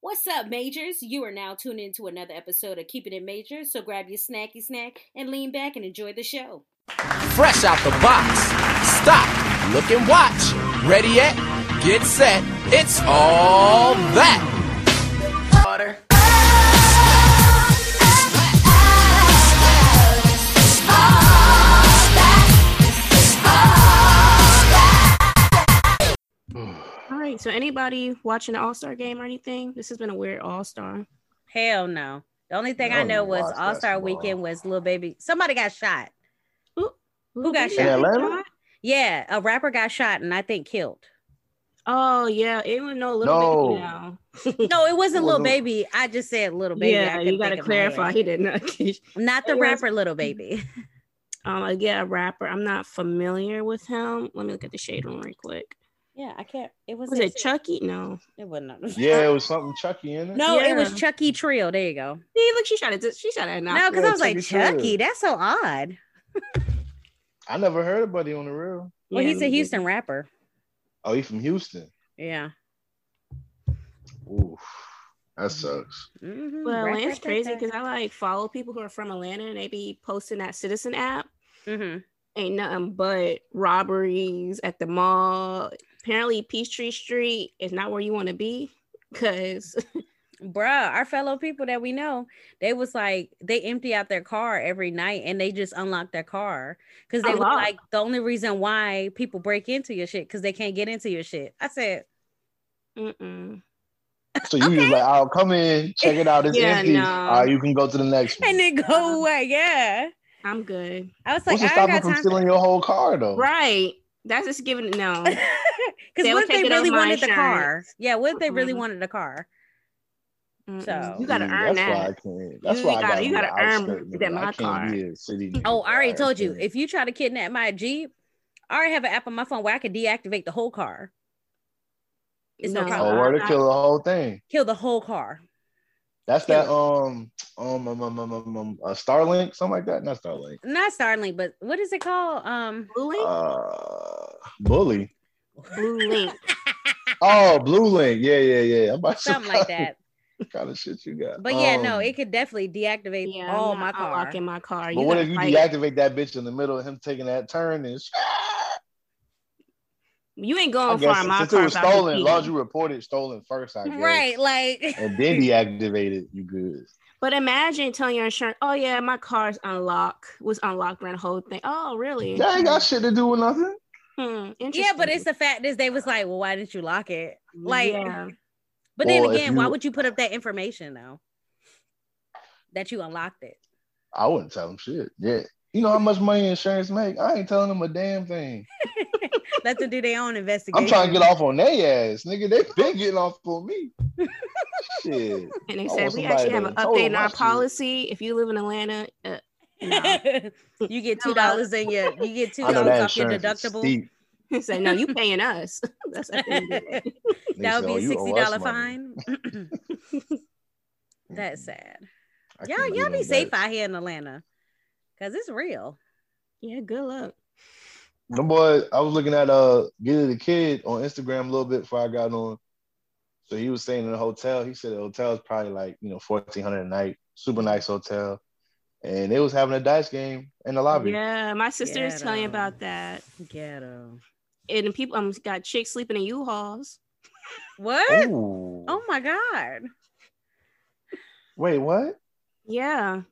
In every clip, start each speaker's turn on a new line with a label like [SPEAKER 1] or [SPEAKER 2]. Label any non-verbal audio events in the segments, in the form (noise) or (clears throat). [SPEAKER 1] What's up, Majors? You are now tuned into another episode of Keeping It Major, so grab your snacky snack and lean back and enjoy the show.
[SPEAKER 2] Fresh out the box. Stop. Look and watch. Ready yet? Get set. It's all that. Water.
[SPEAKER 3] All right. So anybody watching the All Star game or anything? This has been a weird All Star.
[SPEAKER 4] Hell no. The only thing I
[SPEAKER 5] Y'all
[SPEAKER 4] know was
[SPEAKER 5] lost
[SPEAKER 4] All Star
[SPEAKER 5] basketball.
[SPEAKER 4] Weekend was little baby. Somebody got shot. Who got
[SPEAKER 5] shot? Atlanta?
[SPEAKER 4] Yeah, a rapper got shot and I think killed.
[SPEAKER 3] Oh yeah, it was no little
[SPEAKER 5] No.
[SPEAKER 3] baby now.
[SPEAKER 4] No, it wasn't (laughs)
[SPEAKER 5] It
[SPEAKER 4] little
[SPEAKER 5] wasn't-
[SPEAKER 4] baby. I just said little baby. I
[SPEAKER 3] yeah,
[SPEAKER 4] couldn't
[SPEAKER 3] you gotta
[SPEAKER 4] think of my head.
[SPEAKER 3] clarify. He did not. (laughs)
[SPEAKER 4] Not the
[SPEAKER 3] It was-
[SPEAKER 4] rapper, little
[SPEAKER 3] (laughs)
[SPEAKER 4] baby.
[SPEAKER 3] um, like, yeah, a rapper. I'm not familiar with him. Let me look at the shade room real quick.
[SPEAKER 4] Yeah, I can't. It was
[SPEAKER 3] Was it Chucky? No.
[SPEAKER 4] It wasn't.
[SPEAKER 5] Yeah, it was something Chucky in it.
[SPEAKER 4] No,
[SPEAKER 3] Yeah.
[SPEAKER 4] it was Chucky Trio. There you go.
[SPEAKER 3] See, look, she shot it. She shot it.
[SPEAKER 4] No, because
[SPEAKER 5] yeah,
[SPEAKER 4] I was like,
[SPEAKER 5] Chucky Trio.
[SPEAKER 4] Chucky, that's so odd.
[SPEAKER 5] I never heard of Buddy on the real.
[SPEAKER 4] Well, he's a Houston rapper.
[SPEAKER 5] Oh, he from Houston.
[SPEAKER 4] Yeah.
[SPEAKER 5] Oof, that sucks.
[SPEAKER 4] Mhm.
[SPEAKER 3] Well,
[SPEAKER 4] Rap,
[SPEAKER 3] Atlanta's
[SPEAKER 4] rap, rap, (laughs)
[SPEAKER 3] crazy
[SPEAKER 4] rap.
[SPEAKER 3] because I like follow people who are from Atlanta and they be posting that Citizen app.
[SPEAKER 4] Mhm.
[SPEAKER 3] Ain't nothing but robberies at the mall. Apparently, Peachtree Street is not where you want to be because
[SPEAKER 4] Bruh, our fellow people that we know, they was like they empty out their car every night and they just unlock their car because they
[SPEAKER 3] A
[SPEAKER 4] was
[SPEAKER 3] lot.
[SPEAKER 4] like the only reason why people break into your shit because they can't get into your shit. I said,
[SPEAKER 3] (laughs) Mm-mm.
[SPEAKER 5] So you just like, I'll come in, check it out. It's
[SPEAKER 3] Yeah,
[SPEAKER 5] empty.
[SPEAKER 3] no.
[SPEAKER 5] All right, you can go to the next one.
[SPEAKER 4] and then go away. Yeah,
[SPEAKER 3] I'm good.
[SPEAKER 4] I was like,
[SPEAKER 5] What's to
[SPEAKER 4] I ain't
[SPEAKER 5] stop him
[SPEAKER 4] got
[SPEAKER 5] from
[SPEAKER 4] time for
[SPEAKER 5] stealing your whole car though?
[SPEAKER 3] Right. That's just giving no.
[SPEAKER 4] (laughs) because
[SPEAKER 3] They'll
[SPEAKER 4] what if they
[SPEAKER 3] take it off
[SPEAKER 4] really
[SPEAKER 3] my
[SPEAKER 4] wanted the car?
[SPEAKER 3] insurance.
[SPEAKER 4] Yeah, what if they really
[SPEAKER 3] Mm-mm.
[SPEAKER 4] wanted the car?
[SPEAKER 3] Mm-mm.
[SPEAKER 4] So-
[SPEAKER 3] you gotta
[SPEAKER 5] Mm,
[SPEAKER 3] earn
[SPEAKER 5] that's Why I
[SPEAKER 3] that.
[SPEAKER 5] can't. That's
[SPEAKER 3] You
[SPEAKER 5] why
[SPEAKER 3] gotta-
[SPEAKER 5] I
[SPEAKER 3] you
[SPEAKER 5] gotta,
[SPEAKER 3] gotta
[SPEAKER 5] be an
[SPEAKER 3] earn
[SPEAKER 5] outskirt
[SPEAKER 3] that
[SPEAKER 5] nigga.
[SPEAKER 3] my
[SPEAKER 5] I can't
[SPEAKER 3] car.
[SPEAKER 5] Be a city
[SPEAKER 4] Oh, I already
[SPEAKER 5] nigga.
[SPEAKER 4] told you.
[SPEAKER 5] can't.
[SPEAKER 4] If you try to kidnap my Jeep, I already have an app on my phone where I can deactivate the whole car, It's no
[SPEAKER 5] oh,
[SPEAKER 4] problem.
[SPEAKER 5] word to kill the whole thing.
[SPEAKER 4] kill the whole car.
[SPEAKER 5] That's that um um um, um, um, um, um, uh, Starlink, something like that. Not Starlink.
[SPEAKER 4] Not Starlink, but what is it called? Um,
[SPEAKER 3] Blue link.
[SPEAKER 5] Uh, bully.
[SPEAKER 4] (laughs)
[SPEAKER 3] Blue link.
[SPEAKER 5] Oh, Blue Link. Yeah, yeah, yeah. I'm about to (laughs)
[SPEAKER 4] something like that.
[SPEAKER 5] What kind of shit you got?
[SPEAKER 4] But yeah, no,
[SPEAKER 5] Um,
[SPEAKER 4] it could definitely deactivate
[SPEAKER 3] Yeah.
[SPEAKER 4] all
[SPEAKER 3] I'm
[SPEAKER 4] my
[SPEAKER 3] not
[SPEAKER 4] car.
[SPEAKER 3] unlocking my car.
[SPEAKER 5] But what
[SPEAKER 3] gotta
[SPEAKER 5] if you
[SPEAKER 3] fight.
[SPEAKER 5] deactivate that bitch in the middle of him taking that turn and? sh-
[SPEAKER 3] You ain't
[SPEAKER 5] I
[SPEAKER 3] going far
[SPEAKER 5] guess
[SPEAKER 3] in Oh, my
[SPEAKER 5] since
[SPEAKER 3] car.
[SPEAKER 5] it was
[SPEAKER 3] if I can
[SPEAKER 5] stolen,
[SPEAKER 3] see
[SPEAKER 5] as
[SPEAKER 3] you.
[SPEAKER 5] long as you reported stolen first, I guess.
[SPEAKER 4] Right, like (laughs)
[SPEAKER 5] And then deactivated, you good.
[SPEAKER 3] But imagine telling your insurance, "Oh yeah, my car's unlocked. Was unlocked during the whole thing. Oh really?
[SPEAKER 5] That ain't got shit to do with nothing.
[SPEAKER 3] Hmm, interesting.
[SPEAKER 4] yeah, but it's the fact is they was like, well, why didn't you lock it? Like,
[SPEAKER 3] Yeah.
[SPEAKER 4] but then
[SPEAKER 5] Well, if
[SPEAKER 4] again, why
[SPEAKER 5] you-
[SPEAKER 4] would you put up that information though? That you unlocked it.
[SPEAKER 5] I wouldn't tell him shit. Yeah. You know how much money insurance make? I ain't telling them a damn thing.
[SPEAKER 4] Let them do their own investigation.
[SPEAKER 5] I'm trying to get off on their ass, nigga. They been getting off on me.
[SPEAKER 4] (laughs)
[SPEAKER 5] shit.
[SPEAKER 3] and they
[SPEAKER 5] I want Oh,
[SPEAKER 3] said we
[SPEAKER 5] somebody
[SPEAKER 3] actually have
[SPEAKER 5] to
[SPEAKER 3] an
[SPEAKER 5] total
[SPEAKER 3] update in
[SPEAKER 5] my
[SPEAKER 3] our
[SPEAKER 5] shit."
[SPEAKER 3] policy. If you live in Atlanta, uh, no.
[SPEAKER 4] (laughs) you get
[SPEAKER 3] No,
[SPEAKER 4] two dollars in your you get two
[SPEAKER 5] I know that
[SPEAKER 4] dollars off your
[SPEAKER 5] insurance
[SPEAKER 4] (laughs)
[SPEAKER 5] is
[SPEAKER 4] deductible.
[SPEAKER 5] steep.
[SPEAKER 3] say
[SPEAKER 5] (laughs)
[SPEAKER 3] no, you paying us. (laughs) That's at the end of the day.
[SPEAKER 5] Nigga
[SPEAKER 4] That
[SPEAKER 5] said,
[SPEAKER 4] would be
[SPEAKER 5] "Oh,
[SPEAKER 4] a
[SPEAKER 5] you owe
[SPEAKER 4] sixty
[SPEAKER 5] us
[SPEAKER 4] dollar
[SPEAKER 5] money." Mm-hmm.
[SPEAKER 4] fine. (laughs) That's sad.
[SPEAKER 5] I
[SPEAKER 4] Y'all,
[SPEAKER 5] can't
[SPEAKER 4] y'all
[SPEAKER 5] do
[SPEAKER 4] be
[SPEAKER 5] no
[SPEAKER 4] safe
[SPEAKER 5] better.
[SPEAKER 4] out here in Atlanta, cause it's real.
[SPEAKER 3] Yeah, good luck.
[SPEAKER 5] The boy, I was looking at uh Get It a Kid on Instagram a little bit before I got on. So he was staying in a hotel. He said the hotel is probably like, you know, 1400 a night, super nice hotel. And they was having a dice game in the lobby.
[SPEAKER 3] Yeah, my sister was telling me
[SPEAKER 4] Ghetto.
[SPEAKER 3] about that.
[SPEAKER 4] Ghetto.
[SPEAKER 3] And the people um got chicks sleeping in U-Hauls.
[SPEAKER 4] What?
[SPEAKER 5] Ooh.
[SPEAKER 4] Oh my god.
[SPEAKER 5] Wait, what?
[SPEAKER 3] Yeah,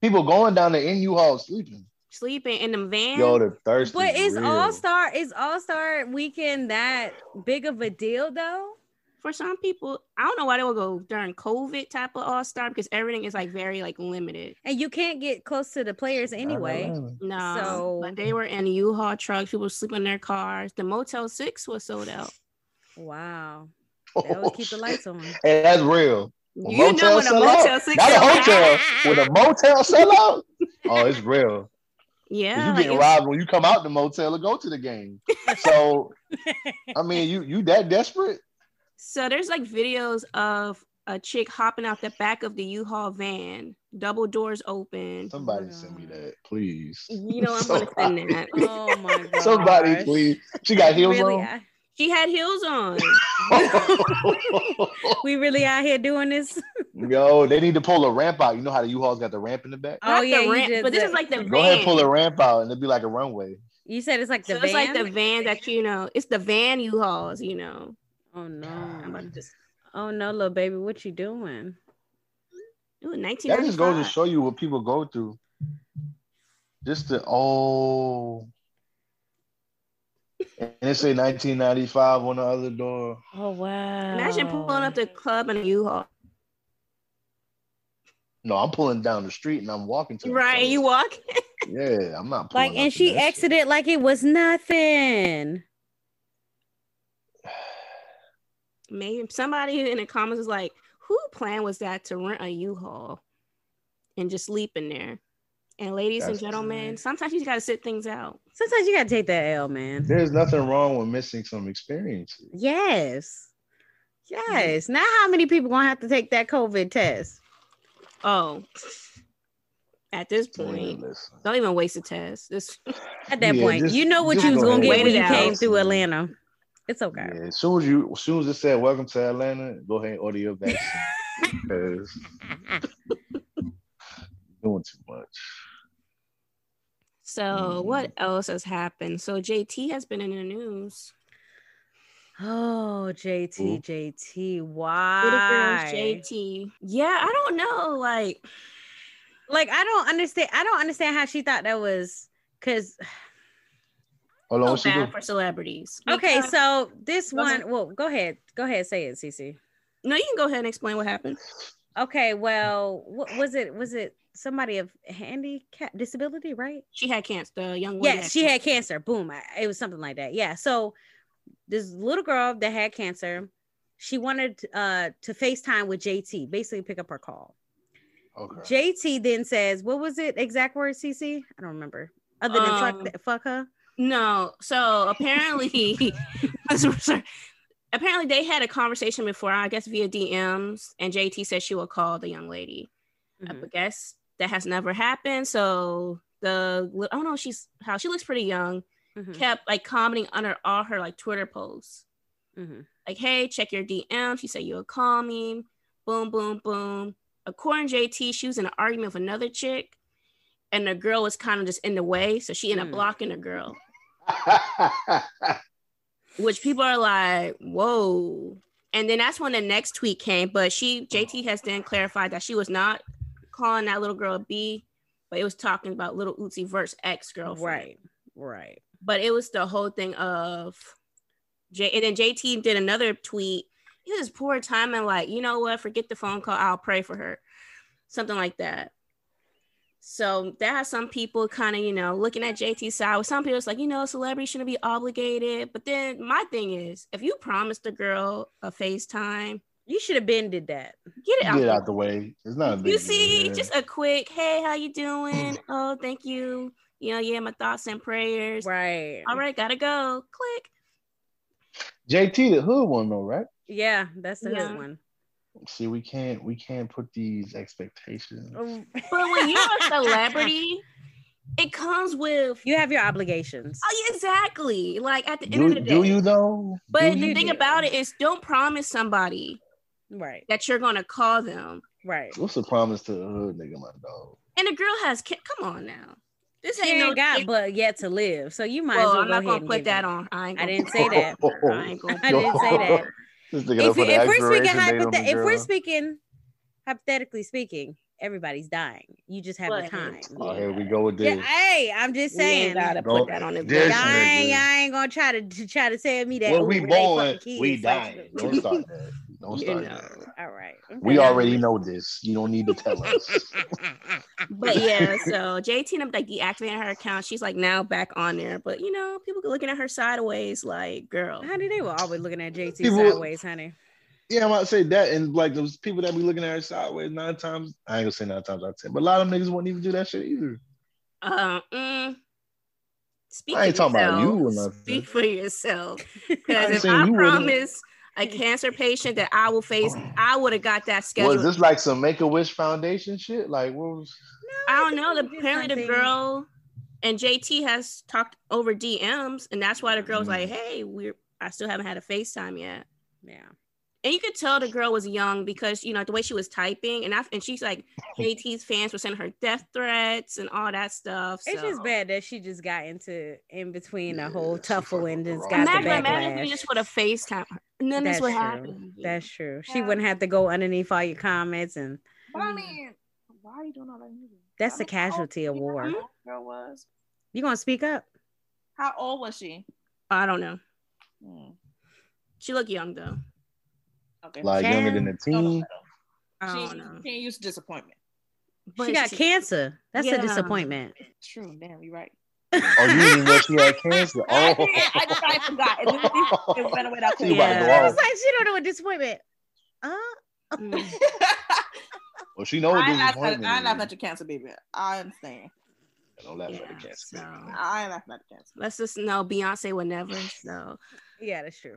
[SPEAKER 5] People going down to NU Hall sleeping.
[SPEAKER 3] sleeping in the van.
[SPEAKER 5] Yo, the thirsty.
[SPEAKER 4] But is
[SPEAKER 5] real.
[SPEAKER 4] All Star is All Star Weekend that big of a deal though?
[SPEAKER 3] For some people, I don't know why they would go during COVID type of All Star because everything is like very like limited.
[SPEAKER 4] And you can't get close to the players anyway.
[SPEAKER 3] No,
[SPEAKER 4] So-
[SPEAKER 3] but they were in U-Haul trucks. People were sleeping in their cars. The Motel Six was sold out.
[SPEAKER 5] (laughs)
[SPEAKER 4] Wow. They
[SPEAKER 5] Oh,
[SPEAKER 4] always keep the
[SPEAKER 5] shit.
[SPEAKER 4] lights on.
[SPEAKER 5] (laughs) Hey, that's real. When
[SPEAKER 3] You know when a
[SPEAKER 5] sell
[SPEAKER 3] Motel
[SPEAKER 5] out,
[SPEAKER 3] Six
[SPEAKER 5] not a
[SPEAKER 3] sell out.
[SPEAKER 5] hotel. When a
[SPEAKER 4] (laughs)
[SPEAKER 5] motel sell out, oh, it's real. 'Cause
[SPEAKER 3] Yeah,
[SPEAKER 5] you
[SPEAKER 3] like,
[SPEAKER 5] getting
[SPEAKER 3] it-
[SPEAKER 5] robbed when you come out the motel to go to the game.
[SPEAKER 4] (laughs)
[SPEAKER 5] So, I mean, you you that desperate?
[SPEAKER 3] so there's like videos of a chick hopping out the back of the U-Haul van, double doors open.
[SPEAKER 5] Somebody send me that, please.
[SPEAKER 3] You know I'm
[SPEAKER 5] So (laughs)
[SPEAKER 3] gonna send that.
[SPEAKER 4] Oh my god.
[SPEAKER 5] Somebody, please. She got heels
[SPEAKER 4] really,
[SPEAKER 5] (laughs) on.
[SPEAKER 4] I-
[SPEAKER 3] She had heels on.
[SPEAKER 4] We really out here doing this.
[SPEAKER 5] (laughs) Yo, they need to pull a ramp out. You know how the U-Haul's got the ramp in the back?
[SPEAKER 4] Oh
[SPEAKER 3] Not the
[SPEAKER 4] yeah, you
[SPEAKER 3] ramp,
[SPEAKER 4] did
[SPEAKER 3] but this
[SPEAKER 4] the-
[SPEAKER 3] is like the
[SPEAKER 5] Go ahead,
[SPEAKER 3] van.
[SPEAKER 5] pull a ramp out, and it'd be like a runway.
[SPEAKER 4] You said it's like the
[SPEAKER 3] so
[SPEAKER 4] van.
[SPEAKER 3] it's like the van that you know. It's the van you hauls. You know.
[SPEAKER 4] oh
[SPEAKER 3] I'm about
[SPEAKER 4] no.
[SPEAKER 3] to just
[SPEAKER 4] Oh no, little baby, what you doing?
[SPEAKER 3] ooh,
[SPEAKER 5] That just goes to
[SPEAKER 3] 1995.
[SPEAKER 5] show you what people go through. Just the oh, and it say 1995 on the other door.
[SPEAKER 4] Oh wow.
[SPEAKER 3] Imagine pulling
[SPEAKER 4] Oh.
[SPEAKER 3] up the club in a U-Haul.
[SPEAKER 5] No, I'm pulling down the street and I'm walking to the
[SPEAKER 3] Right,
[SPEAKER 5] store.
[SPEAKER 3] you walk.
[SPEAKER 5] Yeah, I'm not pulling
[SPEAKER 4] like
[SPEAKER 5] up
[SPEAKER 4] and
[SPEAKER 5] to
[SPEAKER 4] she
[SPEAKER 5] that shit.
[SPEAKER 4] exited like it was nothing.
[SPEAKER 3] Maybe somebody in the comments was like, "Who plan was that to rent a U-Haul and just sleep in there?" And ladies and
[SPEAKER 5] That's
[SPEAKER 3] gentlemen,
[SPEAKER 4] nice.
[SPEAKER 3] sometimes you just gotta sit things out.
[SPEAKER 4] Sometimes you gotta take that L, man.
[SPEAKER 5] There's nothing wrong with missing some experiences.
[SPEAKER 4] Yes. Yes. Now how many people gonna have to take that COVID test?
[SPEAKER 3] Oh, at this
[SPEAKER 5] Man,
[SPEAKER 3] point,
[SPEAKER 5] listen.
[SPEAKER 3] don't even waste a test. This (laughs)
[SPEAKER 4] At that
[SPEAKER 5] Yeah,
[SPEAKER 4] point,
[SPEAKER 5] just-
[SPEAKER 4] you know what
[SPEAKER 5] just
[SPEAKER 4] you was
[SPEAKER 5] go
[SPEAKER 4] gonna get
[SPEAKER 5] ahead
[SPEAKER 3] and
[SPEAKER 4] when
[SPEAKER 3] wait
[SPEAKER 4] you
[SPEAKER 3] it out.
[SPEAKER 4] came through Atlanta. It's okay.
[SPEAKER 5] Yeah, as soon as you, as soon as it said "Welcome to Atlanta," go ahead and
[SPEAKER 4] (laughs)
[SPEAKER 5] order your vaccine because you're doing too much.
[SPEAKER 3] So
[SPEAKER 5] Mhm.
[SPEAKER 3] what else has happened? So JT has been in the news.
[SPEAKER 4] Oh, JT,
[SPEAKER 5] Ooh.
[SPEAKER 4] JT,
[SPEAKER 3] Little girls,
[SPEAKER 4] why?
[SPEAKER 3] JT. Yeah, I don't know. Like,
[SPEAKER 4] Like I don't understand. I don't understand how she thought that was because
[SPEAKER 5] Hold on,
[SPEAKER 3] so
[SPEAKER 5] what she do?
[SPEAKER 3] bad for celebrities.
[SPEAKER 4] okay.
[SPEAKER 3] Because-
[SPEAKER 4] So this
[SPEAKER 3] Go ahead.
[SPEAKER 4] one, well, go ahead, go ahead, say it, Cece.
[SPEAKER 3] no, you can go ahead and explain what happened.
[SPEAKER 4] Okay, well, what was it? Was it somebody of handicap disability, right?
[SPEAKER 3] She had cancer. The young woman.
[SPEAKER 4] Yes, she had cancer. Boom. I, it was something like that. Yeah. So this little girl that had cancer, she wanted uh to FaceTime with JT, basically pick up her call.
[SPEAKER 5] Okay.
[SPEAKER 4] JT then says, "What was it? Exact word, CC? I don't remember. Other than fuck,
[SPEAKER 3] Um,
[SPEAKER 4] th- fuck her.
[SPEAKER 3] No, so apparently, (laughs) apparently they had a conversation before. I guess via DMs, and JT said she will call the young lady. I
[SPEAKER 4] Mhm.
[SPEAKER 3] guess that has never happened. So the I don't know. if She's how she looks pretty young.
[SPEAKER 4] Mhm.
[SPEAKER 3] Kept like commenting under all her like Twitter posts.
[SPEAKER 4] Mhm.
[SPEAKER 3] like, hey, check your DM. She said you'll call me. Boom, boom, boom. According to JT, she was in an argument with another chick, and the girl was kind of just in the way. So she ended
[SPEAKER 4] Mm.
[SPEAKER 3] up blocking the girl,
[SPEAKER 5] (laughs)
[SPEAKER 3] which people are like, whoa. And then that's when the next tweet came. But she, JT has then clarified that she was not calling that little girl a B, but it was talking about little Uzi versus ex girlfriend.
[SPEAKER 4] Right. Right.
[SPEAKER 3] but it was the whole thing of J and then JT did another tweet. It was poor timing, like, you know what, forget the phone call, I'll pray for her. Something like that. So that has some people kind of, you know, looking at JT's side. With some people, it's like, you know, celebrities shouldn't be obligated. But then my thing is, if you promised the girl a FaceTime,
[SPEAKER 4] You should have been did that.
[SPEAKER 3] get it out.
[SPEAKER 5] Get
[SPEAKER 3] the
[SPEAKER 5] out the way. It's not a big
[SPEAKER 3] you see
[SPEAKER 5] deal, yeah.
[SPEAKER 3] just a quick hey how you doing oh thank you you know yeah my thoughts and prayers
[SPEAKER 4] Right.
[SPEAKER 3] all right gotta go click
[SPEAKER 5] JT the hood one though, right?
[SPEAKER 4] Yeah, that's the
[SPEAKER 3] Yeah.
[SPEAKER 4] good one.
[SPEAKER 5] See, we can't we can't put these expectations.
[SPEAKER 3] Oh. But when you're (laughs) a celebrity, it comes with
[SPEAKER 4] (laughs) you have your obligations.
[SPEAKER 3] oh yeah, exactly. Like at the end
[SPEAKER 5] Do,
[SPEAKER 3] of the day.
[SPEAKER 5] do you though?
[SPEAKER 3] but
[SPEAKER 5] do
[SPEAKER 3] the
[SPEAKER 5] you?
[SPEAKER 3] thing about it is don't promise somebody
[SPEAKER 4] Right.
[SPEAKER 3] that you're gonna call them.
[SPEAKER 4] Right.
[SPEAKER 5] what's the promise to the hood nigga, my dog?
[SPEAKER 3] And the girl has ki- come on now. This
[SPEAKER 4] She
[SPEAKER 3] ain't no
[SPEAKER 4] ain't got
[SPEAKER 3] chick-
[SPEAKER 4] but yet to live. So you might as
[SPEAKER 3] well,
[SPEAKER 4] well
[SPEAKER 3] I'm
[SPEAKER 4] go
[SPEAKER 3] not
[SPEAKER 4] ahead
[SPEAKER 3] gonna
[SPEAKER 4] and
[SPEAKER 3] put
[SPEAKER 4] give
[SPEAKER 3] that
[SPEAKER 4] it.
[SPEAKER 3] on. I ain't
[SPEAKER 4] I
[SPEAKER 3] gonna
[SPEAKER 4] didn't
[SPEAKER 3] put
[SPEAKER 4] say
[SPEAKER 3] that.
[SPEAKER 4] that.
[SPEAKER 3] I
[SPEAKER 5] (laughs)
[SPEAKER 3] ain't gonna
[SPEAKER 4] I didn't say
[SPEAKER 3] (laughs)
[SPEAKER 4] that.
[SPEAKER 5] This nigga
[SPEAKER 4] If,
[SPEAKER 5] put an
[SPEAKER 4] if we're speaking
[SPEAKER 5] expiration date on the
[SPEAKER 4] hypothet- if we're
[SPEAKER 5] girl.
[SPEAKER 4] speaking hypothetically speaking, everybody's dying. You just have the
[SPEAKER 3] But-
[SPEAKER 4] time.
[SPEAKER 5] Oh, here we go with
[SPEAKER 4] Yeah,
[SPEAKER 5] this.
[SPEAKER 4] hey, I'm just
[SPEAKER 3] We ain't
[SPEAKER 4] saying.
[SPEAKER 3] gotta
[SPEAKER 5] Don't-
[SPEAKER 3] put that on the
[SPEAKER 5] this
[SPEAKER 4] Y'all
[SPEAKER 5] nigga.
[SPEAKER 4] ain't, y'all ain't gonna try to, to try to tell me that.
[SPEAKER 5] When
[SPEAKER 4] ooh,
[SPEAKER 5] we
[SPEAKER 4] they
[SPEAKER 5] born,
[SPEAKER 4] fucking
[SPEAKER 5] we
[SPEAKER 4] kids,
[SPEAKER 5] dying.
[SPEAKER 4] like,
[SPEAKER 5] Don't start that. Don't
[SPEAKER 3] You
[SPEAKER 5] start
[SPEAKER 3] know.
[SPEAKER 5] that.
[SPEAKER 4] All right.
[SPEAKER 5] We
[SPEAKER 4] Okay.
[SPEAKER 5] already know this. You don't need to tell us. (laughs)
[SPEAKER 3] But (laughs) yeah, so JT and I'm like deactivating her account. She's like now back on there. But you know, people looking at her sideways, like, girl.
[SPEAKER 4] Honey, they were always looking at JT
[SPEAKER 5] People-
[SPEAKER 4] sideways, honey. (laughs)
[SPEAKER 5] Yeah, I'm about to say that, and like those people that be looking at her sideways nine times. I ain't gonna say nine times out of ten, but a lot of them niggas wouldn't even do that shit either.
[SPEAKER 3] Uh, mm, speak
[SPEAKER 5] I ain't
[SPEAKER 3] for
[SPEAKER 5] talking about
[SPEAKER 3] yourself.
[SPEAKER 5] you or nothing.
[SPEAKER 3] Speak
[SPEAKER 5] (laughs)
[SPEAKER 3] for yourself.
[SPEAKER 5] ain't
[SPEAKER 3] Because if
[SPEAKER 5] saying
[SPEAKER 3] I
[SPEAKER 5] you wouldn't.
[SPEAKER 3] promise a cancer patient that I
[SPEAKER 5] (sighs)
[SPEAKER 3] will face, I would have got that scheduled.
[SPEAKER 5] Was this like some Make a Wish Foundation shit? Like, what was?
[SPEAKER 3] I don't know.
[SPEAKER 4] think we did
[SPEAKER 3] Apparently, the
[SPEAKER 4] something.
[SPEAKER 3] girl and JT has talked over DMs, and that's why the girl's
[SPEAKER 5] Mm.
[SPEAKER 3] like, "Hey, we're I still haven't had a FaceTime yet.
[SPEAKER 4] Yeah.
[SPEAKER 3] And you could tell the girl was young because you know the way she was typing, and I and she's like
[SPEAKER 5] (laughs)
[SPEAKER 3] JT's fans were sending her death threats and all that stuff.
[SPEAKER 4] It's
[SPEAKER 3] so-
[SPEAKER 4] just bad that she just got into in between
[SPEAKER 5] Yeah,
[SPEAKER 4] the whole
[SPEAKER 5] she fucking
[SPEAKER 4] tuffle and just got
[SPEAKER 5] wrong.
[SPEAKER 4] the
[SPEAKER 3] Imagine, imagine if
[SPEAKER 4] backlash.
[SPEAKER 3] you just would have FaceTime her. And then
[SPEAKER 4] That's
[SPEAKER 3] that's what
[SPEAKER 4] true.
[SPEAKER 3] happened.
[SPEAKER 4] That's true. She
[SPEAKER 3] Yeah.
[SPEAKER 4] wouldn't have to go underneath all your comments, and
[SPEAKER 6] But I mean, why are you doing all that? music?
[SPEAKER 4] Mm. that's the
[SPEAKER 6] I
[SPEAKER 3] "Oh,
[SPEAKER 6] mean, how old-
[SPEAKER 4] casualty
[SPEAKER 6] you
[SPEAKER 4] of
[SPEAKER 6] know how
[SPEAKER 4] war.
[SPEAKER 6] old the Girl was.
[SPEAKER 4] You gonna speak up?
[SPEAKER 6] How old was she?
[SPEAKER 3] I don't know.
[SPEAKER 6] Hmm.
[SPEAKER 3] She looked young though.
[SPEAKER 6] Okay.
[SPEAKER 5] Like younger than the
[SPEAKER 6] No, no,
[SPEAKER 5] teen.
[SPEAKER 6] no.
[SPEAKER 3] I
[SPEAKER 6] She,
[SPEAKER 3] don't know.
[SPEAKER 6] she ain't used to disappointment.
[SPEAKER 3] But
[SPEAKER 4] she got
[SPEAKER 3] she-
[SPEAKER 4] cancer. That's
[SPEAKER 3] Yeah.
[SPEAKER 4] a disappointment.
[SPEAKER 6] True. Damn,
[SPEAKER 5] (laughs)
[SPEAKER 6] you're right.
[SPEAKER 5] Oh, you didn't even know she had
[SPEAKER 4] (laughs)
[SPEAKER 5] cancer.
[SPEAKER 6] (laughs) I,
[SPEAKER 5] Oh,
[SPEAKER 6] did, I just I
[SPEAKER 5] (laughs)
[SPEAKER 6] forgot. And then it, it went away that
[SPEAKER 5] She
[SPEAKER 6] quick.
[SPEAKER 5] about to
[SPEAKER 4] Yeah.
[SPEAKER 5] go
[SPEAKER 4] I was
[SPEAKER 5] off.
[SPEAKER 4] like, she don't know what disappointment. Uh,
[SPEAKER 3] Mm.
[SPEAKER 5] (laughs) well, she know what
[SPEAKER 6] I ain't
[SPEAKER 5] this
[SPEAKER 6] laughing
[SPEAKER 5] appointment
[SPEAKER 6] at, I ain't laughing at
[SPEAKER 5] is.
[SPEAKER 6] your cancer, baby. I understand.
[SPEAKER 5] Don't (laughs) laugh at
[SPEAKER 3] Yeah,
[SPEAKER 5] the cancer.
[SPEAKER 3] so-
[SPEAKER 6] I ain't laughing at the cancer.
[SPEAKER 3] Let's just know Beyonce would never. So
[SPEAKER 4] yeah, that's true.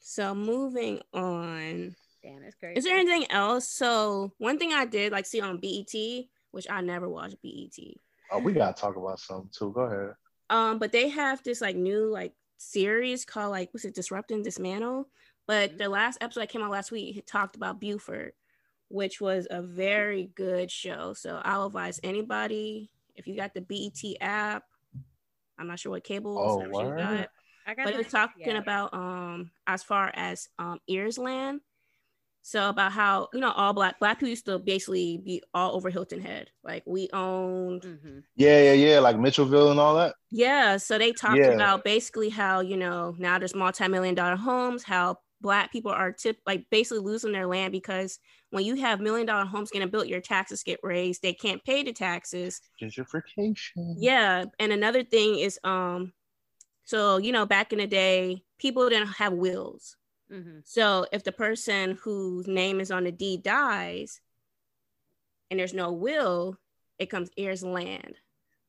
[SPEAKER 3] so moving on.
[SPEAKER 4] Damn, that's crazy.
[SPEAKER 3] Is there anything else? So one thing I did like see on BET, which I never watched E BET.
[SPEAKER 5] Oh, we gotta talk about something too. Go ahead.
[SPEAKER 3] Um, but they have this like new like series called like what's it, Disrupting Dismantle.
[SPEAKER 5] Mm-hmm.
[SPEAKER 3] But the last episode that came out last week it talked about Buford, which was a very good show. So I'll advise anybody if you got the BET app. I'm not sure what cable
[SPEAKER 5] Oh,
[SPEAKER 3] service you
[SPEAKER 5] word.
[SPEAKER 3] got,
[SPEAKER 4] I got
[SPEAKER 3] but it
[SPEAKER 4] the-
[SPEAKER 3] was talking
[SPEAKER 4] yeah.
[SPEAKER 3] about um as far as um Ears Land. So about how you know all black black people used to basically be all over Hilton Head. Like we owned
[SPEAKER 4] Mhm.
[SPEAKER 5] Yeah, yeah, yeah. Like Mitchellville and all that.
[SPEAKER 3] yeah, so they talked
[SPEAKER 5] Yeah.
[SPEAKER 3] about basically how you know now there's multi-million dollar homes, how black people are tip like basically losing their land because when you have million dollar homes getting built, your taxes get raised. They can't pay the taxes.
[SPEAKER 5] Gentrification.
[SPEAKER 3] Yeah, and another thing is um, so you know back in the day, people didn't have wills.
[SPEAKER 4] Mhm.
[SPEAKER 3] So if the person whose name is on the deed dies and there's no will, it comes heirs land,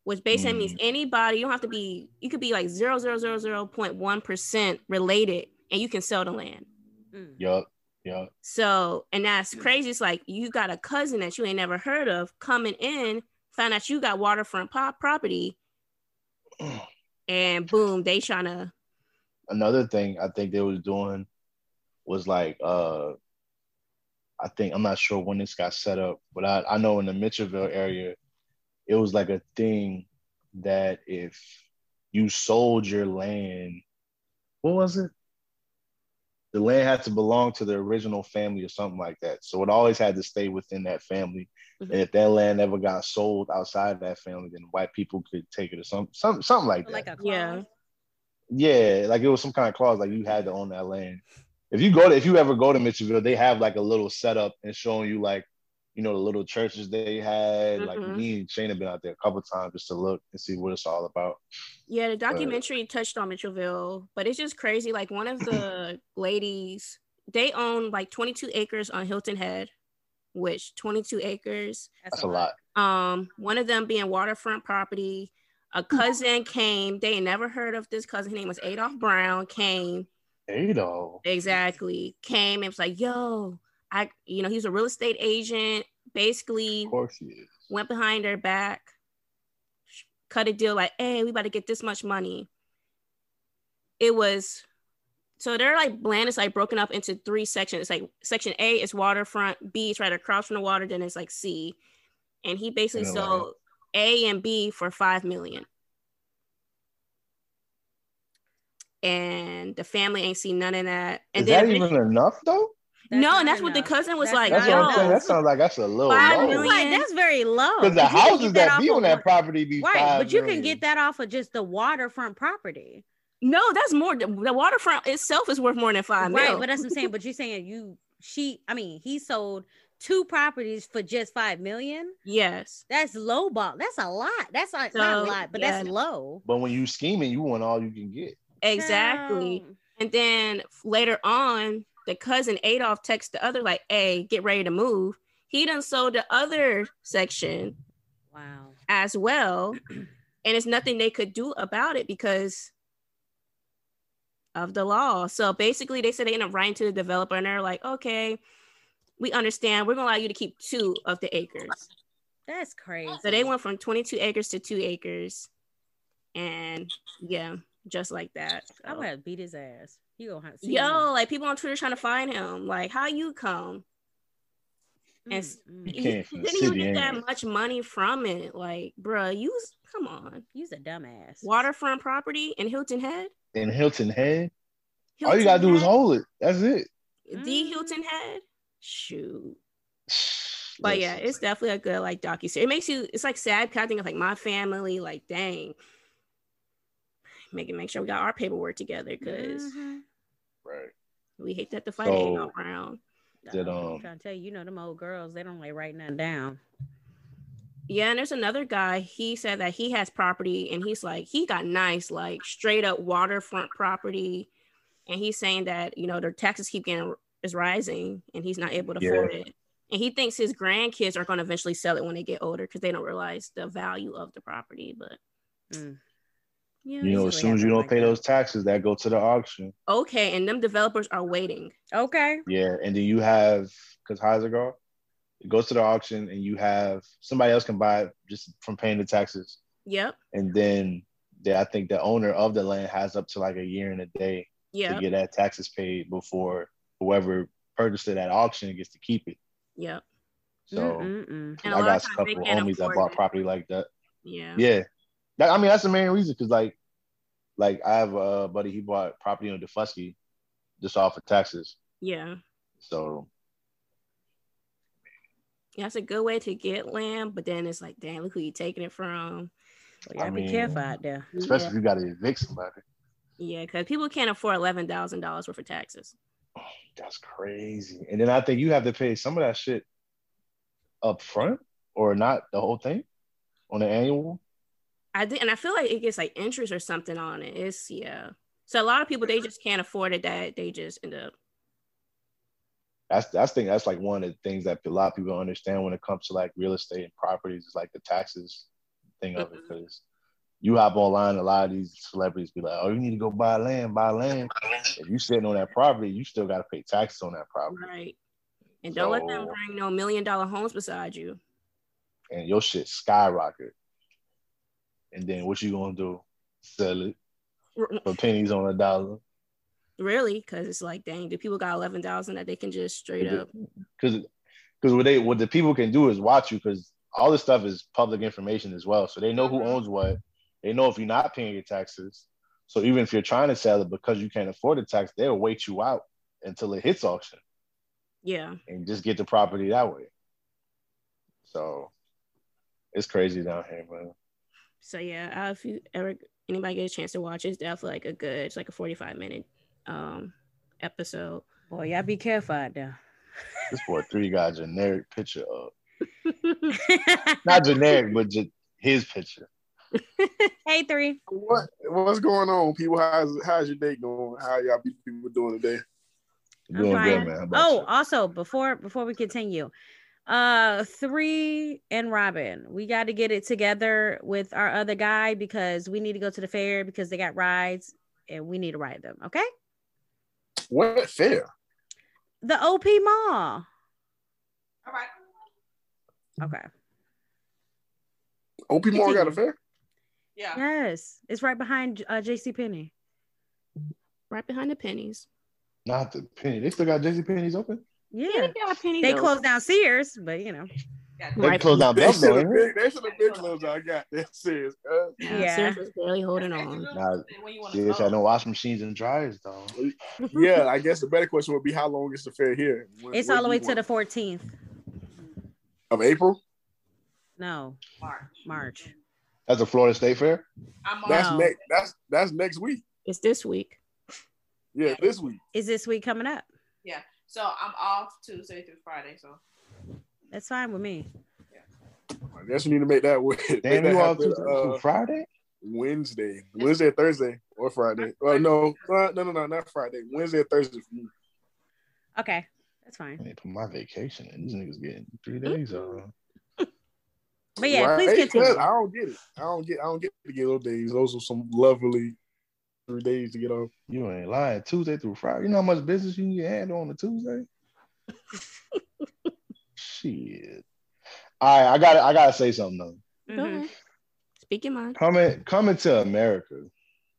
[SPEAKER 3] which basically means anybody, you don't have to be, you could be like 0000.1% related and you can sell the land.
[SPEAKER 4] Mm.
[SPEAKER 5] Yup. Yup. (clears throat)
[SPEAKER 3] So, and that's crazy. It's like you got a cousin that you ain't never heard of coming in, found out you got waterfront pop property, and boom, they trying to,
[SPEAKER 5] Another thing I think they was doing was like uh I think I'm not sure when this got set up, but I, I know in the Mitchellville area, it was like a thing that if you sold your land, what was it? The land had to belong to the original family or something like that. So it always had to stay within that family. And if that land ever got sold outside of that family, then white people could take it or something, something, something like that.
[SPEAKER 4] Like a clause.
[SPEAKER 3] Yeah.
[SPEAKER 5] Yeah, like it was some kind of clause, like you had to own that land. If you go to, if you ever go to Mitchellville, they have like a little setup and showing you like, you know, the little churches they had. Like
[SPEAKER 4] Mm-hmm.
[SPEAKER 3] Mhm.
[SPEAKER 5] me and Shane have been out there a couple times just to look and see what it's all about.
[SPEAKER 3] Yeah, the documentary touched on Mitchellville, but it's just crazy. Like one of the ladies, they own like 22 acres on Hilton Head, which 22 acres.
[SPEAKER 5] That's a lot.
[SPEAKER 3] Um, one of them being waterfront property. A cousin came. They had never heard of this cousin. His name was Adolph Brown. Came
[SPEAKER 5] Ado.
[SPEAKER 3] exactly. Came and was like, "Yo, I, you know, he's a real estate agent. Basically,
[SPEAKER 5] Of course he is.
[SPEAKER 3] went behind her back, sh- cut a deal like, hey, we about to get this much money. It was so they're like land is like broken up into three sections. It's like section A is waterfront, B is right across from the water, then it's like C. And he basically
[SPEAKER 5] And then
[SPEAKER 3] sold A and B for five million. And the family ain't seen none of that. And
[SPEAKER 5] is that
[SPEAKER 3] eventually-
[SPEAKER 5] even enough though?
[SPEAKER 4] That's
[SPEAKER 3] no,
[SPEAKER 4] not
[SPEAKER 3] and that's what the
[SPEAKER 4] enough.
[SPEAKER 3] cousin was
[SPEAKER 4] That's
[SPEAKER 3] like.
[SPEAKER 5] That's what I'm
[SPEAKER 4] No.
[SPEAKER 5] saying.
[SPEAKER 3] yo,
[SPEAKER 5] That sounds like that's a little
[SPEAKER 3] Five
[SPEAKER 5] low.
[SPEAKER 4] I was
[SPEAKER 3] million.
[SPEAKER 4] like, that's very low.
[SPEAKER 5] Because the
[SPEAKER 4] But you can
[SPEAKER 5] houses
[SPEAKER 4] get
[SPEAKER 5] that be
[SPEAKER 4] off of
[SPEAKER 5] on that
[SPEAKER 4] one-
[SPEAKER 5] property be
[SPEAKER 4] Right,
[SPEAKER 5] five
[SPEAKER 4] but you can
[SPEAKER 5] million.
[SPEAKER 4] get that off of just the waterfront property.
[SPEAKER 3] no, that's more. The the waterfront itself is worth more than five
[SPEAKER 4] right,
[SPEAKER 3] mil.
[SPEAKER 4] but that's what I'm saying. But you're saying you she I mean he sold two properties for just five million.
[SPEAKER 3] Yes.
[SPEAKER 4] That's low ball. That's a lot. That's not, not a
[SPEAKER 3] So,
[SPEAKER 4] lot, but that's
[SPEAKER 3] yeah.
[SPEAKER 4] low.
[SPEAKER 5] But when you scheming, you want all you can get.
[SPEAKER 3] Exactly.
[SPEAKER 4] Child.
[SPEAKER 3] And then later on, the cousin Adolf texts the other, like, hey, get ready to move. He done sold the other section
[SPEAKER 4] Wow.
[SPEAKER 3] as well. (clears throat) And it's nothing they could do about it because of the law. So basically, they said they end up writing to the developer and they're like, okay, we understand. We're going to allow you to keep two of the acres.
[SPEAKER 4] That's crazy.
[SPEAKER 3] So they went from 22 acres to two acres. And yeah, just like that.
[SPEAKER 4] I
[SPEAKER 3] So-
[SPEAKER 4] would have beat his ass. You gonna have- see
[SPEAKER 3] Yo, like people on Twitter trying to find him. Like, how you come?
[SPEAKER 4] me.
[SPEAKER 3] and-
[SPEAKER 4] Mm, mm.
[SPEAKER 3] He,
[SPEAKER 5] came
[SPEAKER 3] he
[SPEAKER 5] from the
[SPEAKER 3] didn't even
[SPEAKER 5] city,
[SPEAKER 3] get
[SPEAKER 5] ain't
[SPEAKER 3] that
[SPEAKER 5] he?
[SPEAKER 3] much money from it. Like, bruh, you was- come on.
[SPEAKER 4] You's a dumbass. (laughs)
[SPEAKER 3] Waterfront property in Hilton Head.
[SPEAKER 5] In Hilton Head, all you
[SPEAKER 3] Hilton
[SPEAKER 5] gotta do is
[SPEAKER 3] Head?
[SPEAKER 5] hold it. That's it. (sighs)
[SPEAKER 3] the
[SPEAKER 4] Mm.
[SPEAKER 3] Hilton Head. Shoot. But yeah, it's definitely a good like docu series. It makes you it's like sad because I think of like my family, like dang. Making make sure we got our paperwork together because
[SPEAKER 4] Mhm.
[SPEAKER 5] right.
[SPEAKER 3] we hate that the fight ain't
[SPEAKER 5] Mm-hmm. So-
[SPEAKER 3] around.
[SPEAKER 5] Did,
[SPEAKER 4] Oh, I'm
[SPEAKER 5] um,
[SPEAKER 4] trying to tell you, you know them old girls, they don't like write nothing down.
[SPEAKER 3] Yeah, and there's another guy. He said that he has property, and he's like, he got nice, like straight up waterfront property, and he's saying that you know their taxes keep getting is rising, and he's not able to
[SPEAKER 5] Yeah.
[SPEAKER 3] afford it. And he thinks his grandkids are going to eventually sell it when they get older because they don't realize the value of the property. But
[SPEAKER 4] Mm.
[SPEAKER 3] yeah,
[SPEAKER 5] You know,
[SPEAKER 4] usually
[SPEAKER 5] as soon as you
[SPEAKER 4] happen
[SPEAKER 5] don't
[SPEAKER 4] like
[SPEAKER 5] pay
[SPEAKER 4] that.
[SPEAKER 5] those taxes, that go to the auction.
[SPEAKER 3] okay, and them developers are waiting.
[SPEAKER 4] Okay.
[SPEAKER 5] Yeah, and then you have because Heisergar, it goes to the auction, and you have somebody else can buy it just from paying the taxes,
[SPEAKER 3] Yep,
[SPEAKER 5] and then they, I think the owner of the land has up to like a year and a day to
[SPEAKER 3] yep,
[SPEAKER 5] get that taxes paid before whoever purchased it at auction gets to keep it.
[SPEAKER 3] yep.
[SPEAKER 5] So
[SPEAKER 4] Mm-mm-mm.
[SPEAKER 3] And a
[SPEAKER 5] I
[SPEAKER 3] lot of
[SPEAKER 5] got
[SPEAKER 3] times
[SPEAKER 5] a
[SPEAKER 3] they
[SPEAKER 5] couple
[SPEAKER 3] can't
[SPEAKER 5] homies that
[SPEAKER 3] afford
[SPEAKER 5] bought
[SPEAKER 3] it.
[SPEAKER 5] property like that.
[SPEAKER 3] Yeah,
[SPEAKER 5] Yeah, that, I mean that's the main reason because like, like I have a buddy he bought property on Defusky just off of taxes,
[SPEAKER 3] yeah.
[SPEAKER 5] so
[SPEAKER 3] That's a good way to get land, but then it's like, damn, look who you taking it from.
[SPEAKER 4] Well, y'all
[SPEAKER 5] I
[SPEAKER 4] be
[SPEAKER 5] mean-
[SPEAKER 4] careful out there.
[SPEAKER 5] especially
[SPEAKER 3] Yeah.
[SPEAKER 5] if you got to evict somebody,
[SPEAKER 3] Yeah, because people can't afford eleven thousand dollars worth of taxes.
[SPEAKER 5] that's crazy. And then I think you have to pay some of that shit up front or not the whole thing on the annual.
[SPEAKER 3] I did, and I feel like it gets like interest or something on it. It's yeah. So a lot of people they just can't afford it. That they just end up.
[SPEAKER 5] That's that's thing. That's like one of the things that a lot of people don't understand when it comes to like real estate and properties is like the taxes thing of it because. You hop online, a lot of these celebrities be like, "Oh, you need to go buy land, buy land." If you sitting on that property, you still got to pay taxes on that property,
[SPEAKER 3] Right. And don't let them
[SPEAKER 5] So-
[SPEAKER 3] bring no million dollar homes beside you.
[SPEAKER 5] and your shit skyrocket. And then what you gonna do? Sell it
[SPEAKER 3] R-
[SPEAKER 5] for pennies on a dollar?
[SPEAKER 3] Really, because it's like, dang, do people got eleven thousand that they can just straight up?
[SPEAKER 5] because because what they what the people can do is watch you because all this stuff is public information as well so they know who owns what they know if you're not paying your taxes so even if you're trying to sell it because you can't afford the tax they'll wait you out until it hits auction
[SPEAKER 3] Yeah,
[SPEAKER 5] and just get the property that way so it's crazy down here man
[SPEAKER 3] So yeah, uh, if you ever anybody get a chance to watch, it, it's definitely like a good, it's like a forty-five minute um episode.
[SPEAKER 4] Boy, y'all be careful out there.
[SPEAKER 5] this boy three got a generic picture of not generic but just his picture
[SPEAKER 4] (laughs) hey, three.
[SPEAKER 7] What what's going on, people? How's how's your day going? How y'all be- people doing today?
[SPEAKER 4] I'm
[SPEAKER 5] doing
[SPEAKER 4] fine.
[SPEAKER 5] good man How about
[SPEAKER 4] Oh,
[SPEAKER 5] you?
[SPEAKER 4] also before before we continue, uh, three and Robin, we got to get it together with our other guy because we need to go to the fair because they got rides and we need to ride them. Okay,
[SPEAKER 7] What fair?
[SPEAKER 4] the OP Mall.
[SPEAKER 6] All right.
[SPEAKER 4] Okay,
[SPEAKER 7] OP Mall got a fair?
[SPEAKER 6] Yeah.
[SPEAKER 4] yes, it's right behind uh, J.C. Penney.
[SPEAKER 3] Right behind the pennies.
[SPEAKER 5] not the penny they still got jc pennies open
[SPEAKER 4] Yeah,
[SPEAKER 3] they got pennies.
[SPEAKER 4] they
[SPEAKER 3] though.
[SPEAKER 4] closed down Sears, but you know,
[SPEAKER 5] they
[SPEAKER 3] Right.
[SPEAKER 5] closed down
[SPEAKER 7] They should
[SPEAKER 5] Belmore,
[SPEAKER 7] have
[SPEAKER 5] ain't it?
[SPEAKER 7] been they should have been closed. I got that serious. Uh,
[SPEAKER 3] Yeah,
[SPEAKER 4] Yeah.
[SPEAKER 3] Sears was barely holding on.
[SPEAKER 5] Nah, See, they had no washing machines and dryers though.
[SPEAKER 7] yeah, I guess the better question would be how long is the fair here? When-
[SPEAKER 4] it's
[SPEAKER 7] when
[SPEAKER 4] all the way
[SPEAKER 7] you
[SPEAKER 4] to
[SPEAKER 7] want?
[SPEAKER 4] the 14th.
[SPEAKER 7] of April.
[SPEAKER 4] No, March.
[SPEAKER 5] That's a Florida State Fair.
[SPEAKER 6] I'm on.
[SPEAKER 7] That's
[SPEAKER 3] No.
[SPEAKER 7] next. That's that's next week.
[SPEAKER 3] It's this week.
[SPEAKER 7] Yeah, this week.
[SPEAKER 4] Is this week coming up?
[SPEAKER 6] Yeah. So I'm off Tuesday through Friday. So
[SPEAKER 4] That's fine with me.
[SPEAKER 7] I guess we need to make that (laughs) work. Make
[SPEAKER 5] Damn,
[SPEAKER 7] that
[SPEAKER 5] you all
[SPEAKER 7] happen,
[SPEAKER 5] to,
[SPEAKER 7] uh,
[SPEAKER 5] to Friday?
[SPEAKER 7] Wednesday, Wednesday, Thursday, or Friday. Well, no, uh, no, no, no, not Friday. Wednesday, Thursday for me.
[SPEAKER 4] Okay, that's fine.
[SPEAKER 5] I need to put my vacation in. These niggas getting three days uh, off.
[SPEAKER 4] But yeah,
[SPEAKER 7] Right?
[SPEAKER 4] please continue.
[SPEAKER 7] I don't get it. I don't get. I don't get to get those days. Those are some lovely three days to get off.
[SPEAKER 5] You ain't lying. Tuesday through Friday. You know how much business you can get handled on a
[SPEAKER 7] (laughs)
[SPEAKER 5] Tuesday? Shit. All right, I got. to I gotta say something though.
[SPEAKER 3] Go
[SPEAKER 4] Mhm.
[SPEAKER 3] ahead. Speak your mind.
[SPEAKER 5] Coming, coming to America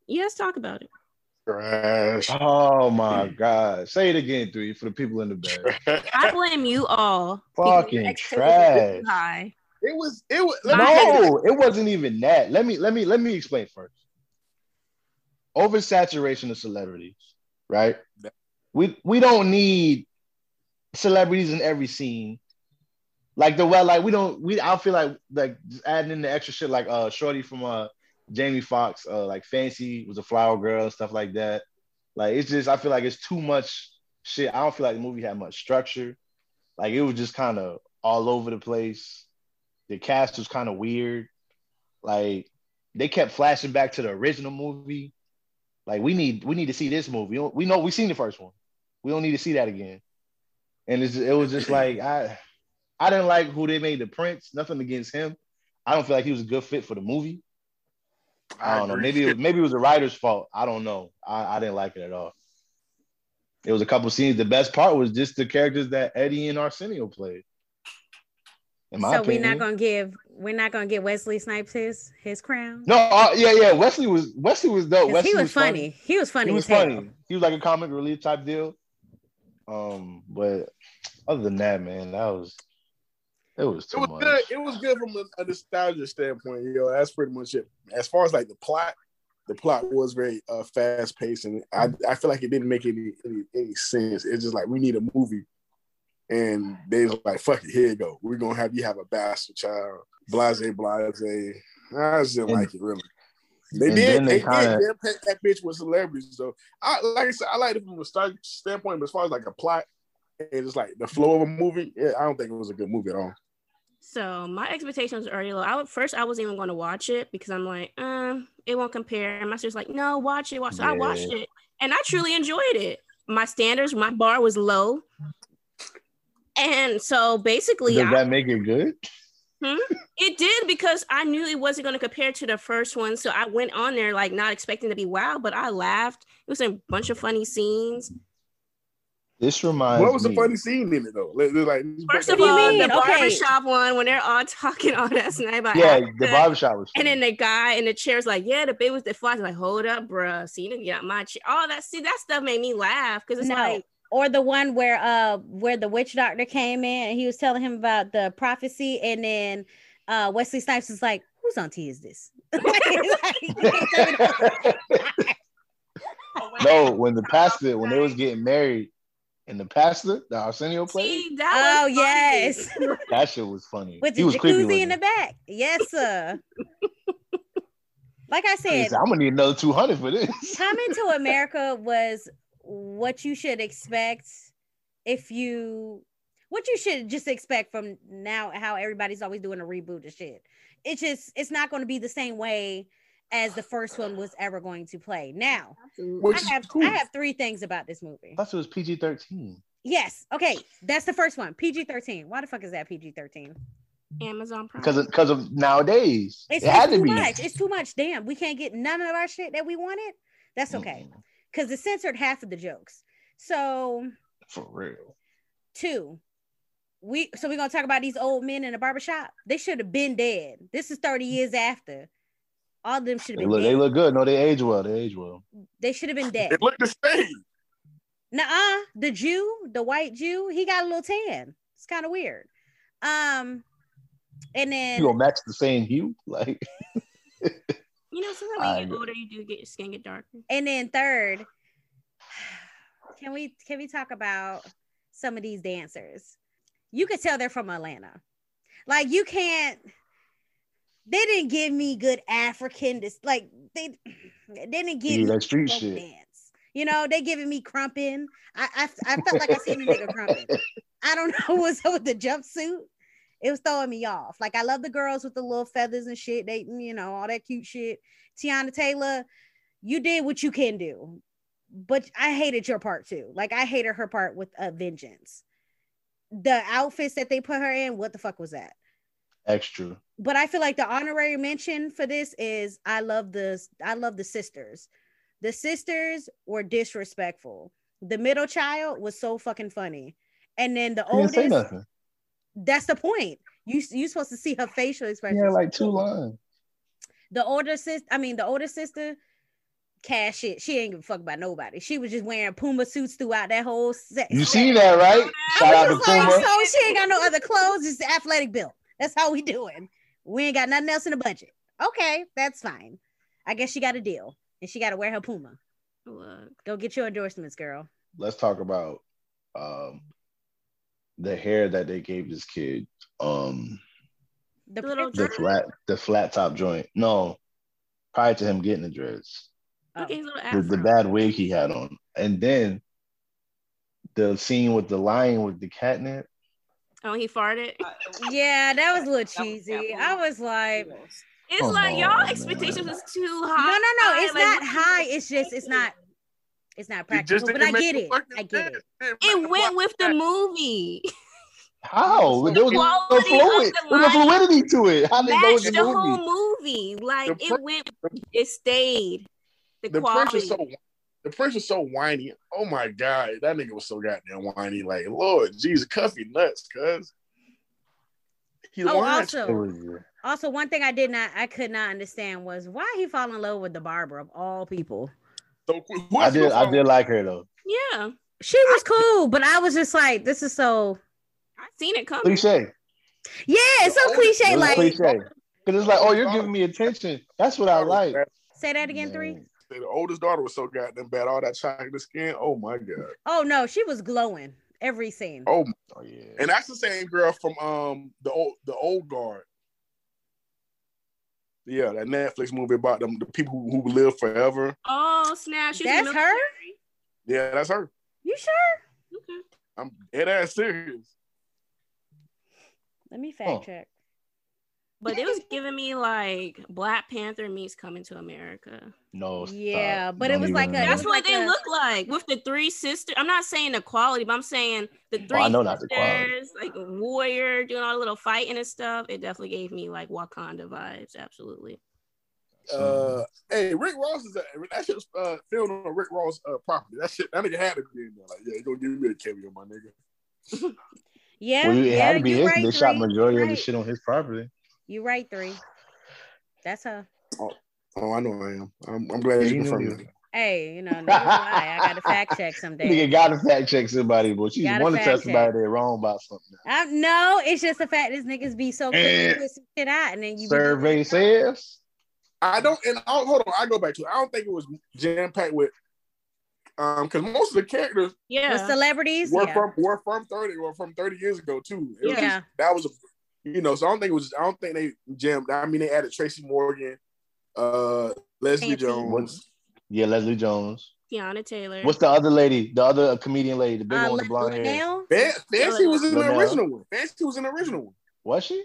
[SPEAKER 3] Yeah, let's talk about it.
[SPEAKER 7] Trash.
[SPEAKER 5] Oh my god! Say it again, three for the people in the back.
[SPEAKER 3] I blame you all. because your
[SPEAKER 5] Fucking
[SPEAKER 3] expectations were
[SPEAKER 5] trash.
[SPEAKER 3] too high.
[SPEAKER 7] It was. It was. Let me tell you.
[SPEAKER 5] No, it wasn't even that. Let me let me let me explain first. Oversaturation of celebrities, right? We we don't need celebrities in every scene. Like the well, like we don't we I feel like like just adding in the extra shit like uh Shorty from uh Jamie Foxx, uh like Fancy was a flower girl and stuff like that. Like it's just I feel like it's too much shit. I don't feel like the movie had much structure. Like it was just kind of all over the place the cast was kind of weird. Like they kept flashing back to the original movie. Like we need we need to see this movie. We don't- We know we seen the first one. We don't need to see that again. And it's, it was just like I I didn't like who they made the prince. Nothing against him. I don't feel like he was a good fit for the movie. I don't know.
[SPEAKER 7] agree.
[SPEAKER 5] Maybe it was, maybe it was the writer's fault. I don't know. I, I didn't like it at all. It was a couple scenes. The best part was just the characters that Eddie and Arsenio played. In my
[SPEAKER 4] so
[SPEAKER 5] opinion.
[SPEAKER 4] we're not gonna give we're not gonna get Wesley Snipes his his crown.
[SPEAKER 5] No, uh, yeah, yeah. Wesley was Wesley was dope.
[SPEAKER 4] 'Cause
[SPEAKER 5] Wesley
[SPEAKER 4] he was, funny. He was funny.
[SPEAKER 5] He was
[SPEAKER 4] as hell.
[SPEAKER 5] funny. He was like a comic relief type deal. Um, but other than that, man, that was it was
[SPEAKER 7] It
[SPEAKER 5] too
[SPEAKER 7] was
[SPEAKER 5] much.
[SPEAKER 7] good. It was good from a, a nostalgia standpoint. You know, that's pretty much it. As far as like the plot, the plot was very uh, fast paced, and I, I feel like it didn't make any, any any sense. It's just like we need a movie, and they was like, "Fuck it, here you go. We're gonna have you have a bastard child, blase, blase." I just didn't
[SPEAKER 5] And-
[SPEAKER 7] like it really. They
[SPEAKER 5] and
[SPEAKER 7] did.
[SPEAKER 5] then they
[SPEAKER 7] They, did.
[SPEAKER 5] kinda-
[SPEAKER 7] jam-pack That bitch with celebrities. So I like I said, I liked it from a start standpoint, but as far as like a plot. And just like the flow of a movie, yeah, I don't think it was a good movie at all.
[SPEAKER 3] So my expectations were already low. I would, first I wasn't even going to watch it because I'm like, um, it won't compare. And my sister's like, no, watch it, watch it. I watched it, and I truly enjoyed it. My standards, my bar was low, and so basically,
[SPEAKER 5] Does
[SPEAKER 3] I,
[SPEAKER 5] that make it good?
[SPEAKER 3] it did because I knew it wasn't going to compare to the first one. So I went on there like not expecting to be wow, but I laughed. It was a bunch of funny scenes.
[SPEAKER 5] This reminds
[SPEAKER 7] What was
[SPEAKER 5] me.
[SPEAKER 7] the funny scene in it though? Let- let- like,
[SPEAKER 3] First
[SPEAKER 7] break
[SPEAKER 3] of
[SPEAKER 7] that down.
[SPEAKER 3] all,
[SPEAKER 4] mean?
[SPEAKER 3] the
[SPEAKER 4] Okay.
[SPEAKER 3] barbershop one when they're all (laughs) talking all that night about
[SPEAKER 5] Yeah, the
[SPEAKER 3] Africa.
[SPEAKER 5] barbershop was.
[SPEAKER 3] And
[SPEAKER 5] Funny.
[SPEAKER 3] then the guy in the chair's like, yeah, the baby was the flies. Like, hold up, bruh. See, you didn't get out my chair. All that, see, that stuff made me laugh because it's
[SPEAKER 4] No.
[SPEAKER 3] like,
[SPEAKER 4] Or the one where uh where the witch doctor came in and he was telling him about the prophecy, and then uh Wesley Snipes is like, "Whose auntie is this?" (laughs)
[SPEAKER 5] (laughs)
[SPEAKER 6] Oh,
[SPEAKER 5] no, when the pastor when they was getting married, and the pastor, the Arsenio played,
[SPEAKER 3] see, that
[SPEAKER 4] oh
[SPEAKER 3] was funny.
[SPEAKER 4] yes,
[SPEAKER 5] that shit was funny.
[SPEAKER 4] with the
[SPEAKER 5] he was creepy.
[SPEAKER 4] jacuzzi in
[SPEAKER 5] wasn't
[SPEAKER 4] the
[SPEAKER 5] he?
[SPEAKER 4] back. Yes, (laughs) sir. like I
[SPEAKER 5] He
[SPEAKER 4] said,
[SPEAKER 5] said, I'm gonna need another two hundred
[SPEAKER 4] (laughs)
[SPEAKER 5] for this.
[SPEAKER 4] Coming to America was what you should expect if you what you should just expect from now how everybody's always doing a reboot of shit. It's just it's not going to be the same way as the first one was ever going to play. Now,
[SPEAKER 7] Which
[SPEAKER 4] I
[SPEAKER 7] is
[SPEAKER 4] have
[SPEAKER 7] cool.
[SPEAKER 4] I have three things about this movie.
[SPEAKER 5] Plus, it was PG thirteen.
[SPEAKER 4] Yes, okay, that's the first one. PG-13. Why the fuck is that PG-13?
[SPEAKER 3] Amazon Prime.
[SPEAKER 5] because because of, nowadays.
[SPEAKER 4] It's,
[SPEAKER 5] it had
[SPEAKER 4] it's
[SPEAKER 5] to
[SPEAKER 4] too
[SPEAKER 5] be.
[SPEAKER 4] much. It's too much. Damn, we can't get none of our shit that we wanted. That's okay.
[SPEAKER 5] Mm,
[SPEAKER 4] Cuz it censored half of the jokes. So,
[SPEAKER 5] for real.
[SPEAKER 4] Two, we so we're gonna talk about these old men in a barbershop. They should have been dead. This is 30 years after. All of them should have
[SPEAKER 5] They
[SPEAKER 4] been
[SPEAKER 5] look they
[SPEAKER 4] dead.
[SPEAKER 5] look good. No, they age well. They age well.
[SPEAKER 4] They should have been dead.
[SPEAKER 7] it looked the same.
[SPEAKER 4] Nuh-uh. The Jew, the white Jew, he got a little tan. It's kind of weird. Um, and
[SPEAKER 5] You gonna
[SPEAKER 4] then
[SPEAKER 5] match the same hue? (laughs) Like
[SPEAKER 3] you know, sometimes when
[SPEAKER 5] I
[SPEAKER 3] you get
[SPEAKER 5] agree.
[SPEAKER 3] older, you do get your skin get darker.
[SPEAKER 4] and then third, can we can we talk about some of these dancers? You could tell they're from Atlanta. Like you can't they didn't give me good African dis- like they, they didn't give
[SPEAKER 5] yeah,
[SPEAKER 4] me
[SPEAKER 5] that street
[SPEAKER 4] folk
[SPEAKER 5] shit.
[SPEAKER 4] dance. You know, they giving me crumping. I, I I felt like I seen a nigga crumping. I don't (laughs) know what's up with the jumpsuit. It was throwing me off. Like I love the girls with the little feathers and shit. They, you know, all that cute shit. Tiana Taylor, you did what you can do, but I hated your part too. Like I hated her part with a vengeance. The outfits that they put her in, what the fuck was that?
[SPEAKER 5] Extra.
[SPEAKER 4] but I feel like the honorary mention for this is I love the I love the sisters. The sisters were disrespectful. The middle child was so fucking funny, and then the
[SPEAKER 5] He didn't say
[SPEAKER 4] oldest.
[SPEAKER 5] nothing.
[SPEAKER 4] That's the point. You you supposed to see her facial
[SPEAKER 5] He
[SPEAKER 4] expression.
[SPEAKER 5] had like two lines.
[SPEAKER 4] The older sister, I mean the older sister, cash it. She ain't give a fuck about nobody. She was just wearing Puma suits throughout that whole set.
[SPEAKER 5] You see that, right? Shout out
[SPEAKER 4] I
[SPEAKER 5] to
[SPEAKER 4] was like,
[SPEAKER 5] Kuma.
[SPEAKER 4] so she ain't got no other clothes. It's the athletic bill. That's how we doing. We ain't got nothing else in the budget. Okay, that's fine. I guess she got a deal, and she got to wear her Puma.
[SPEAKER 3] Look.
[SPEAKER 4] Go get your endorsements, girl.
[SPEAKER 5] Let's talk about um, the hair that they gave this kid. Um,
[SPEAKER 4] The
[SPEAKER 3] Little
[SPEAKER 5] the
[SPEAKER 3] Dreads?
[SPEAKER 5] flat, the flat top joint. No, prior to him getting the dreads,
[SPEAKER 3] Look at his
[SPEAKER 4] Oh,
[SPEAKER 3] little
[SPEAKER 5] the,
[SPEAKER 3] afro.
[SPEAKER 5] the bad wig he had on, and then the scene with the lion with the catnip.
[SPEAKER 3] Oh, he farted.
[SPEAKER 4] Oh. yeah, that was a little
[SPEAKER 6] That was
[SPEAKER 4] cheesy.
[SPEAKER 6] definitely-
[SPEAKER 4] I was like, no,
[SPEAKER 3] It's
[SPEAKER 5] Oh,
[SPEAKER 3] like y'all
[SPEAKER 5] man.
[SPEAKER 3] expectations is too
[SPEAKER 4] no,
[SPEAKER 3] high.
[SPEAKER 4] no. It's
[SPEAKER 3] Like,
[SPEAKER 4] not
[SPEAKER 3] what-
[SPEAKER 4] high. It's just it's not it's not practical. But I get it. I get it.
[SPEAKER 3] It went with the movie.
[SPEAKER 5] How?
[SPEAKER 7] The
[SPEAKER 5] There was no
[SPEAKER 3] quality
[SPEAKER 5] fluid.
[SPEAKER 3] of the
[SPEAKER 5] There was no
[SPEAKER 3] line
[SPEAKER 5] fluidity to it. How did
[SPEAKER 3] Matched
[SPEAKER 5] it
[SPEAKER 3] the
[SPEAKER 5] go with the movie?
[SPEAKER 3] whole movie. Like
[SPEAKER 7] The
[SPEAKER 3] it
[SPEAKER 7] prin-
[SPEAKER 3] went, it stayed. The,
[SPEAKER 7] The prince
[SPEAKER 3] quality.
[SPEAKER 7] is so the prince is so whiny. Oh my god, that nigga was so goddamn whiny. Like Lord Jesus, cuffy nuts, cuz he
[SPEAKER 4] Oh,
[SPEAKER 7] whines.
[SPEAKER 5] It
[SPEAKER 4] also,
[SPEAKER 5] was-
[SPEAKER 4] also one thing I did not, I could not understand was why he fall in love with the barber of all people.
[SPEAKER 7] So quick. Who
[SPEAKER 5] I
[SPEAKER 7] else
[SPEAKER 5] did.
[SPEAKER 7] goes
[SPEAKER 5] I
[SPEAKER 7] on?
[SPEAKER 5] did like her though.
[SPEAKER 3] Yeah,
[SPEAKER 4] She was cool, but I was just like, this is so
[SPEAKER 3] I seen it coming.
[SPEAKER 5] Cliche.
[SPEAKER 4] yeah, it's so
[SPEAKER 5] It
[SPEAKER 4] cliche.
[SPEAKER 5] was
[SPEAKER 4] Like,
[SPEAKER 5] cliche. Because it's like, oh, you're giving me attention. That's what I like.
[SPEAKER 4] say that again, three.
[SPEAKER 7] The oldest daughter was so goddamn bad. All that chocolate skin. Oh my god.
[SPEAKER 4] Oh no, she was glowing every scene.
[SPEAKER 7] Oh, my.
[SPEAKER 5] Oh yeah.
[SPEAKER 7] and that's the same girl from um the old the old guard. Yeah, that Netflix movie about them the people who, who live forever.
[SPEAKER 3] Oh snap! She's
[SPEAKER 4] That's her?
[SPEAKER 7] Yeah, that's her.
[SPEAKER 4] You sure?
[SPEAKER 3] Okay.
[SPEAKER 7] I'm dead ass serious.
[SPEAKER 4] Let me fact
[SPEAKER 5] Huh.
[SPEAKER 4] check.
[SPEAKER 3] But it was giving me like Black Panther meets Coming to America.
[SPEAKER 5] No. stop.
[SPEAKER 4] Yeah, but it
[SPEAKER 5] Don't
[SPEAKER 4] was
[SPEAKER 5] even-
[SPEAKER 4] like a-
[SPEAKER 3] That's what
[SPEAKER 4] like
[SPEAKER 3] they
[SPEAKER 4] a-
[SPEAKER 3] look like with the three sisters. I'm not saying the quality, but I'm saying the three
[SPEAKER 5] Oh, I know not the quality.
[SPEAKER 3] sisters, like warrior doing all the little fighting and stuff. It definitely gave me like Wakanda vibes. Absolutely.
[SPEAKER 7] Uh, hey, Rick Ross is a, that shit was uh, filmed on Rick Ross uh, property. That shit, that nigga had to be in there. Like, yeah, you gonna give me a cameo, my nigga.
[SPEAKER 4] Yeah,
[SPEAKER 5] Well, it
[SPEAKER 4] yeah,
[SPEAKER 5] had to be
[SPEAKER 4] you
[SPEAKER 5] his.
[SPEAKER 4] right,
[SPEAKER 5] they shot
[SPEAKER 4] three.
[SPEAKER 5] majority
[SPEAKER 4] You
[SPEAKER 5] of the
[SPEAKER 4] right.
[SPEAKER 5] shit on his property.
[SPEAKER 4] You right, three. That's her.
[SPEAKER 7] Oh, I know I am. I'm, I'm glad
[SPEAKER 5] Yeah,
[SPEAKER 7] you
[SPEAKER 5] you
[SPEAKER 7] confirmed
[SPEAKER 5] knew
[SPEAKER 7] that.
[SPEAKER 4] Hey,
[SPEAKER 5] (laughs)
[SPEAKER 4] you know, neither do I. I got to fact check someday.
[SPEAKER 5] Nigga gotta fact check somebody, but she's
[SPEAKER 4] Gotta
[SPEAKER 5] want to
[SPEAKER 4] fact
[SPEAKER 5] tell
[SPEAKER 4] check.
[SPEAKER 5] somebody they're wrong about something.
[SPEAKER 4] I, no, it's just the fact this niggas be so quick
[SPEAKER 5] Eh.
[SPEAKER 4] to get some shit out, and then you be-
[SPEAKER 5] Survey says
[SPEAKER 7] I don't, and I'll, hold on, I go back to it. I don't think it was jam packed with, um, because most of the characters
[SPEAKER 4] with
[SPEAKER 3] Yeah.
[SPEAKER 4] celebrities.
[SPEAKER 7] were
[SPEAKER 4] yeah.
[SPEAKER 7] from were from thirty or from thirty years ago too. It was just-
[SPEAKER 4] Yeah.
[SPEAKER 7] that was, a, you know, so I don't think it was. I don't think they jammed. I mean, they added Tracy Morgan, uh, Leslie
[SPEAKER 4] Fancy.
[SPEAKER 7] Jones.
[SPEAKER 5] Yeah, Leslie Jones.
[SPEAKER 3] Tiana Taylor.
[SPEAKER 5] What's the other lady? The other comedian lady, the big
[SPEAKER 4] Uh,
[SPEAKER 5] one with the blonde hair.
[SPEAKER 4] Linnell?
[SPEAKER 7] Fan- Fancy was in the
[SPEAKER 5] Linnell.
[SPEAKER 7] original one. Fancy was in the original one.
[SPEAKER 5] Was she?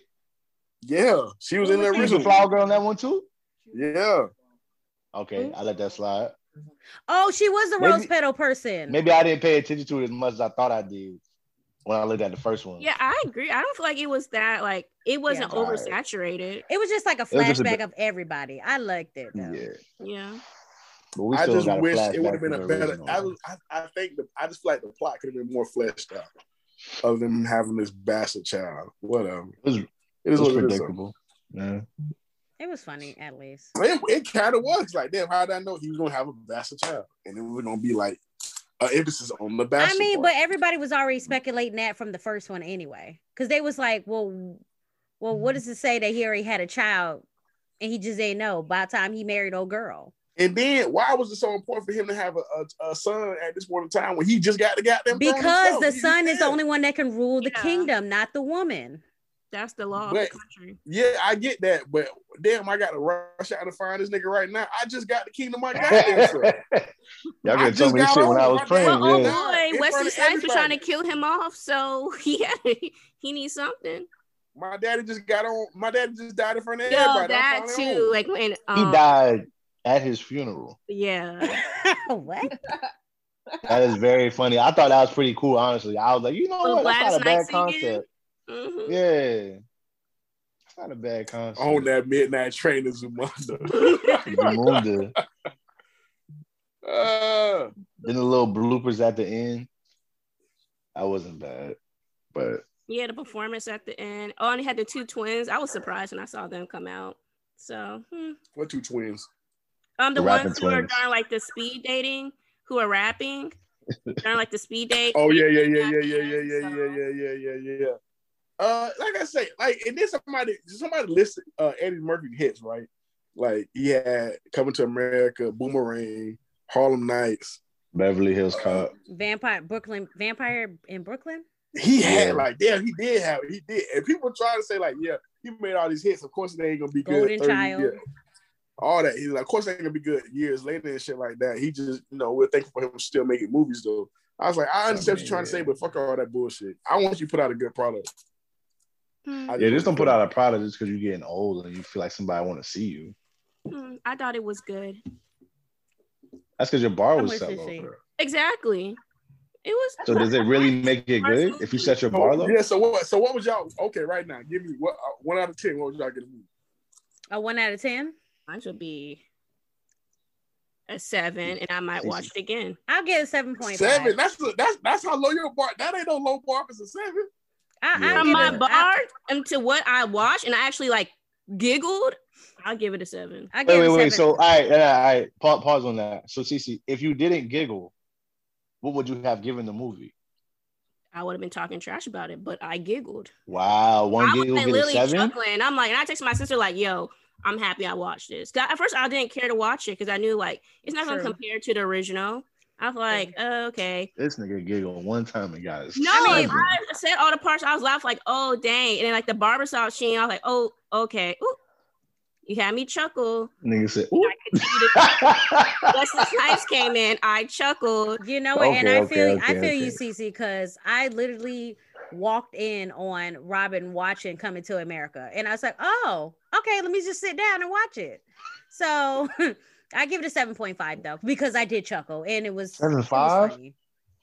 [SPEAKER 7] Yeah, she was
[SPEAKER 4] Who
[SPEAKER 7] in the
[SPEAKER 4] was
[SPEAKER 5] She was a
[SPEAKER 7] original.
[SPEAKER 5] flower girl in that one too.
[SPEAKER 7] Yeah,
[SPEAKER 3] Mm-hmm.
[SPEAKER 5] Okay, I let that slide.
[SPEAKER 4] Oh, she was the
[SPEAKER 5] Maybe-
[SPEAKER 4] rose petal person.
[SPEAKER 5] Maybe I didn't pay attention to it as much as I thought I did when I looked at the first one.
[SPEAKER 3] Yeah, I agree. I don't feel like it was that like it wasn't
[SPEAKER 5] Yeah.
[SPEAKER 3] oversaturated.
[SPEAKER 4] It was just like a
[SPEAKER 5] was just a
[SPEAKER 4] flashback
[SPEAKER 5] bit-
[SPEAKER 4] of everybody. I liked it. Though.
[SPEAKER 5] yeah.
[SPEAKER 3] Yeah.
[SPEAKER 5] But we
[SPEAKER 7] I
[SPEAKER 5] still
[SPEAKER 7] just
[SPEAKER 5] got a
[SPEAKER 7] wish
[SPEAKER 5] flashback
[SPEAKER 7] it would have been
[SPEAKER 5] to
[SPEAKER 7] a
[SPEAKER 5] the
[SPEAKER 7] better.
[SPEAKER 5] original
[SPEAKER 7] I,
[SPEAKER 5] one.
[SPEAKER 7] was- I, I think the, I just feel like the plot could have been more fleshed out, other than having this bastard child. Whatever. It
[SPEAKER 5] was-
[SPEAKER 7] it is
[SPEAKER 5] it was
[SPEAKER 7] what it is, though.
[SPEAKER 5] predictable. Yeah.
[SPEAKER 4] It was funny, at least.
[SPEAKER 7] It, it kind of was like, damn, how did I know he was gonna have a bastard child? And it was gonna be like an emphasis on the bastard.
[SPEAKER 4] I mean, but
[SPEAKER 7] part.
[SPEAKER 4] everybody was already speculating that from the first one anyway, because they was like, "Well, well, what does it say that he already had a child, and he just ain't know by the time he married old girl?"
[SPEAKER 7] and then why was it so important for him to have a, a, a son at this point in time when he just got the goddamn? throne
[SPEAKER 4] Because
[SPEAKER 7] himself?
[SPEAKER 4] the
[SPEAKER 7] He-
[SPEAKER 4] son is the
[SPEAKER 7] yeah.
[SPEAKER 4] only one that can rule the
[SPEAKER 3] Yeah.
[SPEAKER 4] kingdom, not the woman.
[SPEAKER 3] That's the law
[SPEAKER 7] But-
[SPEAKER 3] of the country.
[SPEAKER 7] Yeah, I get that, but damn, I got to rush out to find this nigga right now. I just got the kingdom my goddamn
[SPEAKER 5] (laughs)
[SPEAKER 7] self.
[SPEAKER 5] Y'all could have
[SPEAKER 7] just
[SPEAKER 5] told me this
[SPEAKER 7] got
[SPEAKER 5] shit when I
[SPEAKER 7] over
[SPEAKER 5] was
[SPEAKER 7] my
[SPEAKER 5] praying.
[SPEAKER 7] damn-
[SPEAKER 3] Well,
[SPEAKER 5] Yeah.
[SPEAKER 7] yeah.
[SPEAKER 3] oh
[SPEAKER 7] In
[SPEAKER 3] boy,
[SPEAKER 7] front
[SPEAKER 3] Wesley
[SPEAKER 7] of
[SPEAKER 3] Snipes was trying
[SPEAKER 7] everybody.
[SPEAKER 3] to kill him off, so (laughs) he had he needs something.
[SPEAKER 7] My daddy just got on. My daddy just died in front of
[SPEAKER 3] Yo,
[SPEAKER 7] everybody.
[SPEAKER 3] that
[SPEAKER 7] I'm finally
[SPEAKER 3] too.
[SPEAKER 7] on.
[SPEAKER 3] Like when
[SPEAKER 5] He
[SPEAKER 3] um,
[SPEAKER 5] died at his funeral. (laughs)
[SPEAKER 3] Yeah.
[SPEAKER 4] what?
[SPEAKER 5] That is very funny. I thought that was pretty cool, honestly. I was like, you know
[SPEAKER 3] Little
[SPEAKER 5] what? That's not
[SPEAKER 3] Gladys
[SPEAKER 5] a bad
[SPEAKER 3] Knight
[SPEAKER 5] concept.
[SPEAKER 3] Mhm.
[SPEAKER 5] Yeah. It's not a bad concept.
[SPEAKER 7] on Oh, that midnight train
[SPEAKER 4] (laughs)
[SPEAKER 7] to Zumunda.
[SPEAKER 5] Zamunda.
[SPEAKER 7] (laughs) uh,
[SPEAKER 5] Then the little bloopers at the end. That wasn't bad. But
[SPEAKER 3] Yeah, the performance at the end. Oh, and they had the two twins. I was surprised when I saw them come out. So, hmm.
[SPEAKER 7] what two twins?
[SPEAKER 3] Um, the
[SPEAKER 5] Rapping
[SPEAKER 3] ones who are
[SPEAKER 5] twins.
[SPEAKER 3] during like the speed dating, who are rapping during like the speed date.
[SPEAKER 7] (laughs) Oh yeah, yeah, yeah, yeah, yeah, yeah, yeah, yeah, yeah, yeah, yeah, yeah, yeah. Uh, like I say, like and then somebody, somebody listed uh Eddie Murphy hits right. Like he had Coming to America, Boomerang, Harlem Nights.
[SPEAKER 5] Beverly Hills Cop.
[SPEAKER 4] Vampire Brooklyn Vampire in Brooklyn.
[SPEAKER 7] He had
[SPEAKER 5] Yeah.
[SPEAKER 7] like, damn, he did have, he did. And people try to say like, yeah, he made all these hits. Of course they ain't gonna be
[SPEAKER 4] Golden
[SPEAKER 7] good. 30
[SPEAKER 4] Child.
[SPEAKER 7] years. All that. He's like, of course they ain't gonna be good years later and shit like that. He just, you know, we're thankful for him still making movies though. I was like, I understand what you're trying to say, but fuck all that bullshit. I want you to put out a good product.
[SPEAKER 3] Hmm,
[SPEAKER 7] I
[SPEAKER 5] Yeah, just don't put out a product just because you're getting old and you feel like somebody want to see you.
[SPEAKER 3] hmm, I thought it was good.
[SPEAKER 5] That's because your bar
[SPEAKER 4] I'm
[SPEAKER 5] was
[SPEAKER 4] with
[SPEAKER 5] set
[SPEAKER 4] you,
[SPEAKER 5] low.
[SPEAKER 4] Shane.
[SPEAKER 5] bro.
[SPEAKER 3] Exactly. It was.
[SPEAKER 5] So does it really make it good if you set your bar low?
[SPEAKER 7] Yeah. So what? So what was y'all? Okay, right now, give me what uh, one out of ten. What would y'all give me?
[SPEAKER 4] A one out of ten.
[SPEAKER 3] Mine should be a seven, and I might watch it again.
[SPEAKER 4] I'll get a seven point five.
[SPEAKER 7] Seven. That's the- that's that's how low your bar. That ain't no low bar. if It's a seven.
[SPEAKER 4] I,
[SPEAKER 5] Yeah.
[SPEAKER 4] I'll
[SPEAKER 3] From
[SPEAKER 4] give
[SPEAKER 3] my
[SPEAKER 4] it-
[SPEAKER 3] bar and um, to what I watched, and I actually like giggled. I'll give it a seven.
[SPEAKER 4] I, I
[SPEAKER 5] Wait,
[SPEAKER 4] give
[SPEAKER 5] wait,
[SPEAKER 4] it
[SPEAKER 5] wait.
[SPEAKER 4] seven.
[SPEAKER 5] So all right, all right. Pause, pause on that. So Cece, if you didn't giggle, what would you have given the movie?
[SPEAKER 3] I would have been talking trash about it, but I giggled.
[SPEAKER 5] Wow, one
[SPEAKER 3] I was
[SPEAKER 5] giggle
[SPEAKER 3] like
[SPEAKER 5] get a
[SPEAKER 3] literally
[SPEAKER 5] seven.
[SPEAKER 3] chuckling. I'm like, and I texted my sister like, "Yo, I'm happy I watched this." 'Cause at first, I didn't care to watch it because I knew like it's not gonna
[SPEAKER 4] True.
[SPEAKER 3] compare to the original. I was like, oh, okay.
[SPEAKER 5] This nigga giggled one time and got it.
[SPEAKER 3] No,
[SPEAKER 4] I
[SPEAKER 3] I,
[SPEAKER 4] mean-
[SPEAKER 3] said all the parts. I was laughing like, oh dang, and then like the barbershop scene. I was like, oh okay. Ooh. You had me chuckle.
[SPEAKER 5] nigga said, "Ooh." (laughs)
[SPEAKER 3] Wesley Snipes came in. I chuckled.
[SPEAKER 4] You know what? and
[SPEAKER 5] Okay,
[SPEAKER 4] I feel
[SPEAKER 5] okay,
[SPEAKER 4] I feel
[SPEAKER 5] okay,
[SPEAKER 4] you,
[SPEAKER 5] okay.
[SPEAKER 4] Cece, because I literally walked in on Robin watching Coming to America, and I was like, oh, okay, let me just sit down and watch it. So (laughs) I give it a seven point five though, because I did chuckle, and it was
[SPEAKER 5] Seven five?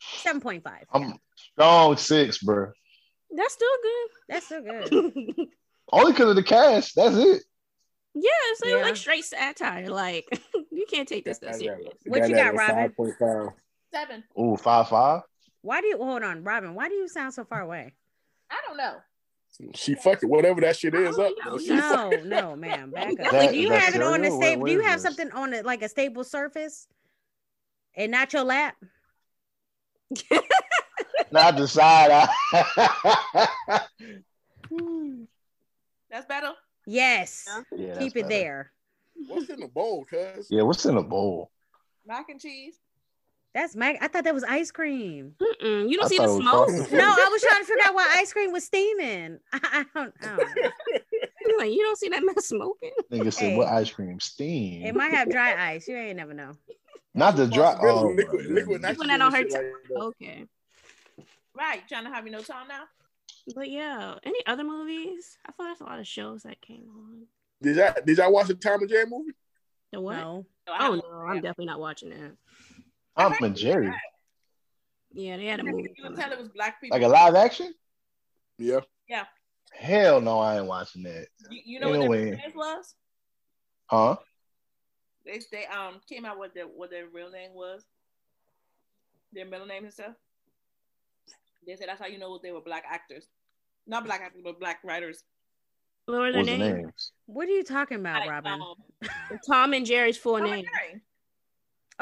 [SPEAKER 4] Seven point five.
[SPEAKER 5] I'm strong six, bro.
[SPEAKER 3] That's still good.
[SPEAKER 4] That's so good.
[SPEAKER 3] (laughs)
[SPEAKER 5] Only because of the cast. That's it.
[SPEAKER 3] yeah, so it was
[SPEAKER 4] Yeah.
[SPEAKER 3] like straight satire. Like (laughs) you can't take this that serious.
[SPEAKER 4] What you got, Robin?
[SPEAKER 7] Five point five.
[SPEAKER 6] Seven.
[SPEAKER 5] Ooh, five five.
[SPEAKER 4] Why do you hold on, Robin? Why do you sound so far away?
[SPEAKER 6] I don't know.
[SPEAKER 7] She fucking whatever that shit is up.
[SPEAKER 3] Oh,
[SPEAKER 7] She fuck-
[SPEAKER 4] No, no, ma'am. Back up.
[SPEAKER 5] That-
[SPEAKER 4] do you
[SPEAKER 5] is that
[SPEAKER 4] have it on a
[SPEAKER 5] cereal? What-
[SPEAKER 4] stable?
[SPEAKER 5] what
[SPEAKER 4] Do you
[SPEAKER 5] is
[SPEAKER 4] have
[SPEAKER 5] this?
[SPEAKER 4] something on it like a stable surface, and not your lap?
[SPEAKER 5] Not the side. eye.
[SPEAKER 6] That's better.
[SPEAKER 4] Yes.
[SPEAKER 3] Yeah.
[SPEAKER 5] (laughs) yeah, that's
[SPEAKER 4] Keep it
[SPEAKER 5] better.
[SPEAKER 4] there.
[SPEAKER 7] What's in the bowl, cuz?
[SPEAKER 5] Yeah, what's in the bowl?
[SPEAKER 6] Mac and cheese.
[SPEAKER 4] That's my. I thought that was ice
[SPEAKER 3] (laughs)
[SPEAKER 4] cream.
[SPEAKER 3] Mm-mm, you don't
[SPEAKER 5] I
[SPEAKER 3] see the
[SPEAKER 5] thought it
[SPEAKER 3] smoke. (laughs)
[SPEAKER 5] was
[SPEAKER 4] No, I was trying to figure out why ice cream was steaming. (laughs) I, I don't, I don't
[SPEAKER 3] (laughs)
[SPEAKER 4] know.
[SPEAKER 3] like you don't see that man smoking.
[SPEAKER 5] Nigga said,
[SPEAKER 4] Hey.
[SPEAKER 5] "What ice cream?
[SPEAKER 4] It
[SPEAKER 5] Steam?
[SPEAKER 4] might have dry ice. You ain't never know.
[SPEAKER 5] Not the dry. Oh, my
[SPEAKER 7] liquid, liquid,
[SPEAKER 5] goodness.
[SPEAKER 7] nitrogen
[SPEAKER 3] Putting that on her oh.
[SPEAKER 7] and shit like that.
[SPEAKER 3] Okay,
[SPEAKER 6] Right. Trying to have me no time now?
[SPEAKER 3] but yeah. Any other movies? I thought there's a lot of shows that came on.
[SPEAKER 7] Did y'all did y'all watch the Tom and Jerry movie?
[SPEAKER 3] The what?
[SPEAKER 4] No.
[SPEAKER 6] No, I
[SPEAKER 3] Oh
[SPEAKER 6] don't.
[SPEAKER 3] no, I'm definitely not watching that.
[SPEAKER 5] I'm a Jerry.
[SPEAKER 3] Yeah, they had a movie.
[SPEAKER 6] You
[SPEAKER 3] come
[SPEAKER 6] would
[SPEAKER 3] out.
[SPEAKER 6] tell it was black people.
[SPEAKER 5] Like a live action?
[SPEAKER 7] Yeah.
[SPEAKER 5] Hell no, I ain't watching that.
[SPEAKER 6] You, you know
[SPEAKER 5] Ain't no
[SPEAKER 6] what
[SPEAKER 5] way.
[SPEAKER 6] their real name was?
[SPEAKER 5] Huh?
[SPEAKER 6] They they um came out with their what their real name was. Their middle name and stuff. They said that's how you know they were black actors. Not black actors, but black writers.
[SPEAKER 3] What were
[SPEAKER 5] What
[SPEAKER 3] their
[SPEAKER 5] was the
[SPEAKER 3] names?
[SPEAKER 5] names?
[SPEAKER 4] What are you talking about,
[SPEAKER 6] Like,
[SPEAKER 4] Robin?
[SPEAKER 6] um,
[SPEAKER 3] (laughs) Tom and Jerry's full
[SPEAKER 6] Tom
[SPEAKER 3] name.
[SPEAKER 6] and Jerry.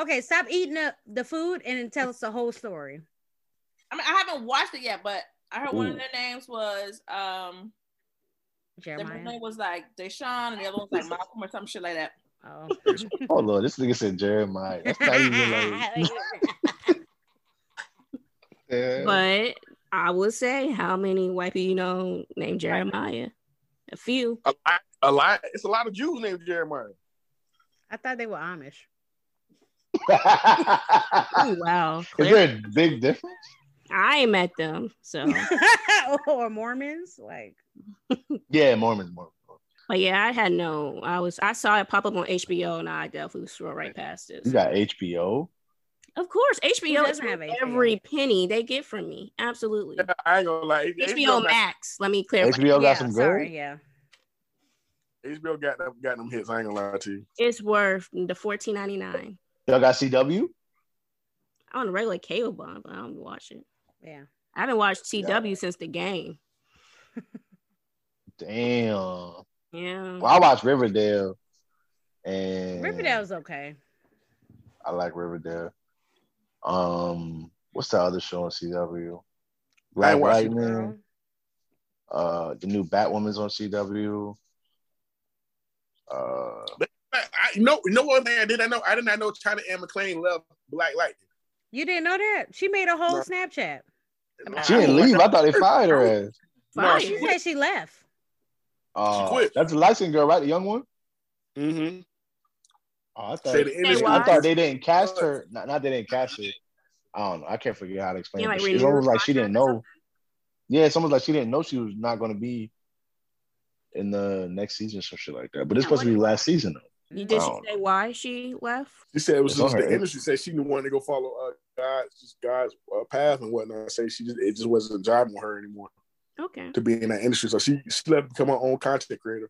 [SPEAKER 4] Okay, stop eating up the food and then tell us the whole story.
[SPEAKER 6] I mean, I haven't watched it yet, but I heard one of
[SPEAKER 5] Ooh.
[SPEAKER 6] their names was um their middle
[SPEAKER 4] Jeremiah.
[SPEAKER 6] name was like Deshaun and the other one was like Malcolm or some shit like that.
[SPEAKER 3] (laughs)
[SPEAKER 4] Oh.
[SPEAKER 5] Oh lord, this nigga said Jeremiah. That's not even
[SPEAKER 3] (laughs)
[SPEAKER 5] like. Yeah.
[SPEAKER 3] But I would say, how many white people you know named Jeremiah? A few.
[SPEAKER 7] A lot, a lot. It's a lot of Jews named Jeremiah.
[SPEAKER 4] I thought they were Amish.
[SPEAKER 5] Ah, (laughs)
[SPEAKER 3] Oh, wow.
[SPEAKER 5] Is
[SPEAKER 3] Clear.
[SPEAKER 5] there a big difference?
[SPEAKER 3] I ain't met them. So,
[SPEAKER 4] (laughs) or Mormons, like
[SPEAKER 5] Yeah, Mormons, Mormons. Mormons.
[SPEAKER 3] but yeah, I had no, I was, I saw it pop up on HBO and I definitely scrolled right past it.
[SPEAKER 5] You got HBO.
[SPEAKER 3] Of course, HBO is
[SPEAKER 4] doesn't have HBO?
[SPEAKER 3] every penny they get from me. Absolutely.
[SPEAKER 7] I ain't gonna lie.
[SPEAKER 3] HBO
[SPEAKER 7] got,
[SPEAKER 3] Max. Let me clarify.
[SPEAKER 5] HBO
[SPEAKER 4] yeah,
[SPEAKER 5] got some
[SPEAKER 4] sorry,
[SPEAKER 5] good.
[SPEAKER 4] yeah.
[SPEAKER 7] HBO got them, got them hits. I ain't gonna lie to you.
[SPEAKER 3] It's worth the fourteen ninety nine
[SPEAKER 5] Y'all got CW.
[SPEAKER 3] on a regular cable bond, but I don't watch it.
[SPEAKER 4] Yeah.
[SPEAKER 3] I haven't watched CW since the game.
[SPEAKER 5] Damn.
[SPEAKER 3] Yeah.
[SPEAKER 5] Well, I watched Riverdale, And
[SPEAKER 4] Riverdale's okay.
[SPEAKER 5] I like Riverdale. Um, what's the other show on CW? Black
[SPEAKER 7] watched
[SPEAKER 5] Lightning.
[SPEAKER 4] Girl.
[SPEAKER 5] Uh, the new Batwoman's on CW. Uh,
[SPEAKER 7] I, I you know, you know one thing I did I know I did not know China Ann McClain left Black Lightning.
[SPEAKER 4] You didn't know that? She made a whole
[SPEAKER 7] No.
[SPEAKER 4] Snapchat.
[SPEAKER 5] she didn't leave. I thought they fired her ass.
[SPEAKER 7] No,
[SPEAKER 4] Fine.
[SPEAKER 7] she
[SPEAKER 4] she
[SPEAKER 7] quit.
[SPEAKER 4] said she left.
[SPEAKER 5] Uh,
[SPEAKER 7] quit.
[SPEAKER 5] That's a license girl, right? The young one.
[SPEAKER 7] Mm-hmm.
[SPEAKER 5] Oh, I thought,
[SPEAKER 7] Say the
[SPEAKER 3] Say
[SPEAKER 5] I
[SPEAKER 7] image.
[SPEAKER 3] what?
[SPEAKER 5] thought they didn't cast her. Not, not they didn't cast her. I don't know. I can't figure out how to explain
[SPEAKER 3] Yeah,
[SPEAKER 5] it.
[SPEAKER 3] like
[SPEAKER 5] but she-
[SPEAKER 3] renew
[SPEAKER 5] it's almost
[SPEAKER 3] her
[SPEAKER 5] like she didn't
[SPEAKER 3] contract or
[SPEAKER 5] know. Yeah, it's almost like she didn't know she was not going to be in the next season, some shit like that. But it's
[SPEAKER 3] Yeah,
[SPEAKER 5] supposed to
[SPEAKER 3] what-
[SPEAKER 5] be last season though.
[SPEAKER 3] You
[SPEAKER 4] Mm.
[SPEAKER 3] did she
[SPEAKER 5] Wow.
[SPEAKER 3] say why she left?
[SPEAKER 7] She said it was
[SPEAKER 5] It's on
[SPEAKER 7] just
[SPEAKER 5] her.
[SPEAKER 7] the industry said she wanted to go follow uh, God's just God's uh, path and whatnot. Say she just it just wasn't driving her anymore
[SPEAKER 3] Okay.
[SPEAKER 7] to be in that industry. So she she left to become her own content creator.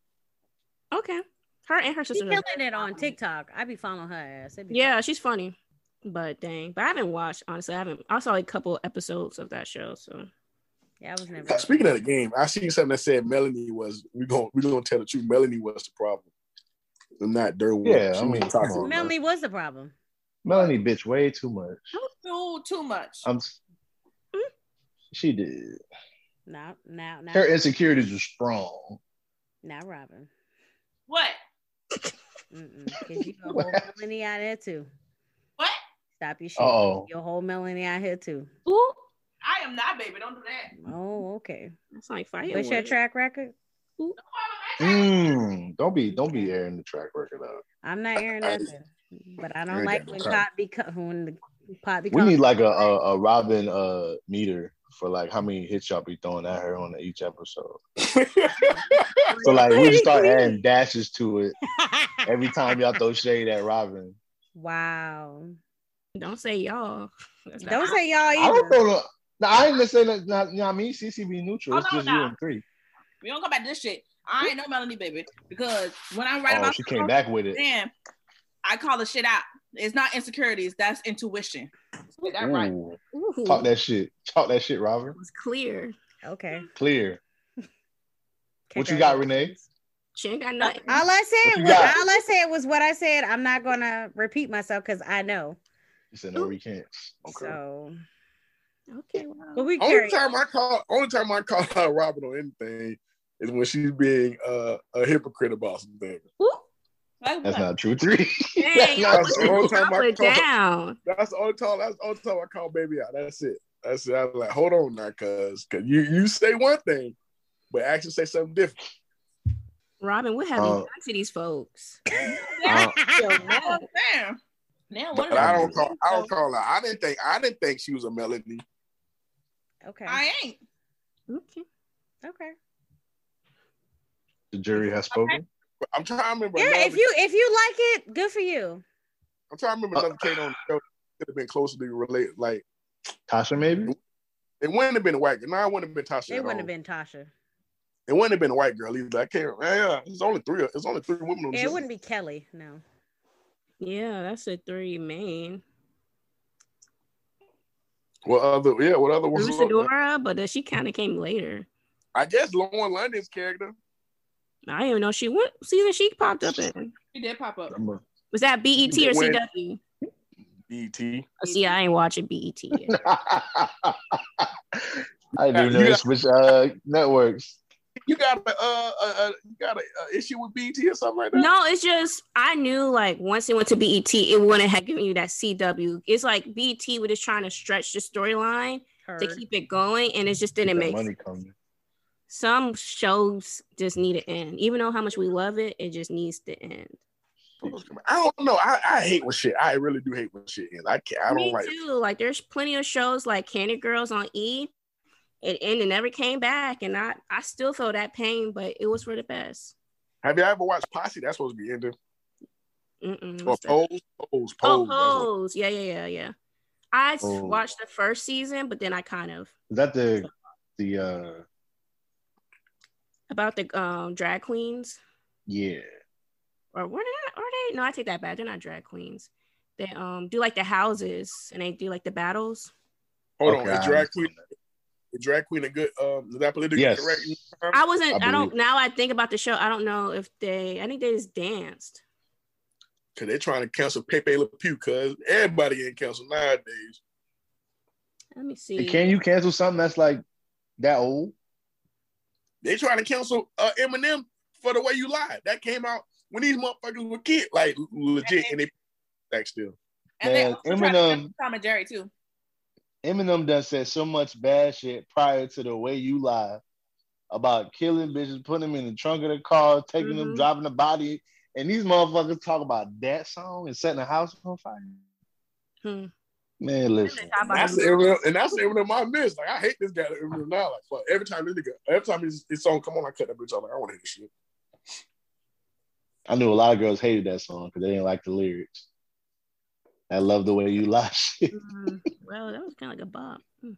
[SPEAKER 3] Okay. Her and her
[SPEAKER 4] She's
[SPEAKER 3] sister.
[SPEAKER 4] killing it on TikTok. I be following her ass. It be
[SPEAKER 3] Yeah, she's funny. But dang. But I haven't watched, honestly. I haven't I saw a couple episodes of that show. So
[SPEAKER 4] Yeah, I was never.
[SPEAKER 7] Speaking of the game, I seen something that said Melanie was we going we gonna tell the truth. Melanie was the problem, and not Derwood.
[SPEAKER 5] Yeah,
[SPEAKER 7] She
[SPEAKER 5] I mean,
[SPEAKER 7] was toxic.
[SPEAKER 5] come on.
[SPEAKER 4] Melanie was the problem.
[SPEAKER 5] Melanie bitch way too much.
[SPEAKER 6] Too too much.
[SPEAKER 5] I'm. s-
[SPEAKER 3] Hmm?
[SPEAKER 5] She did.
[SPEAKER 4] Now, now, now,
[SPEAKER 5] Her insecurities are strong.
[SPEAKER 4] now, Robin.
[SPEAKER 6] what?
[SPEAKER 4] Because you got a whole
[SPEAKER 5] (laughs)
[SPEAKER 4] Melanie out there too.
[SPEAKER 6] What?
[SPEAKER 4] Stop your shit.
[SPEAKER 5] Oh,
[SPEAKER 4] Your whole Melanie out here too.
[SPEAKER 3] Ooh.
[SPEAKER 6] I am not, baby. Don't do that.
[SPEAKER 4] Oh, okay.
[SPEAKER 3] That's like fire.
[SPEAKER 4] What's your track record?
[SPEAKER 5] mm, don't be don't be airing the track record out.
[SPEAKER 4] I'm not airing
[SPEAKER 7] I-
[SPEAKER 4] nothing, but I don't
[SPEAKER 5] Airing
[SPEAKER 4] like
[SPEAKER 5] that
[SPEAKER 4] when
[SPEAKER 5] crap.
[SPEAKER 4] pot becomes when the pot
[SPEAKER 5] We
[SPEAKER 4] becomes.
[SPEAKER 5] need like a, a, a Robin uh meter for like how many hits y'all be throwing at her on each episode. So like we just
[SPEAKER 4] (laughs)
[SPEAKER 5] start (laughs) adding dashes to it every time y'all throw shade at Robin.
[SPEAKER 4] wow.
[SPEAKER 3] Don't say y'all. That's not-
[SPEAKER 4] Don't say y'all
[SPEAKER 5] I don't
[SPEAKER 4] either.
[SPEAKER 5] know. No, no, I ain't necessarily not. You know what I mean, CC be neutral.
[SPEAKER 6] Oh,
[SPEAKER 5] It's
[SPEAKER 6] no,
[SPEAKER 5] just
[SPEAKER 6] no.
[SPEAKER 5] you and three.
[SPEAKER 6] We don't go back to this shit. I ain't no Melanie, baby. Because when I write
[SPEAKER 5] Oh,
[SPEAKER 6] about
[SPEAKER 5] she came back with it.
[SPEAKER 6] Damn, I call the shit out. It's not insecurities. That's intuition. Is that right?
[SPEAKER 5] Ooh,
[SPEAKER 3] Ooh,
[SPEAKER 5] talk that shit. Talk that shit, Robin.
[SPEAKER 3] was clear.
[SPEAKER 4] Okay.
[SPEAKER 5] Clear. What you
[SPEAKER 4] Kicker.
[SPEAKER 5] got, Renee?
[SPEAKER 3] She ain't got nothing.
[SPEAKER 4] All Uh, I
[SPEAKER 5] What
[SPEAKER 4] said
[SPEAKER 5] you
[SPEAKER 4] was
[SPEAKER 5] got?
[SPEAKER 4] all I said was what I said. I'm not gonna repeat myself because I know.
[SPEAKER 5] He said, "No, we can't." Okay.
[SPEAKER 4] So, (laughs)
[SPEAKER 3] okay. Well.
[SPEAKER 4] but we
[SPEAKER 7] only
[SPEAKER 4] carry.
[SPEAKER 7] time I call only time I call her Robin on anything is when she's being uh, a hypocrite about something.
[SPEAKER 6] Like
[SPEAKER 5] That's
[SPEAKER 6] what?
[SPEAKER 5] not true.
[SPEAKER 6] (laughs)
[SPEAKER 5] Three.
[SPEAKER 3] Dang, I
[SPEAKER 7] That's the only
[SPEAKER 3] put,
[SPEAKER 7] time
[SPEAKER 3] I
[SPEAKER 7] I
[SPEAKER 3] put
[SPEAKER 7] call.
[SPEAKER 3] down.
[SPEAKER 7] That's the only time. That's the only time I call baby out. That's it. That's it. I'm like, hold on now, cuz, cause you you say one thing, but actually say something different.
[SPEAKER 3] Robin, what have you
[SPEAKER 5] Uh,
[SPEAKER 3] done to these folks?
[SPEAKER 5] Uh,
[SPEAKER 6] Oh, damn. Now what?
[SPEAKER 7] But I don't call. I don't call her. I didn't think. I didn't think she was a Melanie.
[SPEAKER 4] Okay.
[SPEAKER 6] I ain't.
[SPEAKER 3] Okay.
[SPEAKER 4] Okay.
[SPEAKER 5] the jury has spoken.
[SPEAKER 7] But I'm trying to remember.
[SPEAKER 4] Yeah.
[SPEAKER 7] another-
[SPEAKER 4] If you if you like it, good for you.
[SPEAKER 7] I'm trying to remember
[SPEAKER 4] Uh,
[SPEAKER 7] another kid on the show that could have been closely related. Like
[SPEAKER 5] Tasha, maybe.
[SPEAKER 7] it wouldn't have been a white girl. No, it wouldn't have been Tasha.
[SPEAKER 4] It
[SPEAKER 7] at
[SPEAKER 4] wouldn't have
[SPEAKER 7] all.
[SPEAKER 4] been Tasha.
[SPEAKER 7] It wouldn't have been a white girl either. I can't. Yeah, it's only three. It's only three women on the
[SPEAKER 4] Yeah,
[SPEAKER 7] show.
[SPEAKER 4] it wouldn't be Kelly. No.
[SPEAKER 3] Yeah, that's a three main.
[SPEAKER 7] What other? Yeah, what other ones?
[SPEAKER 3] Lucidora, but uh, she kind of came later.
[SPEAKER 7] I guess Lauren London's character.
[SPEAKER 3] I didn't even know she went season she popped up in.
[SPEAKER 6] She did pop
[SPEAKER 5] (laughs)
[SPEAKER 6] up.
[SPEAKER 5] Number-
[SPEAKER 3] Was that BET or
[SPEAKER 7] When-
[SPEAKER 3] CW?
[SPEAKER 7] BT.
[SPEAKER 3] Oh, see, I ain't watching BET. Yet.
[SPEAKER 5] I didn't even know they switched uh, networks.
[SPEAKER 7] You got a uh, uh, you got a uh, issue with BT or something like that?
[SPEAKER 3] no, it's just I knew like once it went to BET, it wouldn't have given you that CW. It's like BET was just trying to stretch the storyline
[SPEAKER 4] Her.
[SPEAKER 3] to keep it going, and it just didn't
[SPEAKER 5] That
[SPEAKER 3] make
[SPEAKER 5] money coming.
[SPEAKER 3] some shows just need to end. Even though how much we love it, it just needs to end.
[SPEAKER 7] I don't know. I, I hate when shit. I really do hate when shit ends. I can't. I don't
[SPEAKER 3] Me
[SPEAKER 7] like.
[SPEAKER 3] too. Like there's plenty of shows like Candy Girls on E. It ended, and never came back, and I I still feel that pain, but it was for the best.
[SPEAKER 7] Have you ever watched Posse? That's supposed to be ending.
[SPEAKER 3] Mm-mm,
[SPEAKER 7] Or
[SPEAKER 3] what's that?
[SPEAKER 7] Pose. Pose.
[SPEAKER 3] oh,
[SPEAKER 7] Pose.
[SPEAKER 3] Pose. Yeah, yeah, yeah, yeah. I s-
[SPEAKER 5] Pose.
[SPEAKER 3] watched the first season, but then I kind of
[SPEAKER 5] Is that the the uh
[SPEAKER 3] about the um drag queens
[SPEAKER 5] yeah?
[SPEAKER 3] or what are, are they? No, I take that back. They're not drag queens. They um do like the houses and they do like the battles.
[SPEAKER 7] Hold
[SPEAKER 5] Okay,
[SPEAKER 7] on. Is
[SPEAKER 5] I
[SPEAKER 7] drag queen.
[SPEAKER 5] understand
[SPEAKER 7] Is drag queen a good. Um, is that politically
[SPEAKER 5] Yes.
[SPEAKER 7] correct?
[SPEAKER 3] I wasn't.
[SPEAKER 5] I
[SPEAKER 3] I, don't.
[SPEAKER 5] believe-
[SPEAKER 3] Now I think about the show. I don't know if they. I think they just danced.
[SPEAKER 7] Cause they're trying to cancel Pepe Le Pew, cause everybody getting canceled nowadays.
[SPEAKER 3] Let me see.
[SPEAKER 5] And Can you cancel something that's like that old?
[SPEAKER 7] They trying to cancel uh, Eminem for the way you lied. That came out when these motherfuckers were kids, like legit, and they back still.
[SPEAKER 6] And they
[SPEAKER 5] Man,
[SPEAKER 6] also tried to
[SPEAKER 5] Eminem-
[SPEAKER 6] cancel Tom and Jerry
[SPEAKER 5] (laughs)
[SPEAKER 6] too.
[SPEAKER 5] Eminem done said so much bad shit prior to the way you lie about killing bitches, putting them in the trunk of the car, taking them,
[SPEAKER 3] Mhm.
[SPEAKER 5] driving the body. And these motherfuckers talk about that song and setting the house on fire.
[SPEAKER 3] Hmm.
[SPEAKER 5] Man, listen.
[SPEAKER 3] Talk
[SPEAKER 7] And
[SPEAKER 3] about
[SPEAKER 7] that's the
[SPEAKER 3] (laughs) him.
[SPEAKER 7] Eminem, and that's the Eminem I miss. Like I hate this guy Eminem now. Like fuck, every time this nigga, every time his, his song come on, I cut that bitch off. Like I want to hear this shit.
[SPEAKER 5] I knew a lot of girls hated that song because they didn't like the lyrics. I love the way you lie (laughs) shit.
[SPEAKER 3] Mm, well, that was kind of like a bop. Hmm.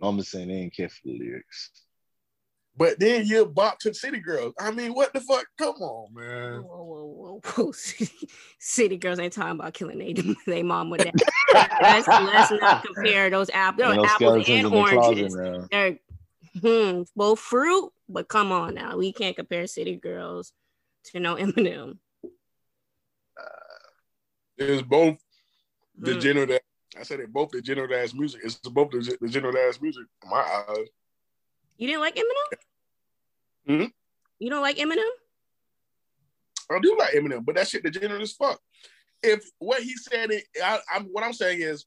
[SPEAKER 5] I'm just saying they didn't care for the lyrics.
[SPEAKER 7] But then you bop to City Girls. I mean, what the fuck? Come on,
[SPEAKER 3] Whoa,
[SPEAKER 7] man.
[SPEAKER 3] whoa, whoa, whoa. (laughs) City, city girls ain't talking about killing they, (laughs) they mom with that. let's, let's not compare those apples.
[SPEAKER 5] Ain't (laughs) no
[SPEAKER 3] apples
[SPEAKER 5] skeletons in
[SPEAKER 3] and
[SPEAKER 5] the
[SPEAKER 3] oranges.
[SPEAKER 5] closet now.
[SPEAKER 3] They're hmm, both fruit, but come on now. We can't compare City Girls to no Eminem.
[SPEAKER 7] It's both
[SPEAKER 3] Hmm.
[SPEAKER 7] degenerate. I said they both degenerate ass music. It's both dege- degenerate ass music. in My eyes.
[SPEAKER 3] You didn't like Eminem?
[SPEAKER 7] Hmm?
[SPEAKER 3] You don't like Eminem?
[SPEAKER 7] I do like Eminem, but that shit degenerate as fuck. If what he said, it, I, I'm what I'm saying is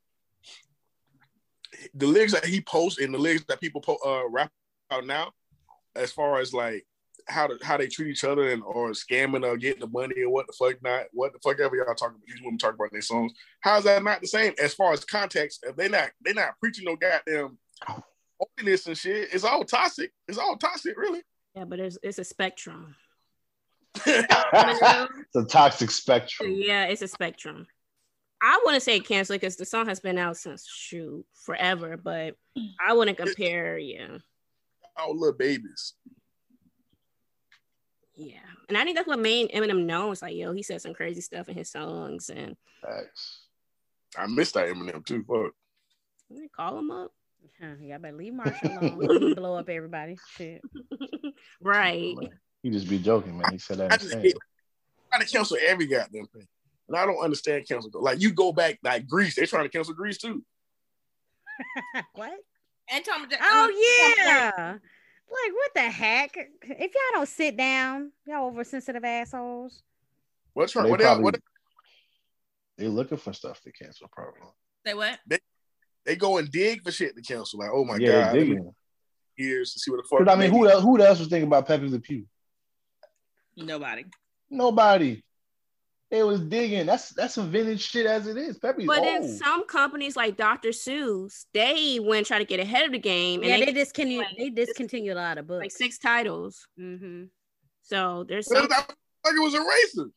[SPEAKER 7] the lyrics that he posts and the lyrics that people po- uh, rap out now, as far as like how to, how they treat each other and or scamming or getting the money or what the fuck not, what the fuck ever y'all talking about. These women talk about in their songs. How's that not the same as far as context? If they not they not preaching no goddamn holiness and shit, it's all toxic. It's all toxic, really.
[SPEAKER 3] Yeah, but it's it's a spectrum.
[SPEAKER 5] (laughs) it's a toxic spectrum.
[SPEAKER 3] Yeah, it's a spectrum. I wouldn't say cancel because the song has been out since shoot forever, but I wouldn't compare. Yeah,
[SPEAKER 7] all little babies.
[SPEAKER 3] yeah, and I think that's what made Eminem known. It's like, yo, he said some crazy stuff in his songs, and
[SPEAKER 5] Facts.
[SPEAKER 7] I miss that Eminem too. Fuck.
[SPEAKER 3] didn't they call him up,
[SPEAKER 4] Huh, Y'all better leave Marshall alone. Blow up everybody. Shit. (laughs)
[SPEAKER 3] right?
[SPEAKER 5] He just be joking, man. He said that.
[SPEAKER 7] I
[SPEAKER 5] in
[SPEAKER 7] just
[SPEAKER 5] sand.
[SPEAKER 7] hate trying to cancel every goddamn thing. And I don't understand cancel. Like you go back like Greece, they trying to cancel Greece too.
[SPEAKER 3] (laughs)
[SPEAKER 4] what?
[SPEAKER 6] And Tom and Jerry.
[SPEAKER 4] Oh yeah. Like what the heck? If y'all don't sit down, y'all oversensitive assholes.
[SPEAKER 7] What's
[SPEAKER 5] They
[SPEAKER 7] wrong? What,
[SPEAKER 5] probably,
[SPEAKER 7] what
[SPEAKER 5] they looking for stuff to cancel, probably.
[SPEAKER 7] Oh
[SPEAKER 6] Say what?
[SPEAKER 7] they go and dig for shit to cancel. Like, oh my
[SPEAKER 5] yeah,
[SPEAKER 7] god,
[SPEAKER 5] they
[SPEAKER 7] let me
[SPEAKER 5] digging.
[SPEAKER 7] years to see what the fuck.
[SPEAKER 5] But I mean,
[SPEAKER 7] maybe-
[SPEAKER 5] who else? Who else was thinking about Pepe Le Pew?
[SPEAKER 6] Nobody.
[SPEAKER 5] Nobody. They was digging. That's that's some vintage shit as it is. Pepe's
[SPEAKER 3] But
[SPEAKER 5] old.
[SPEAKER 3] then some companies like Dr. Seuss, they went and try to get ahead of the game, and
[SPEAKER 4] yeah,
[SPEAKER 3] they,
[SPEAKER 4] they discontinued.
[SPEAKER 3] like-
[SPEAKER 4] They discontinued a lot of
[SPEAKER 3] got, like
[SPEAKER 4] books.
[SPEAKER 3] six titles.
[SPEAKER 4] mm-hmm.
[SPEAKER 3] So there's
[SPEAKER 7] That
[SPEAKER 3] some,
[SPEAKER 7] fucker was a racist.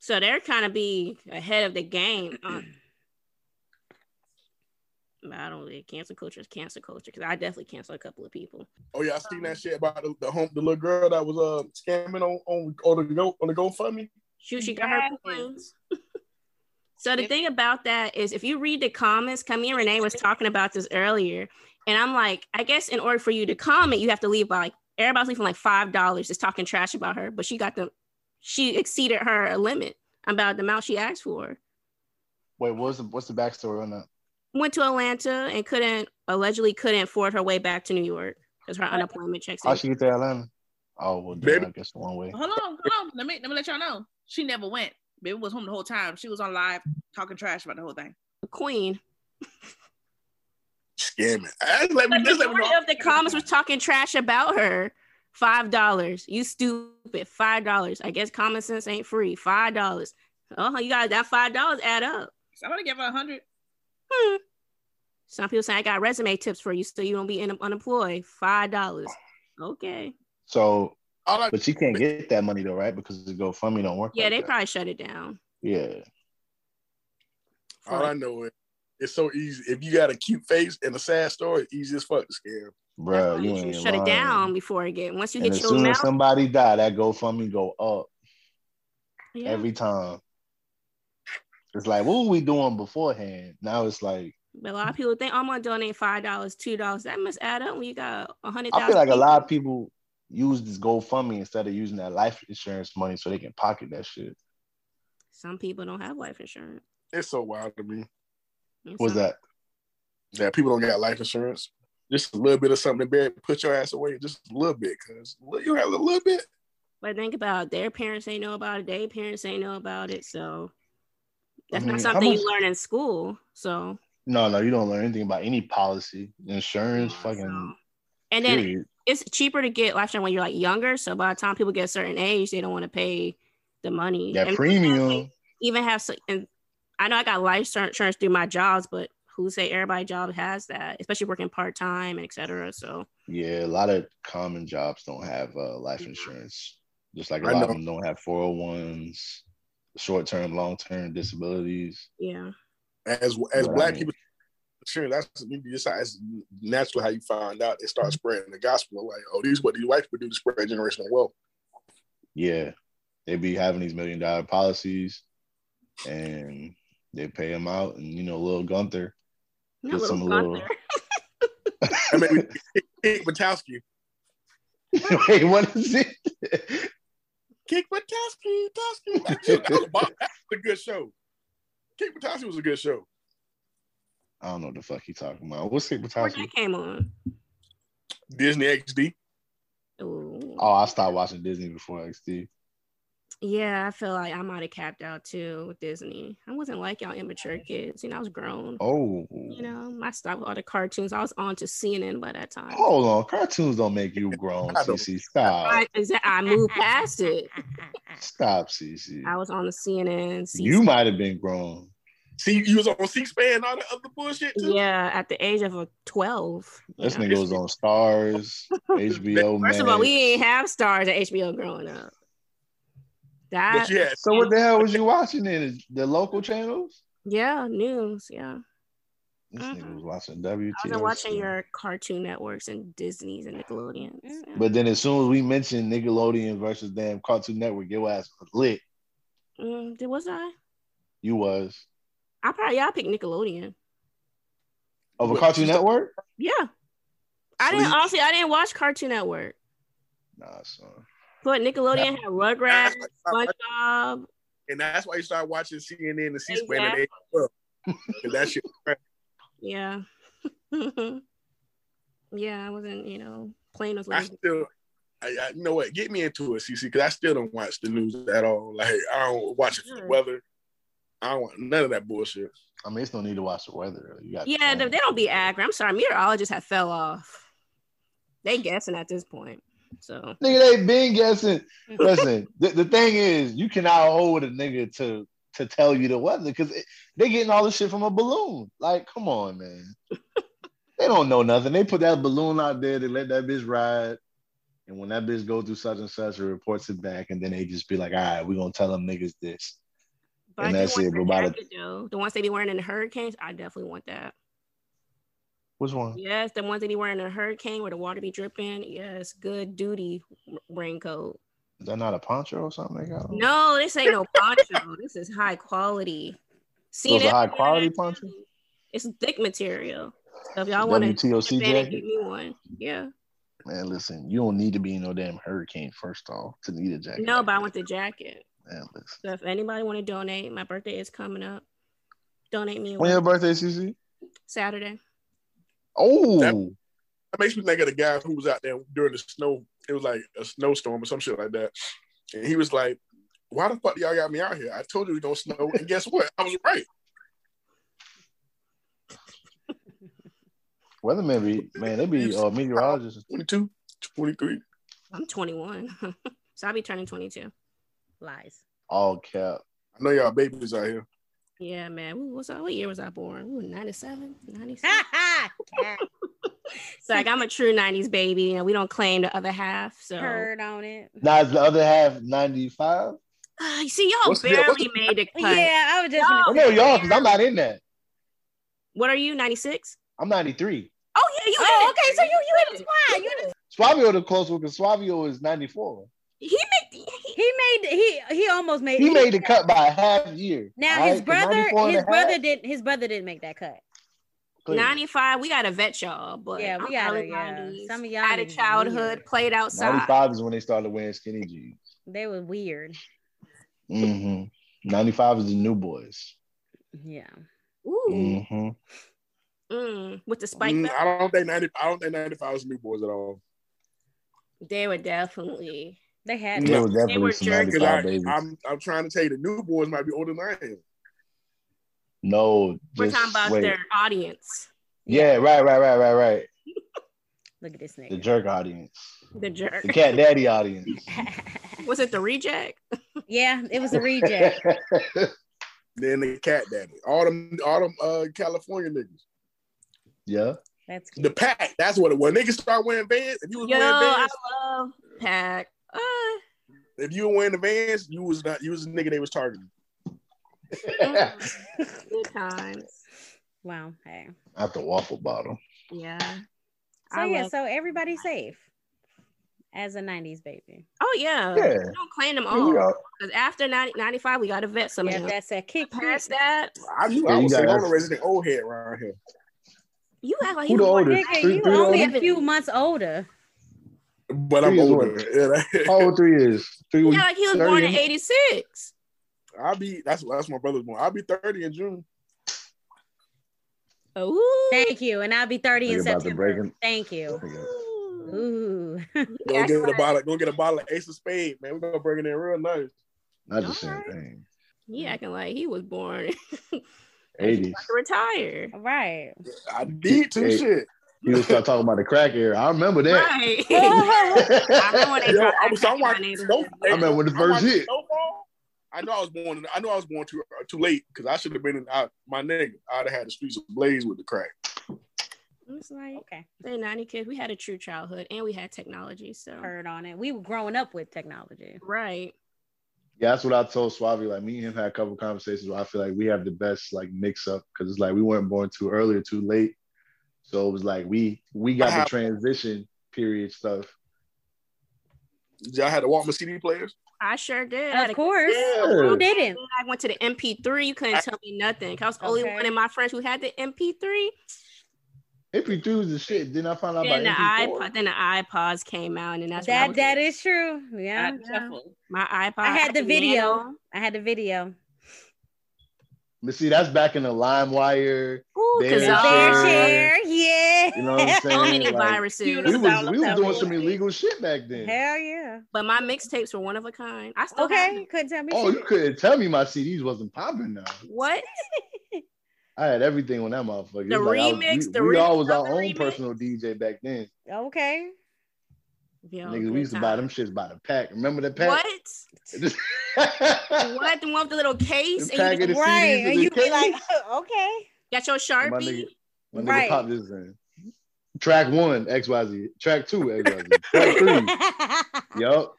[SPEAKER 3] so they're kind of be ahead of the game. Um, but I don't really cancel culture is cancel culture because I definitely cancel a couple of people.
[SPEAKER 7] Oh yeah, I seen that shit about the, the home the little girl that was uh scamming on on on the go on the GoFundMe.
[SPEAKER 3] Shoot, she got her
[SPEAKER 6] Yes.
[SPEAKER 3] coins. so the
[SPEAKER 6] If-
[SPEAKER 3] thing about that is, if you read the comments, Camille and Renee was talking about this earlier, and I'm like, I guess in order for you to comment, you have to leave by like everybody's leaving like five dollars, just talking trash about her, but she got the, she exceeded her limit about the amount she asked for.
[SPEAKER 5] Wait, what's the what's the backstory on that?
[SPEAKER 3] Went to Atlanta and couldn't allegedly couldn't afford her way back to New York because her unemployment checks.
[SPEAKER 5] How she get to Atlanta? Oh well,
[SPEAKER 7] Baby.
[SPEAKER 5] damn, I guess the one way.
[SPEAKER 6] Hold on, hold on. Let me let me let y'all know. She never went. Baby was home the whole time. She was on live talking trash about the whole thing.
[SPEAKER 3] the queen.
[SPEAKER 7] Scamming. I just let me
[SPEAKER 3] But
[SPEAKER 7] just let me
[SPEAKER 3] majority
[SPEAKER 7] know.
[SPEAKER 3] of the comments was talking trash about her. Five dollars. You stupid. Five dollars. I guess common sense ain't free. Five dollars. Oh, you guys, that five dollars add up.
[SPEAKER 6] Somebody give her a hundred.
[SPEAKER 3] Hmm. Some people say I got resume tips for you, so you don't be in, unemployed. Five dollars. Okay.
[SPEAKER 5] So,
[SPEAKER 7] All I,
[SPEAKER 5] but she can't get that money though, right? Because the GoFundMe don't work.
[SPEAKER 3] Yeah,
[SPEAKER 5] like
[SPEAKER 3] they
[SPEAKER 5] that.
[SPEAKER 3] probably shut it down.
[SPEAKER 5] Yeah,
[SPEAKER 3] for
[SPEAKER 7] all I
[SPEAKER 3] like-
[SPEAKER 7] know is it's so easy. If you got a cute face and a sad story, it's easy as fuck to scam.
[SPEAKER 3] that's
[SPEAKER 5] bro,
[SPEAKER 3] why
[SPEAKER 5] you
[SPEAKER 3] you should
[SPEAKER 5] ain't
[SPEAKER 3] shut it
[SPEAKER 5] lying.
[SPEAKER 3] down before it get once you
[SPEAKER 5] And
[SPEAKER 3] hit
[SPEAKER 5] as
[SPEAKER 3] your
[SPEAKER 5] soon
[SPEAKER 3] mouth.
[SPEAKER 5] as somebody die, that GoFundMe go up
[SPEAKER 3] yeah.
[SPEAKER 5] every time. It's like, what were we doing beforehand? Now it's like,
[SPEAKER 3] but a lot of "Oh, people think I'm gonna donate five dollars, two dollars. That must add up when you got a hundred
[SPEAKER 5] I
[SPEAKER 3] thousand.
[SPEAKER 5] feel like a lot of people use this GoFundMe instead of using that life insurance money so they can pocket that shit.
[SPEAKER 3] Some people don't have life insurance.
[SPEAKER 7] It's so wild to me
[SPEAKER 3] And
[SPEAKER 5] What's
[SPEAKER 3] some-
[SPEAKER 5] that?
[SPEAKER 7] that people don't got life insurance. Just a little bit of something to bear, put your ass away. Just a little bit, cause you have a little bit.
[SPEAKER 3] But think about it, their parents ain't know about it. Their parents ain't know about it. So that's
[SPEAKER 5] mean,
[SPEAKER 3] not
[SPEAKER 5] how
[SPEAKER 3] something
[SPEAKER 5] much-
[SPEAKER 3] you learn in school. So
[SPEAKER 5] No, no, you don't learn anything about any policy, insurance, fucking.
[SPEAKER 3] so- And then
[SPEAKER 5] Period.
[SPEAKER 3] it's cheaper to get life insurance when you're like younger. So by the time people get a certain age, they don't want to pay the money.
[SPEAKER 5] That
[SPEAKER 3] And
[SPEAKER 5] premium.
[SPEAKER 3] even have so- and I know I got life sur- insurance through my jobs, but who say everybody job has that, especially working part time and et cetera. So
[SPEAKER 5] Yeah, a lot of common jobs don't have uh, life insurance. Just like a
[SPEAKER 7] I
[SPEAKER 5] lot of
[SPEAKER 7] know.
[SPEAKER 5] them don't have 401s, short term, long term disabilities.
[SPEAKER 3] yeah,
[SPEAKER 7] As as
[SPEAKER 5] Right.
[SPEAKER 7] black people, insurance that's you decide it's natural how you find out. They start spreading the gospel like, oh, these what these white people do to spread generational wealth.
[SPEAKER 5] Yeah, they be having these million dollar policies and they pay them out. And, you know, little Gunther. (laughs) Get
[SPEAKER 3] not little
[SPEAKER 5] some little-
[SPEAKER 3] (laughs) Gunther.
[SPEAKER 7] I mean, (laughs) Kick Batowski,
[SPEAKER 5] Wait, what is it?
[SPEAKER 7] Kick Batowski, (laughs) Batowski. That shit- that was a good show. Kick Batowski was a good show.
[SPEAKER 5] I don't know what the fuck he talking about. What's it?
[SPEAKER 3] Where
[SPEAKER 5] What's
[SPEAKER 3] that came on.
[SPEAKER 7] Disney XD.
[SPEAKER 3] Ooh.
[SPEAKER 5] Oh, I stopped watching Disney before XD.
[SPEAKER 3] Yeah, I feel like I might have capped out too with Disney. I wasn't like y'all immature kids. You know, I was grown.
[SPEAKER 5] Oh,
[SPEAKER 3] You know, I stopped all the cartoons. I was on to CNN by that time.
[SPEAKER 5] hold on. Cartoons don't make you grown,
[SPEAKER 7] I don't-
[SPEAKER 5] CC. Stop.
[SPEAKER 3] I, is that- I moved past it.
[SPEAKER 5] Stop, CC.
[SPEAKER 3] I was on the CNN. C-
[SPEAKER 5] You might have been grown.
[SPEAKER 7] See, you was on C-SPAN and all that other bullshit too.
[SPEAKER 3] yeah, at the age of a 12. you
[SPEAKER 5] This
[SPEAKER 3] know.
[SPEAKER 5] nigga was on
[SPEAKER 3] (laughs)
[SPEAKER 5] Stars, HBO.
[SPEAKER 3] First of all,
[SPEAKER 5] Max.
[SPEAKER 3] we didn't have stars at HBO growing up. That,
[SPEAKER 7] But yeah,
[SPEAKER 5] So what the hell was you watching then? The local channels?
[SPEAKER 3] yeah, news. Yeah.
[SPEAKER 5] This nigga
[SPEAKER 3] Mhm.
[SPEAKER 5] was watching WTO.
[SPEAKER 3] I wasn't watching your cartoon networks and Disney's and Nickelodeon's. yeah.
[SPEAKER 5] But then as soon as we mentioned Nickelodeon versus damn Cartoon Network, your ass was lit.
[SPEAKER 3] Mm, did, was I?
[SPEAKER 5] You was
[SPEAKER 3] I probably, yeah, I picked Nickelodeon.
[SPEAKER 5] over
[SPEAKER 7] What?
[SPEAKER 5] Cartoon Network.
[SPEAKER 3] Yeah. I didn't
[SPEAKER 7] Sweet.
[SPEAKER 3] honestly I didn't watch Cartoon Network.
[SPEAKER 5] Nah, son.
[SPEAKER 3] But Nickelodeon had Rugrats,
[SPEAKER 7] That's why-
[SPEAKER 3] SpongeBob.
[SPEAKER 7] and that's why you started watching CNN and C-SPAN. at
[SPEAKER 3] Exactly.
[SPEAKER 7] eight. Cause that shit.
[SPEAKER 3] Yeah. (laughs) yeah, I wasn't, you know, playing those
[SPEAKER 7] I
[SPEAKER 3] little
[SPEAKER 7] still, I, I, you know what? Get me into it, CC, because I still don't watch the news at all. Like I don't watch it for the
[SPEAKER 3] Sure.
[SPEAKER 7] weather. I don't want none of that bullshit.
[SPEAKER 5] I mean, it's no need to watch the weather. You got
[SPEAKER 3] Yeah,
[SPEAKER 5] the
[SPEAKER 3] they, they don't be accurate. I'm sorry, meteorologists have fell off. They guessing at this point. So
[SPEAKER 5] Nigga, they been
[SPEAKER 3] (laughs)
[SPEAKER 5] guessing. Listen, the, the thing is, you cannot hold a nigga to to tell you the weather because they getting all this shit from a balloon. Like, come on, man. they don't know nothing. They put that balloon out there. They let that bitch ride, and when that bitch go through such and such, it reports it back, and then they just be like, "All right, we gonna tell them niggas this."
[SPEAKER 3] but
[SPEAKER 5] And
[SPEAKER 3] I do
[SPEAKER 5] that's
[SPEAKER 3] want
[SPEAKER 5] it,
[SPEAKER 3] the
[SPEAKER 5] but by the-
[SPEAKER 3] jacket, though. the ones they be wearing in the hurricanes, I definitely want that.
[SPEAKER 5] Which one?
[SPEAKER 3] Yes, the ones they be wearing in a hurricane where the water be dripping. Yes, good duty r- raincoat.
[SPEAKER 5] Is that not a poncho or something? They got on?
[SPEAKER 3] No, this ain't no poncho. this is high quality. See,
[SPEAKER 5] Those are
[SPEAKER 3] that's
[SPEAKER 5] high
[SPEAKER 3] what I
[SPEAKER 5] quality
[SPEAKER 3] tell
[SPEAKER 5] poncho?
[SPEAKER 3] you. It's thick material. So if y'all want to
[SPEAKER 5] WTOC
[SPEAKER 3] get
[SPEAKER 5] jacket.
[SPEAKER 3] me one, yeah.
[SPEAKER 5] Man, listen, you don't need to be in no damn hurricane first off to need a jacket.
[SPEAKER 3] No,
[SPEAKER 5] like
[SPEAKER 3] but I
[SPEAKER 5] that.
[SPEAKER 3] want the jacket.
[SPEAKER 5] Man, listen.
[SPEAKER 3] So if anybody want to donate, my birthday is coming up. Donate me
[SPEAKER 5] When your
[SPEAKER 3] one
[SPEAKER 5] birthday, CC?
[SPEAKER 3] Saturday.
[SPEAKER 5] Oh,
[SPEAKER 7] That- That makes me think of the guy who was out there during the snow. It was like a snowstorm or some shit like that, and he was like, "Why the fuck y'all got me out here? I told you it was gonna snow, and guess what? I was right."
[SPEAKER 5] weatherman be man, they be uh, meteorologists.
[SPEAKER 7] 22, 23.
[SPEAKER 3] I'm 21, (laughs) so I'll be turning 22.
[SPEAKER 4] (laughs) Lies. (laughs)
[SPEAKER 5] All cap.
[SPEAKER 7] I know y'all babies out here.
[SPEAKER 3] Yeah, man. Ooh, what's I, what year was I born? Ooh, 97, 97.
[SPEAKER 4] Ah!
[SPEAKER 3] so like I'm a true 90s baby, and we don't claim the other half. So
[SPEAKER 4] Heard on it.
[SPEAKER 5] Now is the other half ninety five.
[SPEAKER 3] Ah, you see, y'all
[SPEAKER 7] What's the-
[SPEAKER 3] barely
[SPEAKER 7] what's the-
[SPEAKER 3] made the cut.
[SPEAKER 4] Yeah, I was just.
[SPEAKER 5] I
[SPEAKER 4] gonna
[SPEAKER 5] know
[SPEAKER 4] say-
[SPEAKER 5] Oh, y'all because I'm not in that.
[SPEAKER 3] What are you? 96?
[SPEAKER 5] I'm ninety three.
[SPEAKER 3] Oh yeah, you.
[SPEAKER 4] Oh,
[SPEAKER 3] in it.
[SPEAKER 4] okay. So you you in the
[SPEAKER 3] Yeah.
[SPEAKER 4] squad. You in the
[SPEAKER 5] Swavio the close one because Swavio is ninety four.
[SPEAKER 3] He made.
[SPEAKER 4] he made he he almost made
[SPEAKER 5] He made the cut by a half year.
[SPEAKER 4] now
[SPEAKER 5] all
[SPEAKER 4] his
[SPEAKER 5] right? 'Cause
[SPEAKER 4] brother
[SPEAKER 5] 94 and
[SPEAKER 4] his
[SPEAKER 5] a half,
[SPEAKER 4] brother didn't his brother didn't make that cut
[SPEAKER 5] Clearly.
[SPEAKER 3] 95, we got to vet y'all, but
[SPEAKER 4] Yeah, we
[SPEAKER 3] I'm
[SPEAKER 4] gotta,
[SPEAKER 3] early
[SPEAKER 4] yeah.
[SPEAKER 3] 90s.
[SPEAKER 4] Some of y'all
[SPEAKER 3] out of
[SPEAKER 4] niggas
[SPEAKER 3] childhood,
[SPEAKER 4] weird.
[SPEAKER 3] played outside.
[SPEAKER 5] 95 is when they started wearing skinny jeans.
[SPEAKER 4] They were weird.
[SPEAKER 5] hmm 95 is the new boys.
[SPEAKER 4] Yeah.
[SPEAKER 3] Ooh,
[SPEAKER 5] hmm
[SPEAKER 3] mm, with the spike.
[SPEAKER 7] Mm,
[SPEAKER 3] belt.
[SPEAKER 7] I don't think ninety. I don't think ninety five was new boys at all.
[SPEAKER 3] They were definitely.
[SPEAKER 4] They had
[SPEAKER 5] There
[SPEAKER 7] No.
[SPEAKER 5] was definitely
[SPEAKER 3] They were
[SPEAKER 5] some
[SPEAKER 3] jerks.
[SPEAKER 5] 95
[SPEAKER 7] Because I,
[SPEAKER 5] babies.
[SPEAKER 7] I'm, I'm trying to tell you, the new boys might be older than I am.
[SPEAKER 5] no,
[SPEAKER 3] We're
[SPEAKER 5] just
[SPEAKER 3] talking about
[SPEAKER 5] wait.
[SPEAKER 3] their audience,
[SPEAKER 5] Yeah, right, right, right, right, right.
[SPEAKER 4] look at this
[SPEAKER 5] The
[SPEAKER 4] nigga.
[SPEAKER 5] jerk audience,
[SPEAKER 3] the jerk.
[SPEAKER 5] the cat daddy
[SPEAKER 3] (laughs)
[SPEAKER 5] audience.
[SPEAKER 3] Was it the reject?
[SPEAKER 4] (laughs) yeah, it was a reject.
[SPEAKER 7] Then the cat daddy, all them, all them uh, California niggas,
[SPEAKER 5] (laughs) yeah, (laughs)
[SPEAKER 4] That's
[SPEAKER 7] the
[SPEAKER 4] cute.
[SPEAKER 7] pack. That's what it was. Niggas start wearing vans. If you was
[SPEAKER 3] Yo,
[SPEAKER 7] wearing
[SPEAKER 3] I
[SPEAKER 7] vans,
[SPEAKER 3] love Pack. Uh,
[SPEAKER 5] (laughs)
[SPEAKER 7] if you were wearing the vans, you was not. You was a nigga they was targeting.
[SPEAKER 3] mm, good times.
[SPEAKER 4] Wow. Hey.
[SPEAKER 5] not the waffle bottom.
[SPEAKER 3] Yeah.
[SPEAKER 4] So
[SPEAKER 3] I
[SPEAKER 4] yeah,
[SPEAKER 3] love-
[SPEAKER 4] so everybody's safe as a '90s baby.
[SPEAKER 3] oh yeah.
[SPEAKER 5] Yeah,
[SPEAKER 3] We don't claim them
[SPEAKER 5] yeah we
[SPEAKER 3] all
[SPEAKER 5] are.
[SPEAKER 3] because after 90, 95, we got to vet some
[SPEAKER 4] yeah,
[SPEAKER 3] of them.
[SPEAKER 4] that's a kick.
[SPEAKER 3] Past that,
[SPEAKER 7] I knew
[SPEAKER 5] Yeah,
[SPEAKER 7] I
[SPEAKER 5] you
[SPEAKER 7] was a
[SPEAKER 5] guys-
[SPEAKER 7] older resident old head around here.
[SPEAKER 3] you act like
[SPEAKER 5] Who
[SPEAKER 3] you
[SPEAKER 5] the
[SPEAKER 3] were born-
[SPEAKER 5] oldest?
[SPEAKER 4] Nigga,
[SPEAKER 5] Three-
[SPEAKER 4] you
[SPEAKER 5] three
[SPEAKER 4] only a
[SPEAKER 3] older?
[SPEAKER 4] few months older.
[SPEAKER 7] But I'm
[SPEAKER 5] Three Oh. is
[SPEAKER 7] (laughs) older.
[SPEAKER 5] How old three is? Three
[SPEAKER 3] You
[SPEAKER 5] weeks.
[SPEAKER 3] act like he was born in
[SPEAKER 5] Thirty.
[SPEAKER 3] '86.
[SPEAKER 7] I'll be. That's that's my brother's born. I'll be thirty in June.
[SPEAKER 3] Oh,
[SPEAKER 4] Thank you, and I'll be 30 in
[SPEAKER 5] Think about the
[SPEAKER 4] September.
[SPEAKER 5] breaking-
[SPEAKER 4] Thank
[SPEAKER 5] (laughs)
[SPEAKER 4] you.
[SPEAKER 3] you.
[SPEAKER 4] Ooh, (laughs)
[SPEAKER 7] Go
[SPEAKER 3] Act
[SPEAKER 7] get a
[SPEAKER 3] like-
[SPEAKER 7] bottle. Go get a bottle of Ace of Spade, man. We're gonna bring it in real nice.
[SPEAKER 5] Not the same
[SPEAKER 3] Alright.
[SPEAKER 5] thing.
[SPEAKER 3] He acting like he was born (laughs)
[SPEAKER 5] Eighties.
[SPEAKER 3] to retire.
[SPEAKER 4] right.
[SPEAKER 7] I need to
[SPEAKER 5] Hey.
[SPEAKER 7] shit.
[SPEAKER 5] You just start talking about the crack era. I remember that.
[SPEAKER 3] Right. (laughs) I remember when
[SPEAKER 5] I
[SPEAKER 3] they
[SPEAKER 7] Yo,
[SPEAKER 3] dropped
[SPEAKER 7] I
[SPEAKER 3] that
[SPEAKER 7] was. I
[SPEAKER 3] crack
[SPEAKER 7] watched
[SPEAKER 3] in my
[SPEAKER 7] Snow-
[SPEAKER 3] neighborhood.
[SPEAKER 5] remember when the
[SPEAKER 7] I
[SPEAKER 5] first
[SPEAKER 7] watched
[SPEAKER 5] hit.
[SPEAKER 7] Snowfall. I know I was born. I know I was born too uh, too late because I should have been in, I, my nigga. I'd have had the streets ablaze with the crack.
[SPEAKER 3] It's like
[SPEAKER 4] Okay,
[SPEAKER 3] they 90 kids. We had a true childhood and we had technology. So
[SPEAKER 4] heard on it. We were growing up with technology.
[SPEAKER 3] right.
[SPEAKER 5] Yeah, that's what I told Suave. Like me and him had a couple conversations where I feel like we have the best like mix up because it's like we weren't born too early or too late. So it was like we we got the
[SPEAKER 7] Uh-huh.
[SPEAKER 5] transition period stuff.
[SPEAKER 7] Y'all had to walk my CD players.
[SPEAKER 3] I sure
[SPEAKER 4] (laughs)
[SPEAKER 3] did. I had
[SPEAKER 4] Of
[SPEAKER 3] a-
[SPEAKER 4] course,
[SPEAKER 5] Yeah.
[SPEAKER 4] who didn't?
[SPEAKER 3] I went to the MP3. You couldn't tell me nothing. 'cause I was the only
[SPEAKER 4] Okay.
[SPEAKER 3] one of my friends who had the MP3.
[SPEAKER 5] MP3 was the shit. Then I found out
[SPEAKER 3] Then the
[SPEAKER 5] about
[SPEAKER 3] iPod. Then the iPods came out, and that's when I
[SPEAKER 4] That
[SPEAKER 3] was-
[SPEAKER 4] that is true. Yeah,
[SPEAKER 6] I shuffle.
[SPEAKER 3] my iPod.
[SPEAKER 4] I had the video.
[SPEAKER 3] Nano.
[SPEAKER 4] I had the video.
[SPEAKER 5] But see, that's back in the LimeWire.
[SPEAKER 3] Ooh,
[SPEAKER 5] Bear
[SPEAKER 3] because
[SPEAKER 4] Bear
[SPEAKER 5] Sure.
[SPEAKER 4] share, yeah. (laughs)
[SPEAKER 5] You know what I'm
[SPEAKER 3] so
[SPEAKER 5] saying?
[SPEAKER 3] many
[SPEAKER 5] Like,
[SPEAKER 3] viruses.
[SPEAKER 5] we was
[SPEAKER 6] Dollar
[SPEAKER 5] we was
[SPEAKER 6] Dollar
[SPEAKER 5] doing some
[SPEAKER 6] Dollar.
[SPEAKER 5] illegal shit back then.
[SPEAKER 4] Hell yeah.
[SPEAKER 3] But my mixtapes were one of a kind. I still have
[SPEAKER 4] Okay,
[SPEAKER 3] them.
[SPEAKER 4] couldn't tell me.
[SPEAKER 5] Oh,
[SPEAKER 4] shit.
[SPEAKER 5] you couldn't tell me my CDs wasn't popping now.
[SPEAKER 3] What?
[SPEAKER 5] I had everything on that motherfucker.
[SPEAKER 3] The
[SPEAKER 5] It was I was-
[SPEAKER 3] remix,
[SPEAKER 5] we,
[SPEAKER 3] the
[SPEAKER 5] we all was
[SPEAKER 3] remix
[SPEAKER 5] our
[SPEAKER 3] of the
[SPEAKER 5] own
[SPEAKER 3] remix.
[SPEAKER 5] personal DJ back then.
[SPEAKER 4] (laughs) Okay.
[SPEAKER 3] Yo,
[SPEAKER 5] Niggas,
[SPEAKER 3] good
[SPEAKER 5] we used to buy them
[SPEAKER 3] times.
[SPEAKER 5] shits by the pack. Remember the pack?
[SPEAKER 3] What?
[SPEAKER 5] (laughs) What?
[SPEAKER 3] What? The one with the little case,
[SPEAKER 5] The
[SPEAKER 3] and
[SPEAKER 5] packet
[SPEAKER 3] you just
[SPEAKER 5] of-
[SPEAKER 4] Right.
[SPEAKER 5] CDs
[SPEAKER 4] And
[SPEAKER 5] in
[SPEAKER 4] you
[SPEAKER 5] the
[SPEAKER 4] be like,
[SPEAKER 5] case?
[SPEAKER 4] okay.
[SPEAKER 3] got your
[SPEAKER 5] My
[SPEAKER 3] sharpie.
[SPEAKER 5] nigga, my nigga
[SPEAKER 4] Right.
[SPEAKER 5] popped this in. Track one, XYZ. Track two, XYZ. Track
[SPEAKER 4] (laughs)
[SPEAKER 3] (laughs)
[SPEAKER 5] three. Yup.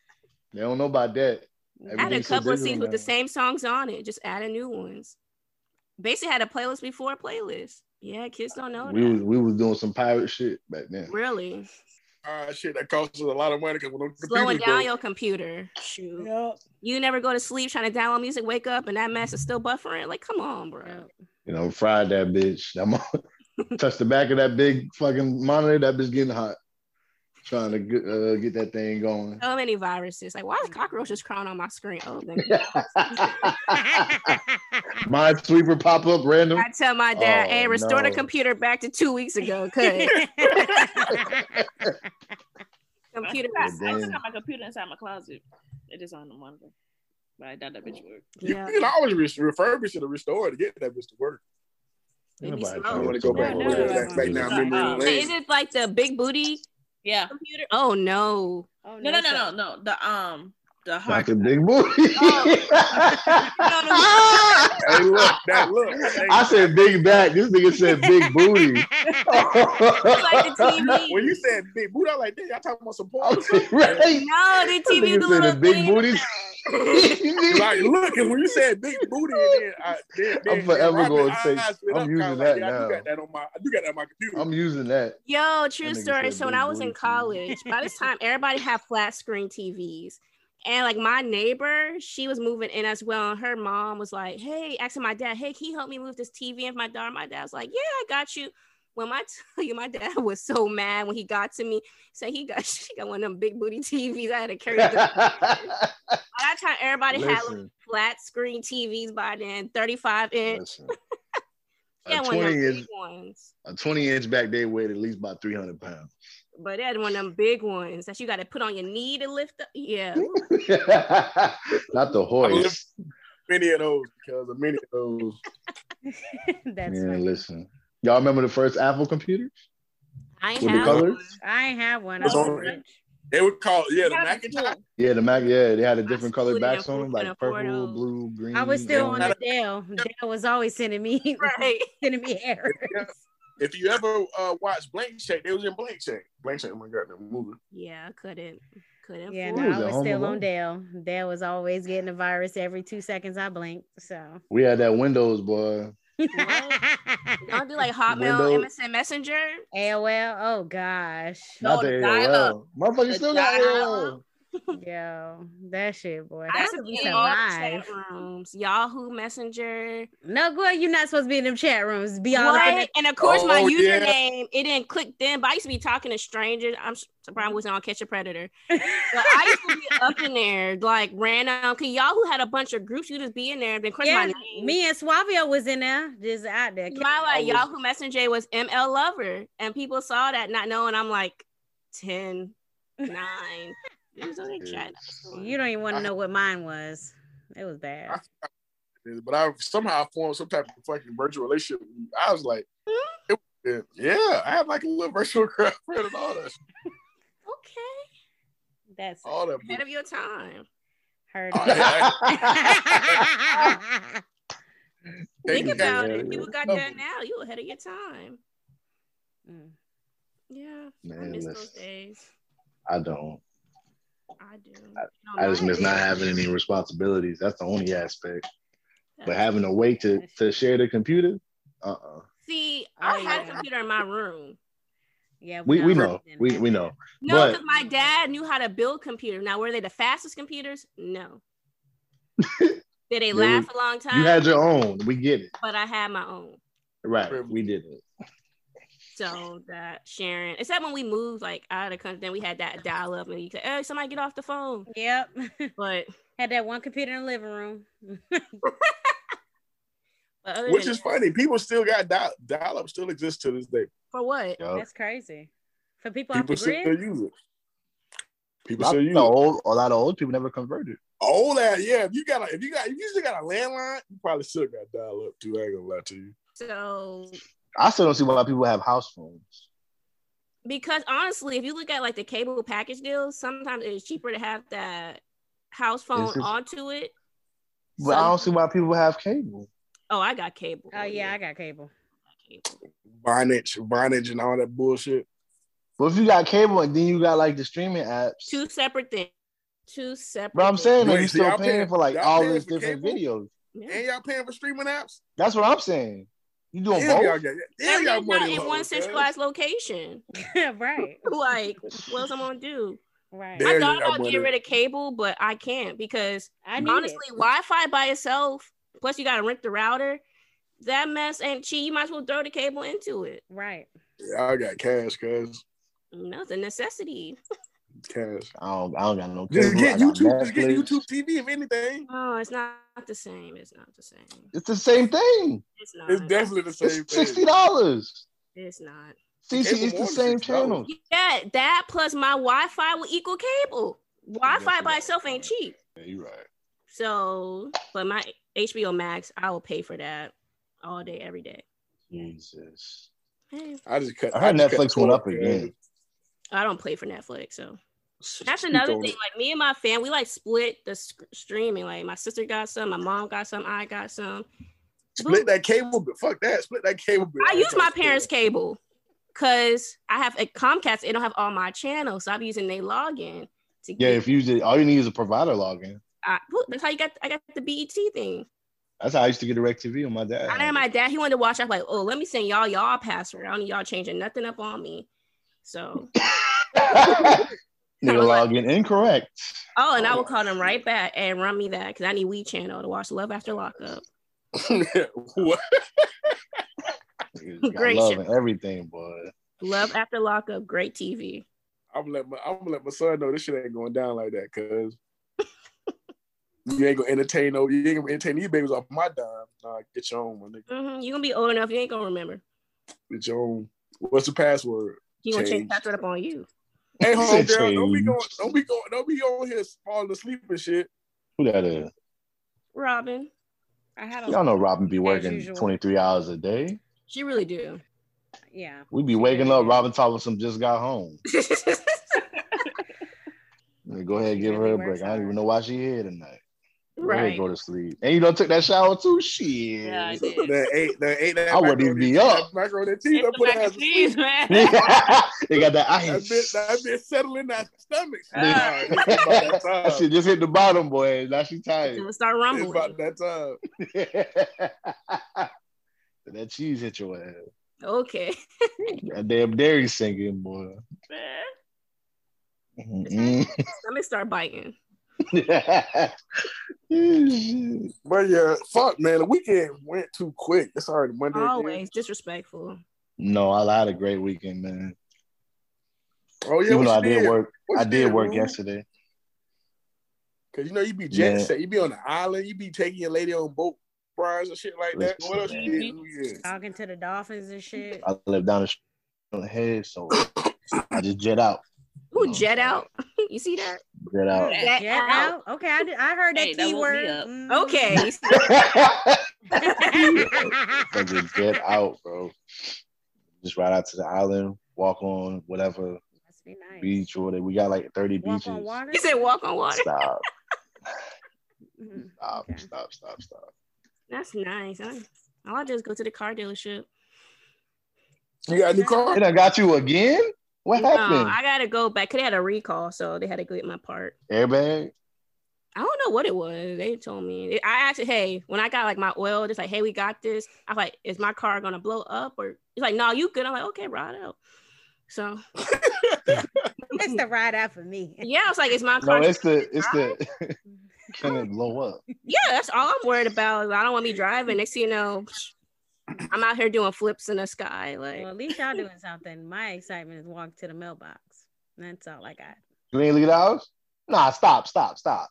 [SPEAKER 5] They don't know about that.
[SPEAKER 3] I had a
[SPEAKER 5] Everything's so
[SPEAKER 3] couple of
[SPEAKER 5] digital
[SPEAKER 3] CDs with the
[SPEAKER 5] now.
[SPEAKER 3] same songs on it, just added new ones. Basically, had a playlist before a playlist. Yeah, kids don't know
[SPEAKER 5] We
[SPEAKER 3] that.
[SPEAKER 5] was we was doing some pirate shit back then.
[SPEAKER 3] really
[SPEAKER 7] Ah, shit, that costs us a lot of money because when the
[SPEAKER 3] slowing
[SPEAKER 7] computers
[SPEAKER 3] down
[SPEAKER 7] broke,
[SPEAKER 3] your computer. Shoot,
[SPEAKER 4] Yup.
[SPEAKER 3] you never go to sleep trying to download music, wake up, and that mess is still buffering. Like, come on, bro.
[SPEAKER 4] Yup.
[SPEAKER 5] You know, fried that bitch. I'm
[SPEAKER 3] (laughs)
[SPEAKER 5] touch the back of that big fucking monitor. That bitch getting hot. Trying to get, uh, get that thing
[SPEAKER 3] (laughs)
[SPEAKER 5] going.
[SPEAKER 3] So many viruses. Like, why is cockroaches crawling on my screen? Oh,
[SPEAKER 5] (laughs)
[SPEAKER 3] thank you.
[SPEAKER 5] Minesweeper pop up random.
[SPEAKER 3] I tell my dad,
[SPEAKER 5] Oh,
[SPEAKER 3] hey, restore the
[SPEAKER 5] no.
[SPEAKER 3] computer back to two weeks (laughs)
[SPEAKER 4] (laughs)
[SPEAKER 3] ago because computer.
[SPEAKER 6] I, I
[SPEAKER 5] Yeah,
[SPEAKER 6] still
[SPEAKER 5] damn.
[SPEAKER 6] got my computer inside my closet. It is on the monitor, but I doubt that bitch work.
[SPEAKER 7] you,
[SPEAKER 3] Yeah,
[SPEAKER 7] you can always re- refurbish it or restore it to get that bitch to work.
[SPEAKER 3] it'd be
[SPEAKER 5] Nobody
[SPEAKER 3] slow.
[SPEAKER 7] I
[SPEAKER 5] Oh,
[SPEAKER 7] want to go back,
[SPEAKER 5] no,
[SPEAKER 7] back,
[SPEAKER 6] no,
[SPEAKER 7] back,
[SPEAKER 6] no.
[SPEAKER 7] back down memory
[SPEAKER 6] Uh-uh.
[SPEAKER 3] Wait, is
[SPEAKER 7] lane.
[SPEAKER 3] it like the big booty
[SPEAKER 6] Yeah.
[SPEAKER 3] computer? Oh no.
[SPEAKER 4] Oh,
[SPEAKER 6] No, no, no, no, no. The um, the hard.
[SPEAKER 5] Dr. Big Booty.
[SPEAKER 3] Oh.
[SPEAKER 5] (laughs)
[SPEAKER 7] Hey, look, that look. Hey,
[SPEAKER 5] I said big back. This nigga said big
[SPEAKER 3] (laughs)
[SPEAKER 5] booty. (laughs)
[SPEAKER 3] It's like the TV.
[SPEAKER 7] when you said big boot, I was like, damn, y'all talking about some
[SPEAKER 5] I
[SPEAKER 7] porn.
[SPEAKER 5] was like, right?
[SPEAKER 3] No, the
[SPEAKER 5] That
[SPEAKER 3] TV
[SPEAKER 5] nigga
[SPEAKER 3] with the
[SPEAKER 5] said
[SPEAKER 3] little
[SPEAKER 5] the big
[SPEAKER 3] thing.
[SPEAKER 5] booty.
[SPEAKER 3] (laughs)
[SPEAKER 5] (laughs)
[SPEAKER 7] like, look, and when you said big booty, and then, I, then, then,
[SPEAKER 5] I'm forever
[SPEAKER 7] then
[SPEAKER 5] gonna
[SPEAKER 7] Robin's
[SPEAKER 5] take-
[SPEAKER 7] eyes lit
[SPEAKER 5] I'm
[SPEAKER 7] up,
[SPEAKER 5] using
[SPEAKER 7] kinda
[SPEAKER 5] that
[SPEAKER 7] yeah, I
[SPEAKER 5] now.
[SPEAKER 7] do got that on my, I do got that on my computer.
[SPEAKER 5] I'm using that.
[SPEAKER 3] Yo, true
[SPEAKER 5] That nigga
[SPEAKER 3] story.
[SPEAKER 5] said
[SPEAKER 3] So when
[SPEAKER 5] big
[SPEAKER 3] I was in
[SPEAKER 5] booty.
[SPEAKER 3] college, by
[SPEAKER 5] (laughs)
[SPEAKER 3] this time everybody had flat screen TVs. And like my neighbor, she was moving in as well. And her mom was like, Hey, asking my dad, hey, can you help me move this TV in for my daughter? My dad was like, Yeah, I got you. When my (laughs) tell you, my dad was so mad when he got to me. So he got (laughs) she got one of them big booty TVs. I had
[SPEAKER 5] (laughs)
[SPEAKER 3] to carry. it to- By that time, everybody had like
[SPEAKER 5] listen,
[SPEAKER 3] flat screen TVs by then, thirty-five inch.
[SPEAKER 5] listen.
[SPEAKER 3] Yeah,
[SPEAKER 5] A
[SPEAKER 3] one of them
[SPEAKER 5] 20
[SPEAKER 3] big
[SPEAKER 5] is
[SPEAKER 3] ones.
[SPEAKER 5] a 20 inch back day weighed at least about 300 pounds.
[SPEAKER 3] But they had one of them big ones that you got to put on your knee to lift up. Yeah.
[SPEAKER 5] Not the hoist.
[SPEAKER 7] Many of those because of many of those.
[SPEAKER 4] (laughs) That's
[SPEAKER 5] Man,
[SPEAKER 4] right.
[SPEAKER 5] listen. Y'all remember the first Apple computer?
[SPEAKER 3] I ain't
[SPEAKER 5] With the
[SPEAKER 3] have
[SPEAKER 5] colors?
[SPEAKER 3] one.
[SPEAKER 4] I ain't have one. I
[SPEAKER 7] What's
[SPEAKER 4] was
[SPEAKER 7] on
[SPEAKER 4] a
[SPEAKER 7] it?
[SPEAKER 4] bitch.
[SPEAKER 7] They would call yeah the
[SPEAKER 6] Yeah,
[SPEAKER 7] Macintosh.
[SPEAKER 6] yeah.
[SPEAKER 5] Yeah, the Mac. Yeah, they had a different
[SPEAKER 3] just
[SPEAKER 5] colored
[SPEAKER 3] couldn't
[SPEAKER 5] backs on them,
[SPEAKER 3] afford-
[SPEAKER 5] like
[SPEAKER 3] couldn't afford
[SPEAKER 5] purple,
[SPEAKER 3] those.
[SPEAKER 5] blue, green.
[SPEAKER 4] I was still on
[SPEAKER 5] orange.
[SPEAKER 4] the Dell. Dell was always sending me
[SPEAKER 3] (laughs)
[SPEAKER 4] (laughs)
[SPEAKER 3] Right.
[SPEAKER 4] sending me errors.
[SPEAKER 7] If you ever uh, watch Blank Check, they was in Blank Check. Blank Check, oh my god, that movie.
[SPEAKER 3] Yeah, I couldn't. Couldn't.
[SPEAKER 4] Yeah,
[SPEAKER 3] afford
[SPEAKER 4] no,
[SPEAKER 5] Who was
[SPEAKER 4] I
[SPEAKER 5] that,
[SPEAKER 4] was
[SPEAKER 5] Home
[SPEAKER 4] still on
[SPEAKER 5] Alone?
[SPEAKER 4] Dell. Dell was always getting a virus every two seconds. I blinked. So
[SPEAKER 5] We had that Windows boy.
[SPEAKER 4] (laughs)
[SPEAKER 3] it. Don't do like Hotmail,
[SPEAKER 5] Windows.
[SPEAKER 3] MSN Messenger.
[SPEAKER 4] AOL. Oh gosh.
[SPEAKER 5] Not
[SPEAKER 3] No,
[SPEAKER 5] the
[SPEAKER 3] the dial-up.
[SPEAKER 5] AOL. Motherfucker
[SPEAKER 3] The
[SPEAKER 5] still got
[SPEAKER 3] dial-up.
[SPEAKER 5] AOL.
[SPEAKER 4] Yo, that shit, boy.
[SPEAKER 3] I
[SPEAKER 4] That's
[SPEAKER 3] used to
[SPEAKER 4] how we
[SPEAKER 3] be in all the
[SPEAKER 4] survive.
[SPEAKER 3] chat rooms, Yahoo Messenger.
[SPEAKER 4] No, girl, you're not supposed to be in them chat rooms. Be all up in
[SPEAKER 3] (laughs) Right?
[SPEAKER 4] it. (laughs)
[SPEAKER 3] And of course, my
[SPEAKER 7] Oh, yeah.
[SPEAKER 3] username it didn't click then. But I used to be talking to strangers. I'm surprised I wasn't on Catch a Predator. But I used to be up in there like random. Cause Yahoo had a bunch of groups. You just be in there and then click my
[SPEAKER 4] Yeah,
[SPEAKER 3] name.
[SPEAKER 4] me and Swavio was in there, just out there.
[SPEAKER 3] My like
[SPEAKER 7] was-
[SPEAKER 3] Yahoo Messenger was ML Lover, and people saw that not knowing I'm like 10, 9. (laughs) I'm so
[SPEAKER 5] Yes.
[SPEAKER 3] excited.
[SPEAKER 4] You don't even want
[SPEAKER 7] I-
[SPEAKER 4] to know what mine was. It was bad.
[SPEAKER 7] But I somehow formed some type of fucking virtual relationship. I was like, it- it- yeah, I had like a little virtual (laughs) girlfriend and all that, shit,
[SPEAKER 3] Oh, okay. Oh.
[SPEAKER 4] That's
[SPEAKER 7] all that.
[SPEAKER 3] Ahead of your time.
[SPEAKER 4] hurt.
[SPEAKER 5] (laughs)
[SPEAKER 7] Oh, yeah.
[SPEAKER 4] (laughs)
[SPEAKER 3] Think
[SPEAKER 5] Yeah,
[SPEAKER 3] about it.
[SPEAKER 5] yeah.
[SPEAKER 3] People got that now. You ahead of your time.
[SPEAKER 4] Mm.
[SPEAKER 3] Yeah. I (laughs)
[SPEAKER 5] Man,
[SPEAKER 3] miss
[SPEAKER 5] listen.
[SPEAKER 3] those days.
[SPEAKER 5] I don't.
[SPEAKER 3] I do.
[SPEAKER 5] I just miss not having any responsibilities. That's the only aspect. But having to wait to, to share the computer, uh uh
[SPEAKER 3] See,
[SPEAKER 4] Oh,
[SPEAKER 3] I had a
[SPEAKER 4] yeah.
[SPEAKER 3] computer in my room.
[SPEAKER 4] Yeah,
[SPEAKER 5] We, we
[SPEAKER 4] not
[SPEAKER 5] know.
[SPEAKER 4] in
[SPEAKER 5] We,
[SPEAKER 4] there.
[SPEAKER 5] we know.
[SPEAKER 3] No,
[SPEAKER 5] But-
[SPEAKER 3] because my dad knew how to build computers. Now, were they the fastest computers?
[SPEAKER 5] (laughs)
[SPEAKER 3] No. Did they
[SPEAKER 5] were-
[SPEAKER 3] last a long time?
[SPEAKER 5] You had your own. We get it.
[SPEAKER 3] but I had my own.
[SPEAKER 5] Right. We did it.
[SPEAKER 3] So that sharing, except when we moved like out of the country, then we had that dial up and you could, oh, somebody get off the phone.
[SPEAKER 4] Yep. (laughs)
[SPEAKER 3] But,
[SPEAKER 4] Had that one computer in the living room.
[SPEAKER 3] but other
[SPEAKER 7] Which
[SPEAKER 3] than
[SPEAKER 7] is
[SPEAKER 3] that,
[SPEAKER 7] funny. People still got dial, dial up. Still exists to this day.
[SPEAKER 3] for what?
[SPEAKER 5] Yup.
[SPEAKER 4] That's crazy. For people off
[SPEAKER 7] People
[SPEAKER 4] the
[SPEAKER 7] still
[SPEAKER 4] grid,
[SPEAKER 7] use it. People
[SPEAKER 5] Lots
[SPEAKER 7] still
[SPEAKER 5] of
[SPEAKER 7] use it.
[SPEAKER 5] old, a lot of old people never converted.
[SPEAKER 7] All that, yeah. If you got, a, if you got, if you still got a landline, you probably still got dial up too. I ain't gonna lie to you.
[SPEAKER 3] So,
[SPEAKER 5] I still don't see why people have house phones.
[SPEAKER 3] because honestly, if you look at like the cable package deals, sometimes it's cheaper to have that house phone
[SPEAKER 5] This is-
[SPEAKER 3] onto it.
[SPEAKER 5] But I don't
[SPEAKER 3] So-
[SPEAKER 5] see why people have cable.
[SPEAKER 3] Oh, I got cable.
[SPEAKER 4] oh yeah, I got cable. (laughs)
[SPEAKER 3] got cable.
[SPEAKER 7] Vonage, Vonage, and all that bullshit.
[SPEAKER 5] But if you got cable and then you got like the streaming apps,
[SPEAKER 3] Two separate things. Two separate.
[SPEAKER 5] but I'm saying
[SPEAKER 7] Wait,
[SPEAKER 5] that you're
[SPEAKER 7] so
[SPEAKER 5] still
[SPEAKER 7] y'all
[SPEAKER 5] paying
[SPEAKER 7] paying-
[SPEAKER 5] for like
[SPEAKER 7] y'all
[SPEAKER 5] all
[SPEAKER 7] paying
[SPEAKER 5] these
[SPEAKER 7] for
[SPEAKER 5] different
[SPEAKER 7] cable?
[SPEAKER 5] videos.
[SPEAKER 3] things. Yeah.
[SPEAKER 7] And y'all paying for streaming apps?
[SPEAKER 5] That's what I'm saying. You doing
[SPEAKER 7] Damn, y'all
[SPEAKER 5] both?
[SPEAKER 7] got,
[SPEAKER 3] And
[SPEAKER 7] damn, y'all
[SPEAKER 3] they're not
[SPEAKER 7] money
[SPEAKER 3] in
[SPEAKER 7] low,
[SPEAKER 3] one centralized location. (laughs)
[SPEAKER 4] right.
[SPEAKER 3] Like, what else am I gonna do?
[SPEAKER 4] Right.
[SPEAKER 7] There
[SPEAKER 3] I
[SPEAKER 7] you
[SPEAKER 3] thought
[SPEAKER 7] go,
[SPEAKER 3] about
[SPEAKER 7] buddy.
[SPEAKER 3] getting rid of cable, but I can't because
[SPEAKER 4] I need
[SPEAKER 3] honestly,
[SPEAKER 4] it.
[SPEAKER 3] Wi-Fi by itself, plus you gotta rent the router. That mess ain't cheap. You might as well throw the cable into it.
[SPEAKER 4] Right.
[SPEAKER 7] Y'all got cash, cuz.
[SPEAKER 3] No, it's a necessity.
[SPEAKER 7] Cash.
[SPEAKER 5] I don't. I don't got no cable.
[SPEAKER 7] Just get
[SPEAKER 5] I got
[SPEAKER 7] YouTube. Just get
[SPEAKER 5] Netflix.
[SPEAKER 7] YouTube TV, if anything.
[SPEAKER 3] No, it's not the same. It's not the same.
[SPEAKER 5] It's the same thing.
[SPEAKER 3] It's not.
[SPEAKER 7] It's definitely the same
[SPEAKER 5] It's sixty (laughs)
[SPEAKER 7] thing.
[SPEAKER 5] dollars.
[SPEAKER 3] It's not.
[SPEAKER 5] See,
[SPEAKER 7] Cable
[SPEAKER 5] it's the
[SPEAKER 7] more than
[SPEAKER 5] same
[SPEAKER 7] $60.
[SPEAKER 5] channel.
[SPEAKER 3] Yeah, that plus my Wi-Fi will equal cable. Wi-Fi by itself ain't cheap.
[SPEAKER 5] Yeah, you're right.
[SPEAKER 3] So, but my HBO Max, I will pay for that all day, every day.
[SPEAKER 5] Jesus.
[SPEAKER 3] Hey,
[SPEAKER 7] I just cut.
[SPEAKER 5] I heard
[SPEAKER 7] just cut
[SPEAKER 5] Netflix went
[SPEAKER 7] cord,
[SPEAKER 5] up again.
[SPEAKER 3] I don't play for Netflix, so.
[SPEAKER 7] cuz.
[SPEAKER 3] That's
[SPEAKER 7] Speak
[SPEAKER 3] another
[SPEAKER 7] on
[SPEAKER 3] thing.
[SPEAKER 7] it.
[SPEAKER 3] Like me and my fam, we like split the sc- streaming. Like my sister got some, my mom got some, I got some.
[SPEAKER 7] Split that cable, but fuck that. Split that cable. bill.
[SPEAKER 3] I use
[SPEAKER 7] trying
[SPEAKER 3] my
[SPEAKER 7] to split
[SPEAKER 3] parents'
[SPEAKER 7] (laughs) it.
[SPEAKER 3] cable because I have a Comcast. They don't have all my channels, so I'm using their login to
[SPEAKER 5] Yeah,
[SPEAKER 3] get.
[SPEAKER 5] if you did, all you need is a provider login.
[SPEAKER 3] I, who- that's how you got. I got the BET thing.
[SPEAKER 5] That's how I used to get direct TV on my dad.
[SPEAKER 3] I know my dad. He wanted to watch. I'm like, oh, let me send y'all y'all password. I don't need y'all changing nothing up on me.
[SPEAKER 7] (laughs)
[SPEAKER 3] So,
[SPEAKER 5] (laughs) Nigga login incorrect.
[SPEAKER 3] oh, and I will call them right back and run me that because I need We Channel to watch Love After Lockup.
[SPEAKER 7] What?
[SPEAKER 3] Great
[SPEAKER 5] love
[SPEAKER 3] show.
[SPEAKER 5] and everything, boy.
[SPEAKER 3] Love After Lockup, great TV.
[SPEAKER 7] I'm gonna let my I'm gonna let my son know this shit ain't going down like
[SPEAKER 3] (laughs)
[SPEAKER 7] that, cuz you ain't gonna entertain no you ain't gonna entertain these babies off my dime. Nah, get your own, my nigga.
[SPEAKER 3] hmm you gonna be old enough, you ain't gonna remember.
[SPEAKER 7] Get your own. What's the password?
[SPEAKER 3] You gonna change
[SPEAKER 7] Change.
[SPEAKER 3] password up on you.
[SPEAKER 5] (laughs)
[SPEAKER 7] Hey home girl,
[SPEAKER 5] Entertain.
[SPEAKER 7] don't be going don't be going don't be on here falling asleep and shit.
[SPEAKER 5] Who that is?
[SPEAKER 3] Robin.
[SPEAKER 4] I
[SPEAKER 6] Oh,
[SPEAKER 4] had
[SPEAKER 5] Y'all
[SPEAKER 4] a
[SPEAKER 5] know Robin be working
[SPEAKER 4] usual.
[SPEAKER 5] 23 hours a day.
[SPEAKER 3] She really (laughs) do.
[SPEAKER 4] yeah.
[SPEAKER 5] We be waking up. Robin Tomlinson just got home. Like, Go ahead,
[SPEAKER 4] She
[SPEAKER 5] give
[SPEAKER 4] really
[SPEAKER 5] her a
[SPEAKER 4] works
[SPEAKER 5] break. I don't
[SPEAKER 4] hard.
[SPEAKER 5] even know why she here tonight. Go ahead,
[SPEAKER 3] right.
[SPEAKER 5] go to sleep. And you don't took that shower too. Shit.
[SPEAKER 6] Yeah, I did.
[SPEAKER 7] (laughs) That ate that ate that
[SPEAKER 5] I wouldn't even
[SPEAKER 7] macaroni-
[SPEAKER 5] be up.
[SPEAKER 7] that Macaroni and cheese, I
[SPEAKER 6] It's the
[SPEAKER 7] put
[SPEAKER 6] mac
[SPEAKER 7] her
[SPEAKER 6] and
[SPEAKER 7] ass
[SPEAKER 5] (laughs)
[SPEAKER 6] cheese, man.
[SPEAKER 5] (laughs) they got that
[SPEAKER 7] that
[SPEAKER 5] ice.
[SPEAKER 7] bitch that
[SPEAKER 3] (laughs)
[SPEAKER 5] (laughs)
[SPEAKER 7] bitch settling that stomach.
[SPEAKER 6] Ah.
[SPEAKER 7] Nah, it's about that time.
[SPEAKER 5] that shit just hit the bottom, boy. Now she
[SPEAKER 3] It's (laughs)
[SPEAKER 5] tired. (laughs)
[SPEAKER 3] gonna start
[SPEAKER 7] It's
[SPEAKER 3] rumbling.
[SPEAKER 7] about that time.
[SPEAKER 5] that cheese hit your ass.
[SPEAKER 3] Okay. (laughs)
[SPEAKER 5] That damn dairy sinking, boy. Mm-hmm.
[SPEAKER 6] Man.
[SPEAKER 5] Mm-mm.
[SPEAKER 3] Stomach start biting.
[SPEAKER 5] Shit.
[SPEAKER 7] But yeah, fuck man, the weekend went too quick. It's already Monday. again.
[SPEAKER 3] Always disrespectful.
[SPEAKER 5] (laughs) no, I had a great weekend, man.
[SPEAKER 7] Oh yeah,
[SPEAKER 5] Even
[SPEAKER 7] what
[SPEAKER 5] though I
[SPEAKER 7] you
[SPEAKER 5] did, work,
[SPEAKER 7] What
[SPEAKER 5] I
[SPEAKER 7] you
[SPEAKER 5] did work
[SPEAKER 7] Rue?
[SPEAKER 5] yesterday.
[SPEAKER 7] Cause you know you be jet
[SPEAKER 5] Yeah.
[SPEAKER 7] set, you be on the island, you be taking your lady on boat rides and shit like that.
[SPEAKER 5] Listen,
[SPEAKER 7] what else you
[SPEAKER 5] man.
[SPEAKER 7] did? Oh, this weekend?
[SPEAKER 4] Talking to the dolphins and shit.
[SPEAKER 5] I live down the street on the head, so I just jet out.
[SPEAKER 3] Ooh,
[SPEAKER 5] No.
[SPEAKER 3] jet out. (laughs) you see that?
[SPEAKER 5] Jet out.
[SPEAKER 3] Jet
[SPEAKER 4] Jet out.
[SPEAKER 3] out.
[SPEAKER 4] Okay, I, did, I heard that
[SPEAKER 6] Hey, that woke
[SPEAKER 4] key
[SPEAKER 6] me
[SPEAKER 4] word.
[SPEAKER 6] up.
[SPEAKER 4] Mm.
[SPEAKER 3] Okay. you see-
[SPEAKER 5] (laughs)
[SPEAKER 4] (laughs)
[SPEAKER 5] Fucking jet out, bro. Just ride out to the island, walk on whatever
[SPEAKER 4] Must be nice.
[SPEAKER 5] beach or whatever. We got like 30
[SPEAKER 4] Walk
[SPEAKER 5] beaches.
[SPEAKER 4] on water.
[SPEAKER 3] you said walk on
[SPEAKER 7] (laughs)
[SPEAKER 3] water.
[SPEAKER 5] Stop,
[SPEAKER 4] Mhm.
[SPEAKER 5] stop,
[SPEAKER 4] Okay.
[SPEAKER 5] stop, stop, stop.
[SPEAKER 3] That's nice. I, all I do is go to the car dealership.
[SPEAKER 7] You got a new car?
[SPEAKER 5] And I got you again? What
[SPEAKER 3] No,
[SPEAKER 5] happened?
[SPEAKER 3] Uh, I gotta go back. Cause they had a recall, so they had to go get my part.
[SPEAKER 5] Airbag?
[SPEAKER 3] I don't know what it was. They told me. I actually, hey, when I got like my oil, it's like, hey, we got this. I was like, is my car gonna blow up? Or it's like, no, you good. I'm like, okay, ride out. So
[SPEAKER 4] It's the ride out for me.
[SPEAKER 3] yeah, I was like, is my
[SPEAKER 5] No,
[SPEAKER 3] car?
[SPEAKER 5] it's the it's (laughs) the can it blow up?
[SPEAKER 3] yeah, that's all I'm worried about. I don't want me driving. Next thing you know, I'm out here doing flips in the sky. Like,
[SPEAKER 4] Well, at least y'all doing something. My excitement is walk to the mailbox. That's all I got.
[SPEAKER 5] You ain't look at ours? Nah, stop, stop, stop.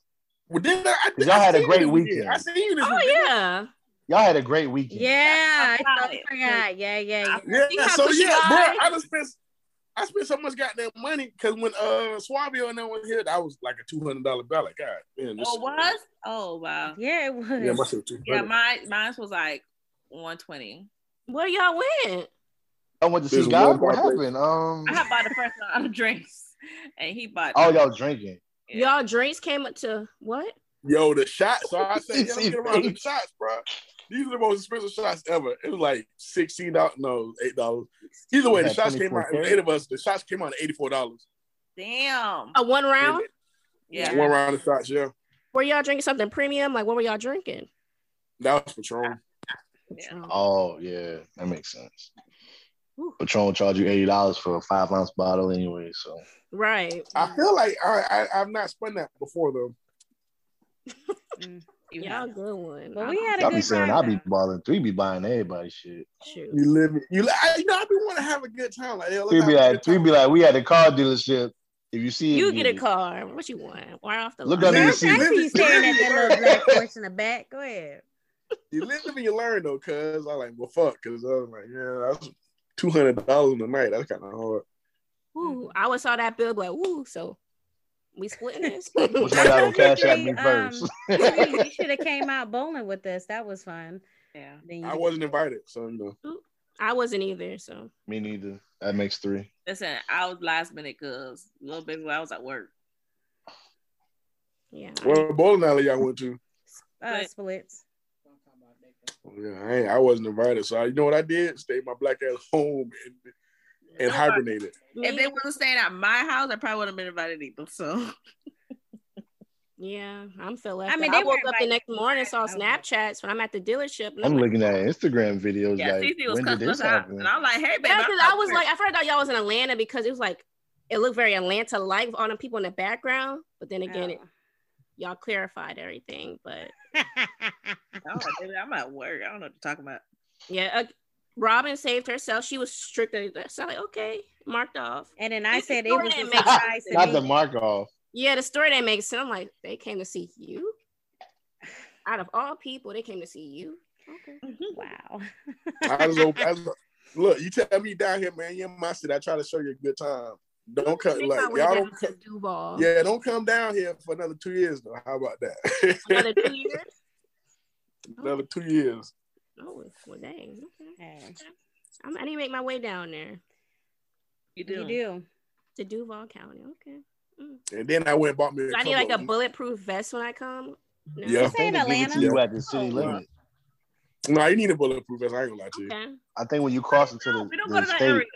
[SPEAKER 7] Well, did I, I,
[SPEAKER 5] Y'all had a
[SPEAKER 7] seen you
[SPEAKER 5] great
[SPEAKER 7] this
[SPEAKER 5] weekend.
[SPEAKER 7] I seen you this
[SPEAKER 4] (laughs)
[SPEAKER 3] oh
[SPEAKER 7] weekend.
[SPEAKER 3] yeah.
[SPEAKER 5] Y'all had a great weekend.
[SPEAKER 4] Yeah, I
[SPEAKER 3] about
[SPEAKER 4] totally
[SPEAKER 3] it.
[SPEAKER 4] forgot. Yeah, yeah,
[SPEAKER 7] Yeah,
[SPEAKER 3] You had
[SPEAKER 7] so
[SPEAKER 3] pussy
[SPEAKER 7] yeah, bro,
[SPEAKER 3] eyes.
[SPEAKER 7] I just spent I spent so much goddamn money because when uh Swabio and that was here, that was like a two hundred dollar bill. Like, God, man, this
[SPEAKER 6] Oh, was? Oh, wow.
[SPEAKER 4] yeah. Yeah, it was.
[SPEAKER 7] Yeah, my shit two
[SPEAKER 6] Yeah,
[SPEAKER 7] hundred.
[SPEAKER 6] my mine was like 120.
[SPEAKER 3] Where y'all went?
[SPEAKER 5] I went to see
[SPEAKER 7] There's
[SPEAKER 5] God. What
[SPEAKER 7] one bar place.
[SPEAKER 5] happened? Um
[SPEAKER 6] I had bought the first round of drinks, and he bought.
[SPEAKER 5] oh y'all drinking.
[SPEAKER 6] Yeah.
[SPEAKER 3] Y'all drinks came up to what?
[SPEAKER 7] Yo, the shots. So I (laughs) said, yeah,
[SPEAKER 5] It's
[SPEAKER 7] let's get around the
[SPEAKER 5] insane.
[SPEAKER 7] shots, bro. These are the most expensive shots ever. It was like sixteen dollars, no, eight dollars. Either way,
[SPEAKER 5] Yeah,
[SPEAKER 7] the shots came out. it was
[SPEAKER 5] 24K.
[SPEAKER 7] Eight of us. The shots came out at eighty four dollars.
[SPEAKER 6] Damn.
[SPEAKER 3] A one round?
[SPEAKER 6] Yeah.
[SPEAKER 7] One round of shots. Yeah,
[SPEAKER 3] Were y'all drinking something premium? Like what were y'all drinking?
[SPEAKER 7] that was Patron.
[SPEAKER 6] Yeah.
[SPEAKER 5] Oh yeah, that makes sense.
[SPEAKER 3] Whew.
[SPEAKER 5] Patron will charge you eighty dollars for a five ounce bottle anyway. So
[SPEAKER 3] Right.
[SPEAKER 5] Uh,
[SPEAKER 7] I feel like I, I I've not spun that before though.
[SPEAKER 6] You
[SPEAKER 3] Y'all
[SPEAKER 6] have-
[SPEAKER 3] good one.
[SPEAKER 4] But we had a
[SPEAKER 5] y'all be
[SPEAKER 4] good
[SPEAKER 5] saying
[SPEAKER 4] time.
[SPEAKER 5] I'll be
[SPEAKER 4] though.
[SPEAKER 5] balling three, be buying everybody shit.
[SPEAKER 3] shoot.
[SPEAKER 7] You live. You, li- I, you know, I be want to have a good time. Like, yo, let's
[SPEAKER 5] Three
[SPEAKER 7] have
[SPEAKER 5] be
[SPEAKER 7] a
[SPEAKER 5] like,
[SPEAKER 7] good
[SPEAKER 5] three
[SPEAKER 7] time.
[SPEAKER 5] be like, we had a car dealership. If you see it,
[SPEAKER 3] You get a
[SPEAKER 5] it.
[SPEAKER 3] car. What you want? Why off the
[SPEAKER 5] Look
[SPEAKER 3] lot?
[SPEAKER 5] up
[SPEAKER 4] I
[SPEAKER 5] your
[SPEAKER 7] Live-
[SPEAKER 5] seat.
[SPEAKER 7] live-
[SPEAKER 4] see you staring at
[SPEAKER 7] live-
[SPEAKER 4] that little black horse in the back. Go ahead.
[SPEAKER 7] You live and you learn though, cuz I like, well, fuck, cuz I was like, yeah, that's two hundred dollars a night. That's kind of hard.
[SPEAKER 3] Ooh, I always saw that bill like, ooh, so we splitting this.
[SPEAKER 5] Which one
[SPEAKER 4] (laughs)
[SPEAKER 5] y'all gonna cash at
[SPEAKER 4] Technically,
[SPEAKER 5] me first?
[SPEAKER 4] um, You should have came out bowling with us. That was fun.
[SPEAKER 6] Yeah.
[SPEAKER 4] Then you
[SPEAKER 7] I wasn't invited, so you know.
[SPEAKER 3] (laughs) I wasn't either, so
[SPEAKER 5] (laughs) me neither. That makes three.
[SPEAKER 6] Listen, I was last minute because little bit when I was at work.
[SPEAKER 3] yeah.
[SPEAKER 7] Well, the bowling alley y'all went to.
[SPEAKER 4] uh, splits.
[SPEAKER 7] Oh, Yeah, I, ain't, I wasn't invited, so I, you know what I did? Stayed my black ass home and, and hibernated.
[SPEAKER 6] If they would have stayed at my house, I probably would have been invited either. So
[SPEAKER 3] yeah, I'm feel
[SPEAKER 4] I
[SPEAKER 3] left. I
[SPEAKER 4] mean,
[SPEAKER 3] mean,
[SPEAKER 4] they
[SPEAKER 3] I woke
[SPEAKER 4] were
[SPEAKER 3] up the
[SPEAKER 4] invited.
[SPEAKER 3] next morning, saw
[SPEAKER 4] Okay.
[SPEAKER 3] Snapchats when I'm at the dealership. And I'm
[SPEAKER 5] I'm
[SPEAKER 3] like,
[SPEAKER 5] looking at Instagram videos
[SPEAKER 6] yeah,
[SPEAKER 5] like
[SPEAKER 6] Cece was
[SPEAKER 5] when did
[SPEAKER 6] cussing
[SPEAKER 5] this
[SPEAKER 6] us out,
[SPEAKER 5] happen?
[SPEAKER 6] and I'm like, "Hey, baby,
[SPEAKER 3] yeah,
[SPEAKER 6] I'm
[SPEAKER 3] because
[SPEAKER 6] at
[SPEAKER 3] I was
[SPEAKER 6] work."
[SPEAKER 3] like, I forgot y'all was in Atlanta because it was like it looked very Atlanta like all the people in the background. But then again,
[SPEAKER 4] Oh.
[SPEAKER 3] it, y'all clarified everything. But
[SPEAKER 6] oh, baby, I'm at work. I don't know what you're talking about. (laughs)
[SPEAKER 3] yeah, uh, Robin saved herself. She was strictly so I'm like okay, marked off.
[SPEAKER 4] And then I
[SPEAKER 3] It's a
[SPEAKER 4] said it
[SPEAKER 3] story
[SPEAKER 4] was
[SPEAKER 3] that
[SPEAKER 4] a
[SPEAKER 3] makes
[SPEAKER 4] surprise to (laughs)
[SPEAKER 5] Not
[SPEAKER 4] me.
[SPEAKER 5] the mark off.
[SPEAKER 3] Yeah, the story didn't make sense. I'm like they came to see you. Out of all people, they came to see you. Okay.
[SPEAKER 6] Mm-hmm.
[SPEAKER 4] Wow.
[SPEAKER 7] I was, op- I was, look, you tell me down here, man. You're my city. I try to show you a good time. Don't come,
[SPEAKER 3] Think
[SPEAKER 7] like
[SPEAKER 3] I would've
[SPEAKER 7] y'all
[SPEAKER 3] been
[SPEAKER 7] don't.
[SPEAKER 3] to
[SPEAKER 7] Come,
[SPEAKER 3] Duval.
[SPEAKER 7] yeah, don't come down here for another two years though. How about
[SPEAKER 3] Another
[SPEAKER 7] that? (laughs)
[SPEAKER 3] two years.
[SPEAKER 7] another two years.
[SPEAKER 3] Oh, well, dang. Okay.
[SPEAKER 4] Hey,
[SPEAKER 3] I'm, I need to make my way down there
[SPEAKER 6] You
[SPEAKER 4] you do.
[SPEAKER 3] to Duval County. Okay.
[SPEAKER 7] And then I went and bought me. A
[SPEAKER 3] Do I need like a
[SPEAKER 7] couple of-
[SPEAKER 3] bulletproof vest when I come? No.
[SPEAKER 7] Yeah.
[SPEAKER 4] This ain't
[SPEAKER 5] they give it
[SPEAKER 4] Atlanta.
[SPEAKER 5] to you at the city
[SPEAKER 6] Oh,
[SPEAKER 5] limit.
[SPEAKER 7] No, you need a bulletproof vest. I ain't gonna lie to you.
[SPEAKER 3] Okay.
[SPEAKER 5] I think when you cross into
[SPEAKER 6] No,
[SPEAKER 5] the,
[SPEAKER 6] we don't go
[SPEAKER 5] the
[SPEAKER 6] to that
[SPEAKER 5] state,
[SPEAKER 6] area.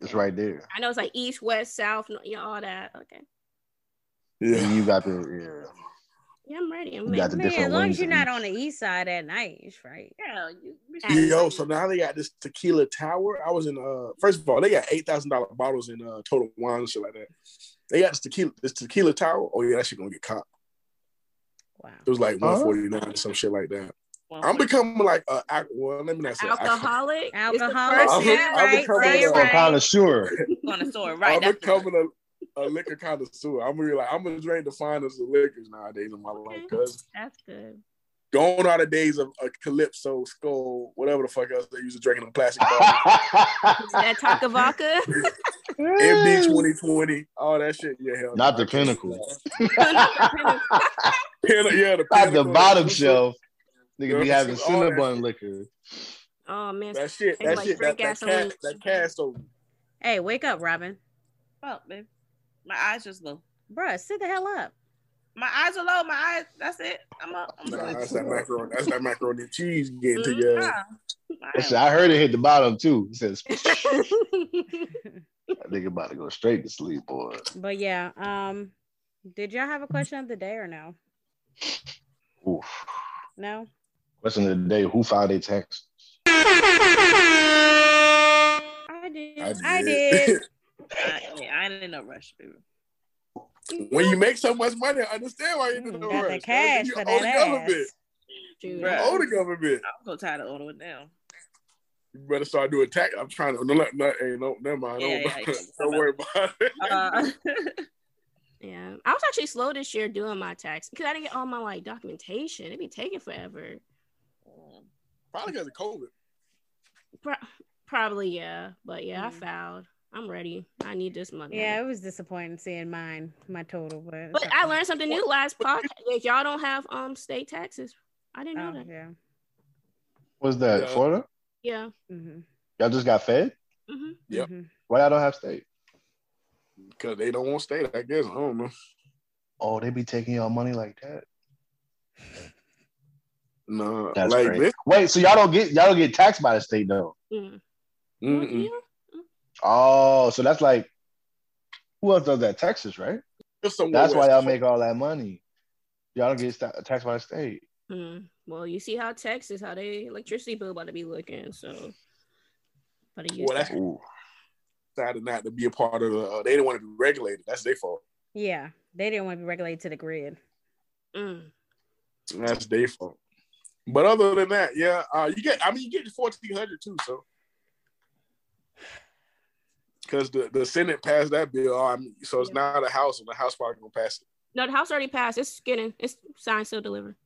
[SPEAKER 5] it's
[SPEAKER 3] Okay.
[SPEAKER 5] right there.
[SPEAKER 3] I know it's like east, west, south, no- yeah, all that. Okay.
[SPEAKER 5] And
[SPEAKER 7] Yeah.
[SPEAKER 5] you got the yeah,
[SPEAKER 3] Yeah, I'm ready. I'm
[SPEAKER 5] you got
[SPEAKER 3] ready.
[SPEAKER 5] the
[SPEAKER 4] Man,
[SPEAKER 5] different
[SPEAKER 4] as long
[SPEAKER 5] wings
[SPEAKER 4] as you're
[SPEAKER 5] of
[SPEAKER 4] not
[SPEAKER 5] each.
[SPEAKER 4] on the east side at night, it's right.
[SPEAKER 6] Yeah, you, we should-
[SPEAKER 7] Yo, so now they got this tequila tower. I was in uh first of all, they got eight thousand dollar bottles in uh total wine and shit like that. They got this tequila this tequila tower. Oh yeah, that shit gonna get caught.
[SPEAKER 4] Wow.
[SPEAKER 7] It was like
[SPEAKER 5] Huh?
[SPEAKER 6] Uh-huh.
[SPEAKER 7] one forty nine or some shit like that.
[SPEAKER 6] Well,
[SPEAKER 7] I'm becoming like a ac- well, let me not say alcoholic.
[SPEAKER 3] Alcoholic. It's the
[SPEAKER 4] Alcoholic.
[SPEAKER 3] first
[SPEAKER 7] I'll-
[SPEAKER 3] time,
[SPEAKER 7] I'll
[SPEAKER 3] right?
[SPEAKER 7] become
[SPEAKER 4] Say
[SPEAKER 7] a-
[SPEAKER 4] it
[SPEAKER 5] Or kind
[SPEAKER 4] right.
[SPEAKER 5] of sure.
[SPEAKER 6] on the store,
[SPEAKER 7] I'm
[SPEAKER 6] right? That's the one.
[SPEAKER 7] becoming a, a liquor connoisseur. I'm gonna be like I'm gonna drink the finest of liquors nowadays in my life.
[SPEAKER 6] Mm-hmm.
[SPEAKER 3] Okay.
[SPEAKER 7] Cause
[SPEAKER 3] That's good.
[SPEAKER 7] gone are the days of a calypso skull, whatever the fuck else they used to drink in the
[SPEAKER 6] (laughs)
[SPEAKER 7] plastic bottles.
[SPEAKER 3] Is that taco
[SPEAKER 7] (laughs)
[SPEAKER 3] vodka? (laughs)
[SPEAKER 7] MD 2020, all that shit. Yeah, hell
[SPEAKER 5] Not
[SPEAKER 7] no,
[SPEAKER 5] the
[SPEAKER 7] I can't
[SPEAKER 5] pinnacle.
[SPEAKER 7] do
[SPEAKER 5] (laughs) Not
[SPEAKER 7] that. Pin- yeah, the
[SPEAKER 5] the
[SPEAKER 7] pinnacle,
[SPEAKER 5] bottom
[SPEAKER 7] Gucci,
[SPEAKER 5] shelf. Nigga be
[SPEAKER 7] Yeah,
[SPEAKER 5] having
[SPEAKER 7] all that
[SPEAKER 5] Cinnabon liquor.
[SPEAKER 3] oh man.
[SPEAKER 7] That shit,
[SPEAKER 3] Tastes
[SPEAKER 7] that
[SPEAKER 3] like
[SPEAKER 7] shit,
[SPEAKER 3] straight
[SPEAKER 7] that, that,
[SPEAKER 3] gasoline.
[SPEAKER 7] cast, that cast over.
[SPEAKER 4] Hey, wake up, Robin.
[SPEAKER 6] Fuck, man. My eyes just low.
[SPEAKER 4] Bruh, sit the hell up.
[SPEAKER 6] My eyes are low. My eyes. That's it. I'm up. I'm
[SPEAKER 7] Nah,
[SPEAKER 6] done.
[SPEAKER 7] that's that macaroni. That's that macaroni and cheese getting to
[SPEAKER 3] Mhm.
[SPEAKER 7] you.
[SPEAKER 4] Uh-huh.
[SPEAKER 6] My
[SPEAKER 5] I
[SPEAKER 6] eyes-
[SPEAKER 5] said, I heard it hit the bottom too. He says,
[SPEAKER 4] but
[SPEAKER 5] that nigga about to go straight to sleep, boy.
[SPEAKER 4] yeah, um, did y'all have a question of the day or no?
[SPEAKER 5] Oof.
[SPEAKER 4] No.
[SPEAKER 5] Question of the day, who filed their tax?
[SPEAKER 4] I did.
[SPEAKER 7] I
[SPEAKER 4] I
[SPEAKER 7] did.
[SPEAKER 4] did.
[SPEAKER 7] (laughs)
[SPEAKER 6] I, yeah, I ain't in no rush. baby.
[SPEAKER 7] (laughs) when you make so much money, I understand why you
[SPEAKER 4] Mm,
[SPEAKER 7] didn't
[SPEAKER 4] got
[SPEAKER 7] rush.
[SPEAKER 4] the cash
[SPEAKER 7] you
[SPEAKER 4] for
[SPEAKER 7] owe the
[SPEAKER 4] that
[SPEAKER 7] government.
[SPEAKER 4] ass.
[SPEAKER 3] Dude,
[SPEAKER 7] You
[SPEAKER 6] Bruh.
[SPEAKER 7] owe the government.
[SPEAKER 6] I'm so tired of
[SPEAKER 5] (laughs)
[SPEAKER 6] ordering now.
[SPEAKER 7] You better start doing tax. I'm trying to. No, no, no, hey, no never mind.
[SPEAKER 6] Yeah,
[SPEAKER 7] don't,
[SPEAKER 6] yeah, yeah.
[SPEAKER 7] (laughs) don't worry about it.
[SPEAKER 6] Uh, (laughs)
[SPEAKER 3] Yeah, I was actually slow this year doing my tax because I didn't get all my like documentation. It'd be taking forever.
[SPEAKER 6] Mm,
[SPEAKER 7] Probably because of COVID.
[SPEAKER 3] Pro- probably yeah, but yeah,
[SPEAKER 4] Mhm.
[SPEAKER 3] I fouled. I'm ready. I need this money.
[SPEAKER 4] Yeah, it was disappointing seeing mine, my total, but it's
[SPEAKER 3] but
[SPEAKER 4] okay.
[SPEAKER 3] I learned something new last podcast. Like, y'all don't have um state taxes. I didn't know
[SPEAKER 4] Oh,
[SPEAKER 3] that.
[SPEAKER 4] yeah.
[SPEAKER 5] What's that,
[SPEAKER 7] Yeah.
[SPEAKER 5] Florida?
[SPEAKER 3] Yeah.
[SPEAKER 4] Mm-hmm.
[SPEAKER 5] Y'all just got fed?
[SPEAKER 3] hmm
[SPEAKER 7] Yep.
[SPEAKER 4] Mhm.
[SPEAKER 5] Why y'all don't have state?
[SPEAKER 7] Because they don't want to stay. I guess I don't know.
[SPEAKER 5] Oh, they be taking y'all money like that.
[SPEAKER 7] No,
[SPEAKER 5] That's
[SPEAKER 7] like
[SPEAKER 5] crazy. Wait, so y'all don't get y'all don't get taxed by the state though.
[SPEAKER 3] Mm.
[SPEAKER 7] this. Mm-mm.
[SPEAKER 3] Yeah.
[SPEAKER 5] Oh, so that's like who else does that? Texas, right?
[SPEAKER 7] Just somewhere
[SPEAKER 5] That's why
[SPEAKER 7] west.
[SPEAKER 5] y'all make all that money. Y'all don't get sta- taxed by the state.
[SPEAKER 3] Mm. Well, you see how Texas, how they electricity bill about to be looking. So, but it used
[SPEAKER 7] Well, that's
[SPEAKER 5] Ooh.
[SPEAKER 7] decided not to be a part of the. Uh, they didn't want to be regulated. That's their fault.
[SPEAKER 4] Yeah, they didn't want to be regulated to the grid.
[SPEAKER 3] mm.
[SPEAKER 7] That's their fault. But other than that, yeah, uh, you get. I mean, you get fourteen hundred too. So, because the, the Senate passed that bill, I mean, so it's now the House, and the House probably gonna pass it.
[SPEAKER 3] no, the house already passed. It's getting it's signed, still delivered.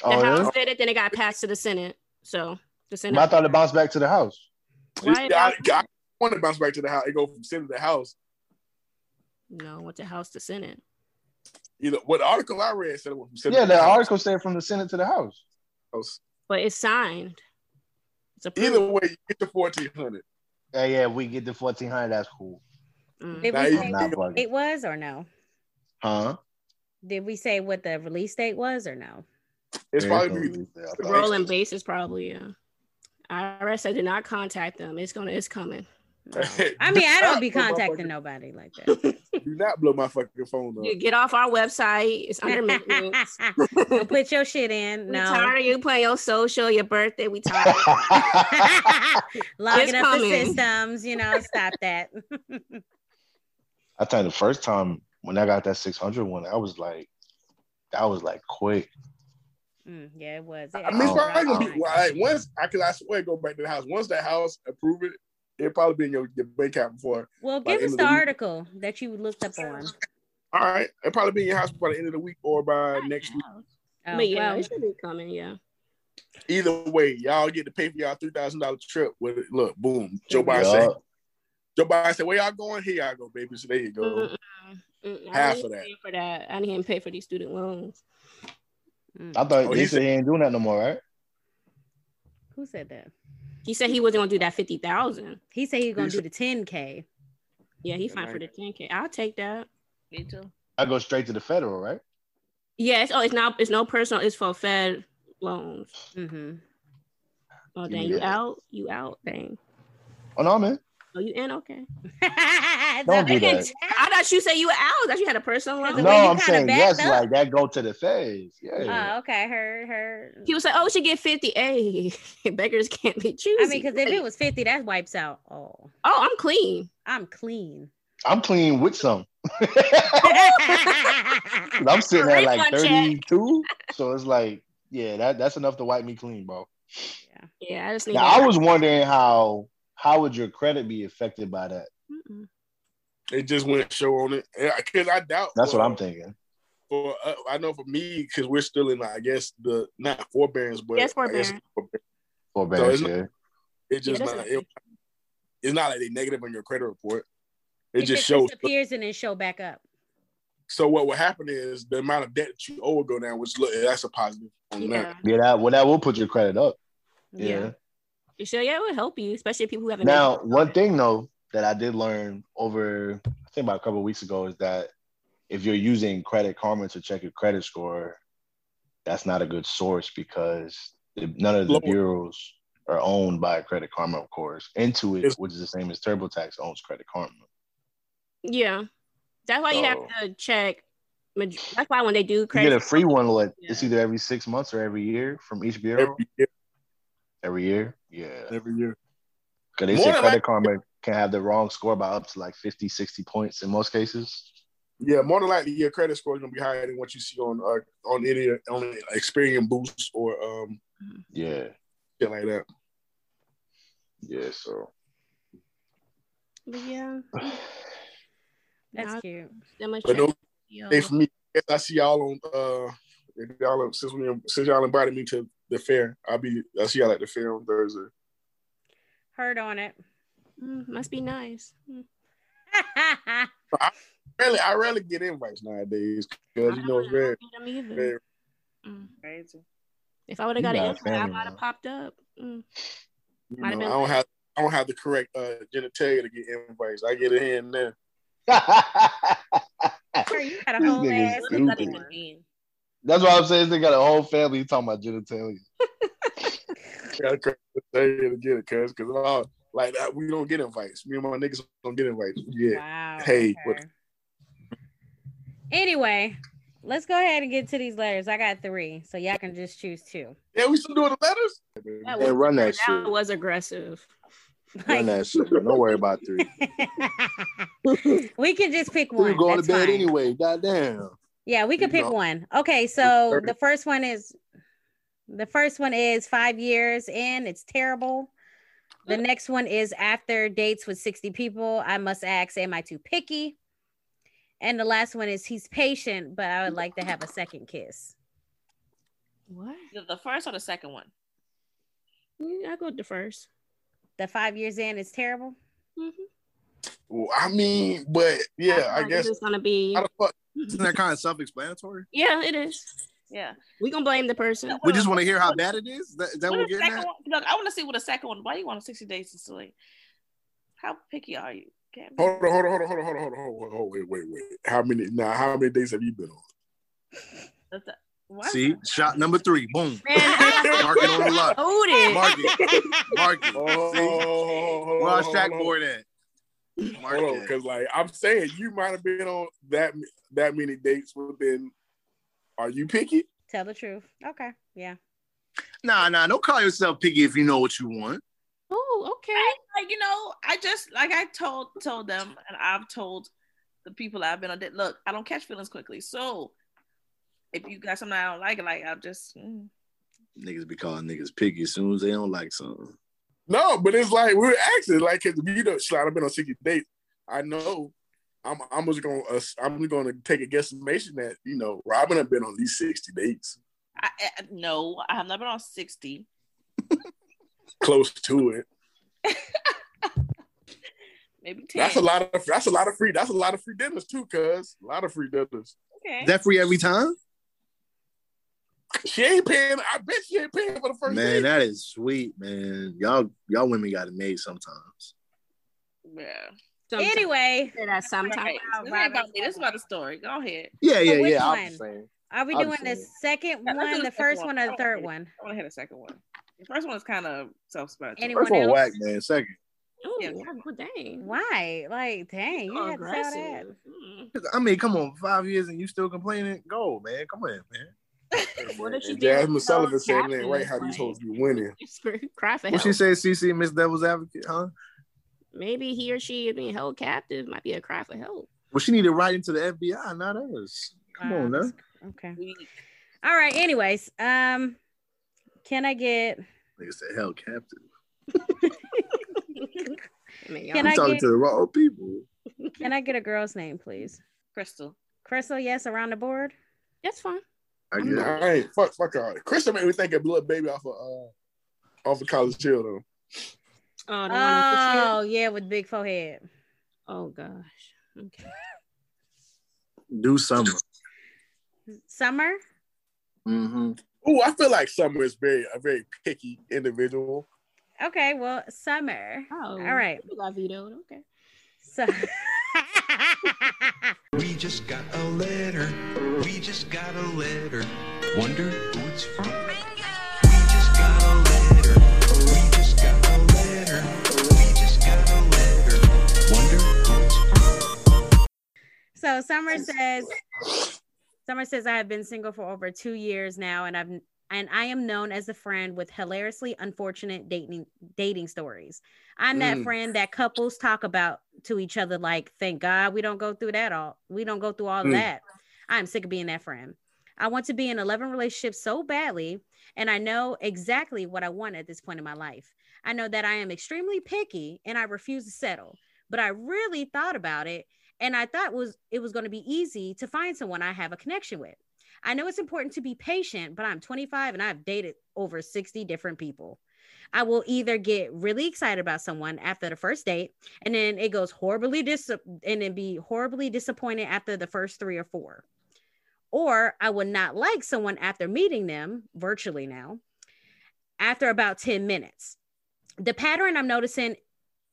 [SPEAKER 3] The
[SPEAKER 5] Oh,
[SPEAKER 3] house
[SPEAKER 5] yeah?
[SPEAKER 3] did it, then it got passed to the Senate. So the Senate.
[SPEAKER 5] I thought it bounced back to the house.
[SPEAKER 3] Why it
[SPEAKER 7] I,
[SPEAKER 3] bounced
[SPEAKER 7] I want to bounce back to the House. It go from Senate to House.
[SPEAKER 3] No, went to House to Senate.
[SPEAKER 7] Either what article I read said it went from Senate.
[SPEAKER 5] Yeah,
[SPEAKER 7] to
[SPEAKER 5] the
[SPEAKER 7] House.
[SPEAKER 5] article said from the Senate to the House.
[SPEAKER 3] But it's signed. It's approved.
[SPEAKER 7] Either way, you get the fourteen hundred.
[SPEAKER 5] Yeah, yeah, we get the fourteen hundred. That's cool.
[SPEAKER 3] Mm.
[SPEAKER 4] Did
[SPEAKER 7] Nah,
[SPEAKER 4] we
[SPEAKER 7] you
[SPEAKER 4] say
[SPEAKER 5] I'm
[SPEAKER 7] did.
[SPEAKER 5] not
[SPEAKER 4] what
[SPEAKER 5] bugging.
[SPEAKER 4] it was or no?
[SPEAKER 5] Huh?
[SPEAKER 4] Did we say what the release date was or no?
[SPEAKER 7] It's
[SPEAKER 5] Yeah,
[SPEAKER 7] probably be
[SPEAKER 5] gonna be- I thought-
[SPEAKER 3] Rolling basis probably, yeah. IRS I did not contact them. It's gonna it's coming.
[SPEAKER 4] No.
[SPEAKER 7] (laughs)
[SPEAKER 4] I mean, I don't be contacting
[SPEAKER 7] Motherfucker.
[SPEAKER 4] nobody
[SPEAKER 7] (laughs)
[SPEAKER 4] like that.
[SPEAKER 7] do not blow my fucking phone up.
[SPEAKER 3] You get off our website. It's under
[SPEAKER 4] (laughs)
[SPEAKER 3] maintenance.
[SPEAKER 4] Don't (laughs) Put your shit in.
[SPEAKER 3] We
[SPEAKER 4] No.
[SPEAKER 3] tired of you playing your social, your birthday.
[SPEAKER 5] (laughs)
[SPEAKER 3] We tired.
[SPEAKER 4] (laughs) Logging
[SPEAKER 3] It's
[SPEAKER 4] up the
[SPEAKER 3] coming.
[SPEAKER 4] systems, you know, stop that. (laughs)
[SPEAKER 5] I think the first time when I got that 600 one, I was like, that was like quick.
[SPEAKER 4] Mm, yeah, it was. It
[SPEAKER 7] I mean, it's
[SPEAKER 3] Oh,
[SPEAKER 4] actually
[SPEAKER 7] probably
[SPEAKER 4] dropped
[SPEAKER 7] gonna be
[SPEAKER 4] tonight.
[SPEAKER 7] like, once I could I swear go back to the house. Once that house approve it, it'll probably be in your, your bank account before.
[SPEAKER 4] Well,
[SPEAKER 7] by
[SPEAKER 4] give
[SPEAKER 7] end
[SPEAKER 4] us
[SPEAKER 7] of
[SPEAKER 4] the
[SPEAKER 7] the week.
[SPEAKER 4] article that you looked up on.
[SPEAKER 7] All right, it'll probably be in your house by the end of the week or by next week.
[SPEAKER 4] Oh,
[SPEAKER 3] but yeah,
[SPEAKER 4] well,
[SPEAKER 3] it should be coming. Yeah.
[SPEAKER 7] Either way, y'all get to pay for y'all three thousand dollar trip. With it. look, boom, Joe Biden
[SPEAKER 5] Yeah.
[SPEAKER 7] said. Joe Biden said, "Where y'all going? Here I go, baby. So there you go.
[SPEAKER 3] Mm-mm. Mm-mm.
[SPEAKER 7] Half
[SPEAKER 3] I didn't
[SPEAKER 7] of that.
[SPEAKER 3] pay for that. I didn't pay for these student loans.
[SPEAKER 4] mm.
[SPEAKER 5] I thought
[SPEAKER 7] Oh,
[SPEAKER 5] he
[SPEAKER 7] he
[SPEAKER 5] said he ain't doing that no more, right?
[SPEAKER 4] who said that?
[SPEAKER 3] He said he wasn't gonna do that fifty thousand.
[SPEAKER 4] He said he's gonna
[SPEAKER 7] He
[SPEAKER 4] do the 10k.
[SPEAKER 3] Yeah, he fine for the ten k. I'll take that.
[SPEAKER 6] Me too.
[SPEAKER 5] I go straight to the federal, right?
[SPEAKER 3] Yeah, it's oh, it's not it's no personal. It's for Fed loans.
[SPEAKER 4] hmm
[SPEAKER 3] Oh dang, you
[SPEAKER 5] Yeah.
[SPEAKER 3] out? You out? Dang.
[SPEAKER 5] Oh no, man.
[SPEAKER 3] Oh, you in? Okay.
[SPEAKER 4] (laughs)
[SPEAKER 5] Don't do that.
[SPEAKER 3] I thought you said you were out. That you had a personal
[SPEAKER 4] Because
[SPEAKER 3] loan.
[SPEAKER 4] The
[SPEAKER 5] No,
[SPEAKER 4] way you
[SPEAKER 5] I'm
[SPEAKER 4] kinda
[SPEAKER 5] saying
[SPEAKER 4] backed
[SPEAKER 5] that's
[SPEAKER 4] up.
[SPEAKER 5] like that go to the feds. Yeah.
[SPEAKER 4] Oh, okay. Her, her.
[SPEAKER 3] He was like, "Oh, we should get 50. Hey, (laughs) beggars can't be choosy."
[SPEAKER 4] I mean, because if it was 50, that wipes out. Oh,
[SPEAKER 3] oh, I'm clean.
[SPEAKER 4] I'm clean.
[SPEAKER 5] I'm clean
[SPEAKER 4] (laughs)
[SPEAKER 5] with some. (laughs) 'Cause I'm sitting at like
[SPEAKER 3] Refund check.
[SPEAKER 5] 32. So it's like, yeah, that, that's enough to wipe me clean, bro.
[SPEAKER 3] Yeah, I just need.
[SPEAKER 5] Now I was wondering how how would your credit be affected by that?
[SPEAKER 3] Mm-mm.
[SPEAKER 7] It just went show on it. Because I doubt.
[SPEAKER 5] That's what
[SPEAKER 7] well,
[SPEAKER 5] I'm thinking.
[SPEAKER 7] for uh, I know for me because we're still in I guess the not forbearance but
[SPEAKER 3] Yes,
[SPEAKER 7] I guess
[SPEAKER 3] forbearance.
[SPEAKER 7] forbearance.
[SPEAKER 5] For
[SPEAKER 7] it's not-
[SPEAKER 5] yeah.
[SPEAKER 7] It's just
[SPEAKER 3] Yeah, that's
[SPEAKER 7] not
[SPEAKER 3] a-
[SPEAKER 7] it- it's not like they negative on your credit report. It
[SPEAKER 4] If
[SPEAKER 7] just shows.
[SPEAKER 4] disappears and then show back up.
[SPEAKER 7] So what will happen is the amount of debt that you owe will go down, which look that's a positive on that.
[SPEAKER 3] Yeah.
[SPEAKER 5] Yeah, that well, that will put your credit up.
[SPEAKER 4] Yeah.
[SPEAKER 5] yeah.
[SPEAKER 3] You sure? Yeah, it would help you, especially people who haven't. made-
[SPEAKER 5] Now, one thing though that I did learn over, I think about a couple of weeks ago, is that if you're using Credit Karma to check your credit score, that's not a good source because the- none of the
[SPEAKER 7] Lower.
[SPEAKER 5] bureaus are owned by Credit Karma, of course. Intuit,
[SPEAKER 7] It's-
[SPEAKER 5] which is the same as TurboTax, owns Credit Karma.
[SPEAKER 3] Yeah, that's why you have
[SPEAKER 5] So-
[SPEAKER 3] to check. maj- That's why when they do
[SPEAKER 5] You get a
[SPEAKER 3] credit,
[SPEAKER 5] free one. Like, It's
[SPEAKER 3] Yeah.
[SPEAKER 5] either every six months or every year from each bureau.
[SPEAKER 7] Every year,
[SPEAKER 5] Every year, yeah.
[SPEAKER 7] every year.
[SPEAKER 5] Because they
[SPEAKER 7] More
[SPEAKER 5] say
[SPEAKER 7] than
[SPEAKER 5] Credit Karma can have the wrong score by up to like 50, 60 points in most cases.
[SPEAKER 7] Yeah, more than likely your credit score is gonna be higher than what you see on uh, on any on Experian Boost or um
[SPEAKER 5] Yeah,
[SPEAKER 7] shit like that.
[SPEAKER 5] yeah. (laughs) So.
[SPEAKER 3] but yeah,
[SPEAKER 4] That's
[SPEAKER 3] Nah.
[SPEAKER 4] cute.
[SPEAKER 3] that much.
[SPEAKER 7] But no
[SPEAKER 5] (laughs)
[SPEAKER 3] Yo.
[SPEAKER 7] Hey, for me, I guess I see y'all on uh if y'all since we since y'all invited me to the fair, I'll be I see y'all at the fair on Thursday.
[SPEAKER 4] Heard on it. (laughs)
[SPEAKER 3] Mm, must be nice. Mm.
[SPEAKER 7] Really, I rarely get invites nowadays because you know it's
[SPEAKER 3] I don't
[SPEAKER 7] very,
[SPEAKER 3] get them either.
[SPEAKER 7] very
[SPEAKER 3] Mm.
[SPEAKER 6] Crazy.
[SPEAKER 3] If I would
[SPEAKER 5] You
[SPEAKER 3] have got an
[SPEAKER 5] got
[SPEAKER 3] invite, I
[SPEAKER 5] family,
[SPEAKER 3] might have
[SPEAKER 5] man.
[SPEAKER 3] popped up. Mm.
[SPEAKER 7] you know,
[SPEAKER 3] Might
[SPEAKER 7] I
[SPEAKER 3] have been
[SPEAKER 7] don't
[SPEAKER 3] late.
[SPEAKER 7] have I don't have the correct uh genitalia to get invites. I get it here and there.
[SPEAKER 4] Sure, you got a
[SPEAKER 5] This
[SPEAKER 4] whole
[SPEAKER 5] nigga is
[SPEAKER 4] ass.
[SPEAKER 5] stupid.
[SPEAKER 4] another one.
[SPEAKER 5] That's what I'm saying. They got a whole family talking about genitalia.
[SPEAKER 7] I got the correct genitalia to get it, cuz because all like that, we don't get invites. Me and my niggas don't get invites. Yeah.
[SPEAKER 4] Wow.
[SPEAKER 7] Hey, what-
[SPEAKER 4] okay. Anyway, let's go ahead and get to these letters. I got three, so y'all can just choose two.
[SPEAKER 7] Yeah, we still doing the letters.
[SPEAKER 3] That
[SPEAKER 5] Yeah,
[SPEAKER 3] was,
[SPEAKER 5] run that
[SPEAKER 3] that
[SPEAKER 5] shit.
[SPEAKER 3] was aggressive.
[SPEAKER 5] Run that shit. Don't worry about three.
[SPEAKER 4] (laughs) we can just pick
[SPEAKER 5] We
[SPEAKER 4] one.
[SPEAKER 5] going to
[SPEAKER 4] That's
[SPEAKER 5] bed
[SPEAKER 4] fine.
[SPEAKER 5] anyway. Goddamn.
[SPEAKER 4] Yeah, we can
[SPEAKER 7] You
[SPEAKER 4] pick
[SPEAKER 7] know.
[SPEAKER 4] one. Okay, so
[SPEAKER 7] Thirty.
[SPEAKER 4] the first one is the first one is five years in. It's terrible. The next one is after dates with 60 people. I must ask, am I too picky? And the last one is he's patient, but I would like to have a second kiss.
[SPEAKER 3] What?
[SPEAKER 6] Either the first or the second one.
[SPEAKER 3] Yeah, I go with the 1st
[SPEAKER 4] The five years in is terrible.
[SPEAKER 7] Well, I mean, but yeah, I guess
[SPEAKER 3] it's gonna be.
[SPEAKER 7] how the fuck
[SPEAKER 8] Isn't that kind of self-explanatory?
[SPEAKER 3] Yeah, it is.
[SPEAKER 6] Yeah.
[SPEAKER 3] We gonna blame the person.
[SPEAKER 8] We just want to hear how bad it is. Is That, is that what
[SPEAKER 6] What
[SPEAKER 8] we're
[SPEAKER 6] the
[SPEAKER 8] getting
[SPEAKER 6] second
[SPEAKER 8] at?
[SPEAKER 6] one? Look, I want to see what the second one. Why you want a sixty days to sleep? How picky are you? Can't be.
[SPEAKER 7] Hold on, hold on, hold on, hold on, hold on, hold on, hold on, hold on, wait, wait, wait. How many now? How many days have you been on?
[SPEAKER 6] That's a- what?
[SPEAKER 8] See, shot number three. Boom.
[SPEAKER 4] (laughs)
[SPEAKER 3] Man,
[SPEAKER 8] Mark it on the lot.
[SPEAKER 3] Loaded.
[SPEAKER 8] Mark it. Mark
[SPEAKER 7] (laughs)
[SPEAKER 8] it. See?
[SPEAKER 7] Oh,
[SPEAKER 8] Where our Shaq board at? Mark
[SPEAKER 7] Hold on,
[SPEAKER 8] it.
[SPEAKER 7] because like I'm saying, you might have been on that that many dates within. Are you picky?
[SPEAKER 4] Tell the truth. Okay. Yeah.
[SPEAKER 8] Nah, nah. Don't call yourself picky if you know what you want.
[SPEAKER 3] Oh,
[SPEAKER 6] I,
[SPEAKER 3] okay.
[SPEAKER 6] like you know, I just like I told told them, and I've told the people I've been on that. Look, I don't catch feelings quickly, so if you got something I don't like, like I'm just mm,
[SPEAKER 8] Niggas be calling niggas piggy as soon as they don't like something.
[SPEAKER 7] No, but it's like we were asking, like, cause you know, shit, I've been on sixty dates. I know. I'm I'm just gonna uh, I'm just gonna take a guesstimation that you know Robin have been on these sixty dates,
[SPEAKER 6] I, I, no, I have not been on 60.
[SPEAKER 7] close to it.
[SPEAKER 6] Maybe 10.
[SPEAKER 7] That's a lot of that's a lot of free that's a lot of free dinners too, cuz a lot of free dinners.
[SPEAKER 6] Okay.
[SPEAKER 8] Is that free every time?
[SPEAKER 7] She ain't paying. I bet she ain't paying for the first
[SPEAKER 8] Man,
[SPEAKER 7] date.
[SPEAKER 8] that is sweet, man. Y'all y'all women got it made sometimes.
[SPEAKER 6] yeah.
[SPEAKER 3] Sometimes.
[SPEAKER 4] Anyway,
[SPEAKER 3] Say that sometimes.
[SPEAKER 6] Right. This ain't about me. This is about the story. Go ahead.
[SPEAKER 8] Yeah, yeah,
[SPEAKER 4] which
[SPEAKER 8] yeah. I'm
[SPEAKER 4] one?
[SPEAKER 8] just saying.
[SPEAKER 4] are we
[SPEAKER 8] I'm
[SPEAKER 4] doing the
[SPEAKER 8] saying.
[SPEAKER 4] second
[SPEAKER 6] Yeah, let's do
[SPEAKER 4] one, the
[SPEAKER 6] the second
[SPEAKER 4] first
[SPEAKER 6] one.
[SPEAKER 4] one, or the
[SPEAKER 6] I don't
[SPEAKER 4] third
[SPEAKER 6] care.
[SPEAKER 4] one?
[SPEAKER 6] I want to hear the second one. The first one is kind of self-explanatory.
[SPEAKER 4] Anyone
[SPEAKER 8] First one
[SPEAKER 4] else?
[SPEAKER 8] whack, man. Second.
[SPEAKER 3] Ooh,
[SPEAKER 6] Yeah.
[SPEAKER 3] well, dang.
[SPEAKER 4] Why? Like, dang, you had to tell that.
[SPEAKER 3] Aggressive. Mm.
[SPEAKER 8] 'Cause, I mean, come on, five years and you still complaining? Go, man. Come on, man.
[SPEAKER 3] (laughs) What if she
[SPEAKER 7] And
[SPEAKER 3] did
[SPEAKER 7] Jasmine
[SPEAKER 3] with
[SPEAKER 7] Sullivan
[SPEAKER 3] Charles
[SPEAKER 7] said it ain't
[SPEAKER 3] Chaplin?
[SPEAKER 7] right how these
[SPEAKER 3] Like,
[SPEAKER 7] hoes be winning.
[SPEAKER 3] (laughs) Cry for
[SPEAKER 8] What she
[SPEAKER 3] help.
[SPEAKER 8] say, CC, Miss Devil's Advocate, huh?
[SPEAKER 3] Maybe he or she being held captive might be a cry for help.
[SPEAKER 8] Well, she needed right into the FBI, not us. Come on,
[SPEAKER 4] Wow.
[SPEAKER 8] now.
[SPEAKER 4] Okay.
[SPEAKER 6] We-
[SPEAKER 4] All right. Anyways, um, can I get?
[SPEAKER 8] Nigga said, hell, captain.
[SPEAKER 3] I mean,
[SPEAKER 4] Can
[SPEAKER 8] You
[SPEAKER 4] I
[SPEAKER 8] talking
[SPEAKER 4] get-
[SPEAKER 8] to the wrong people.
[SPEAKER 4] Can I get a girl's name, please?
[SPEAKER 6] Crystal.
[SPEAKER 4] Crystal. Yes, around the board.
[SPEAKER 3] that's fine.
[SPEAKER 8] I
[SPEAKER 7] All
[SPEAKER 8] get it.
[SPEAKER 7] right, fuck, fuck all. Crystal made me think of Blood Baby off of uh, off of College Hill though.
[SPEAKER 3] Oh, the one
[SPEAKER 4] Oh yeah, with big forehead.
[SPEAKER 3] oh gosh. Okay.
[SPEAKER 8] Do something.
[SPEAKER 4] Summer.
[SPEAKER 8] Mm-hmm.
[SPEAKER 7] Ooh, I feel like Summer is very a very picky individual.
[SPEAKER 4] Okay. Well, summer.
[SPEAKER 3] Oh, all
[SPEAKER 4] right.
[SPEAKER 3] You got vetoed. Okay.
[SPEAKER 4] So.
[SPEAKER 3] (laughs)
[SPEAKER 4] (laughs)
[SPEAKER 9] We just got a letter. We just got a letter. Wonder who it's from. We just got a letter. We just got a letter. We just got a letter. Wonder who it's from.
[SPEAKER 4] So Summer says, Summer says, I have been single for over two years now, and I've and I am known as a friend with hilariously unfortunate dating dating stories. I'm that
[SPEAKER 7] Mm.
[SPEAKER 4] friend that couples talk about to each other, like, thank God we don't go through that all. We don't go through all
[SPEAKER 7] Mm.
[SPEAKER 4] that. I'm sick of being that friend. I want to be in 11 relationships so badly, and I know exactly what I want at this point in my life. I know that I am extremely picky and I refuse to settle. But I really thought about it and I thought was it was going to be easy to find someone I have a connection with. I know it's important to be patient, but I'm 25 and I've dated over 60 different people. I will either get really excited about someone after the first date and then it goes horribly dis and then be horribly disappointed after the first 3 or 4. Or I would not like someone after meeting them virtually now after about 10 minutes. The pattern I'm noticing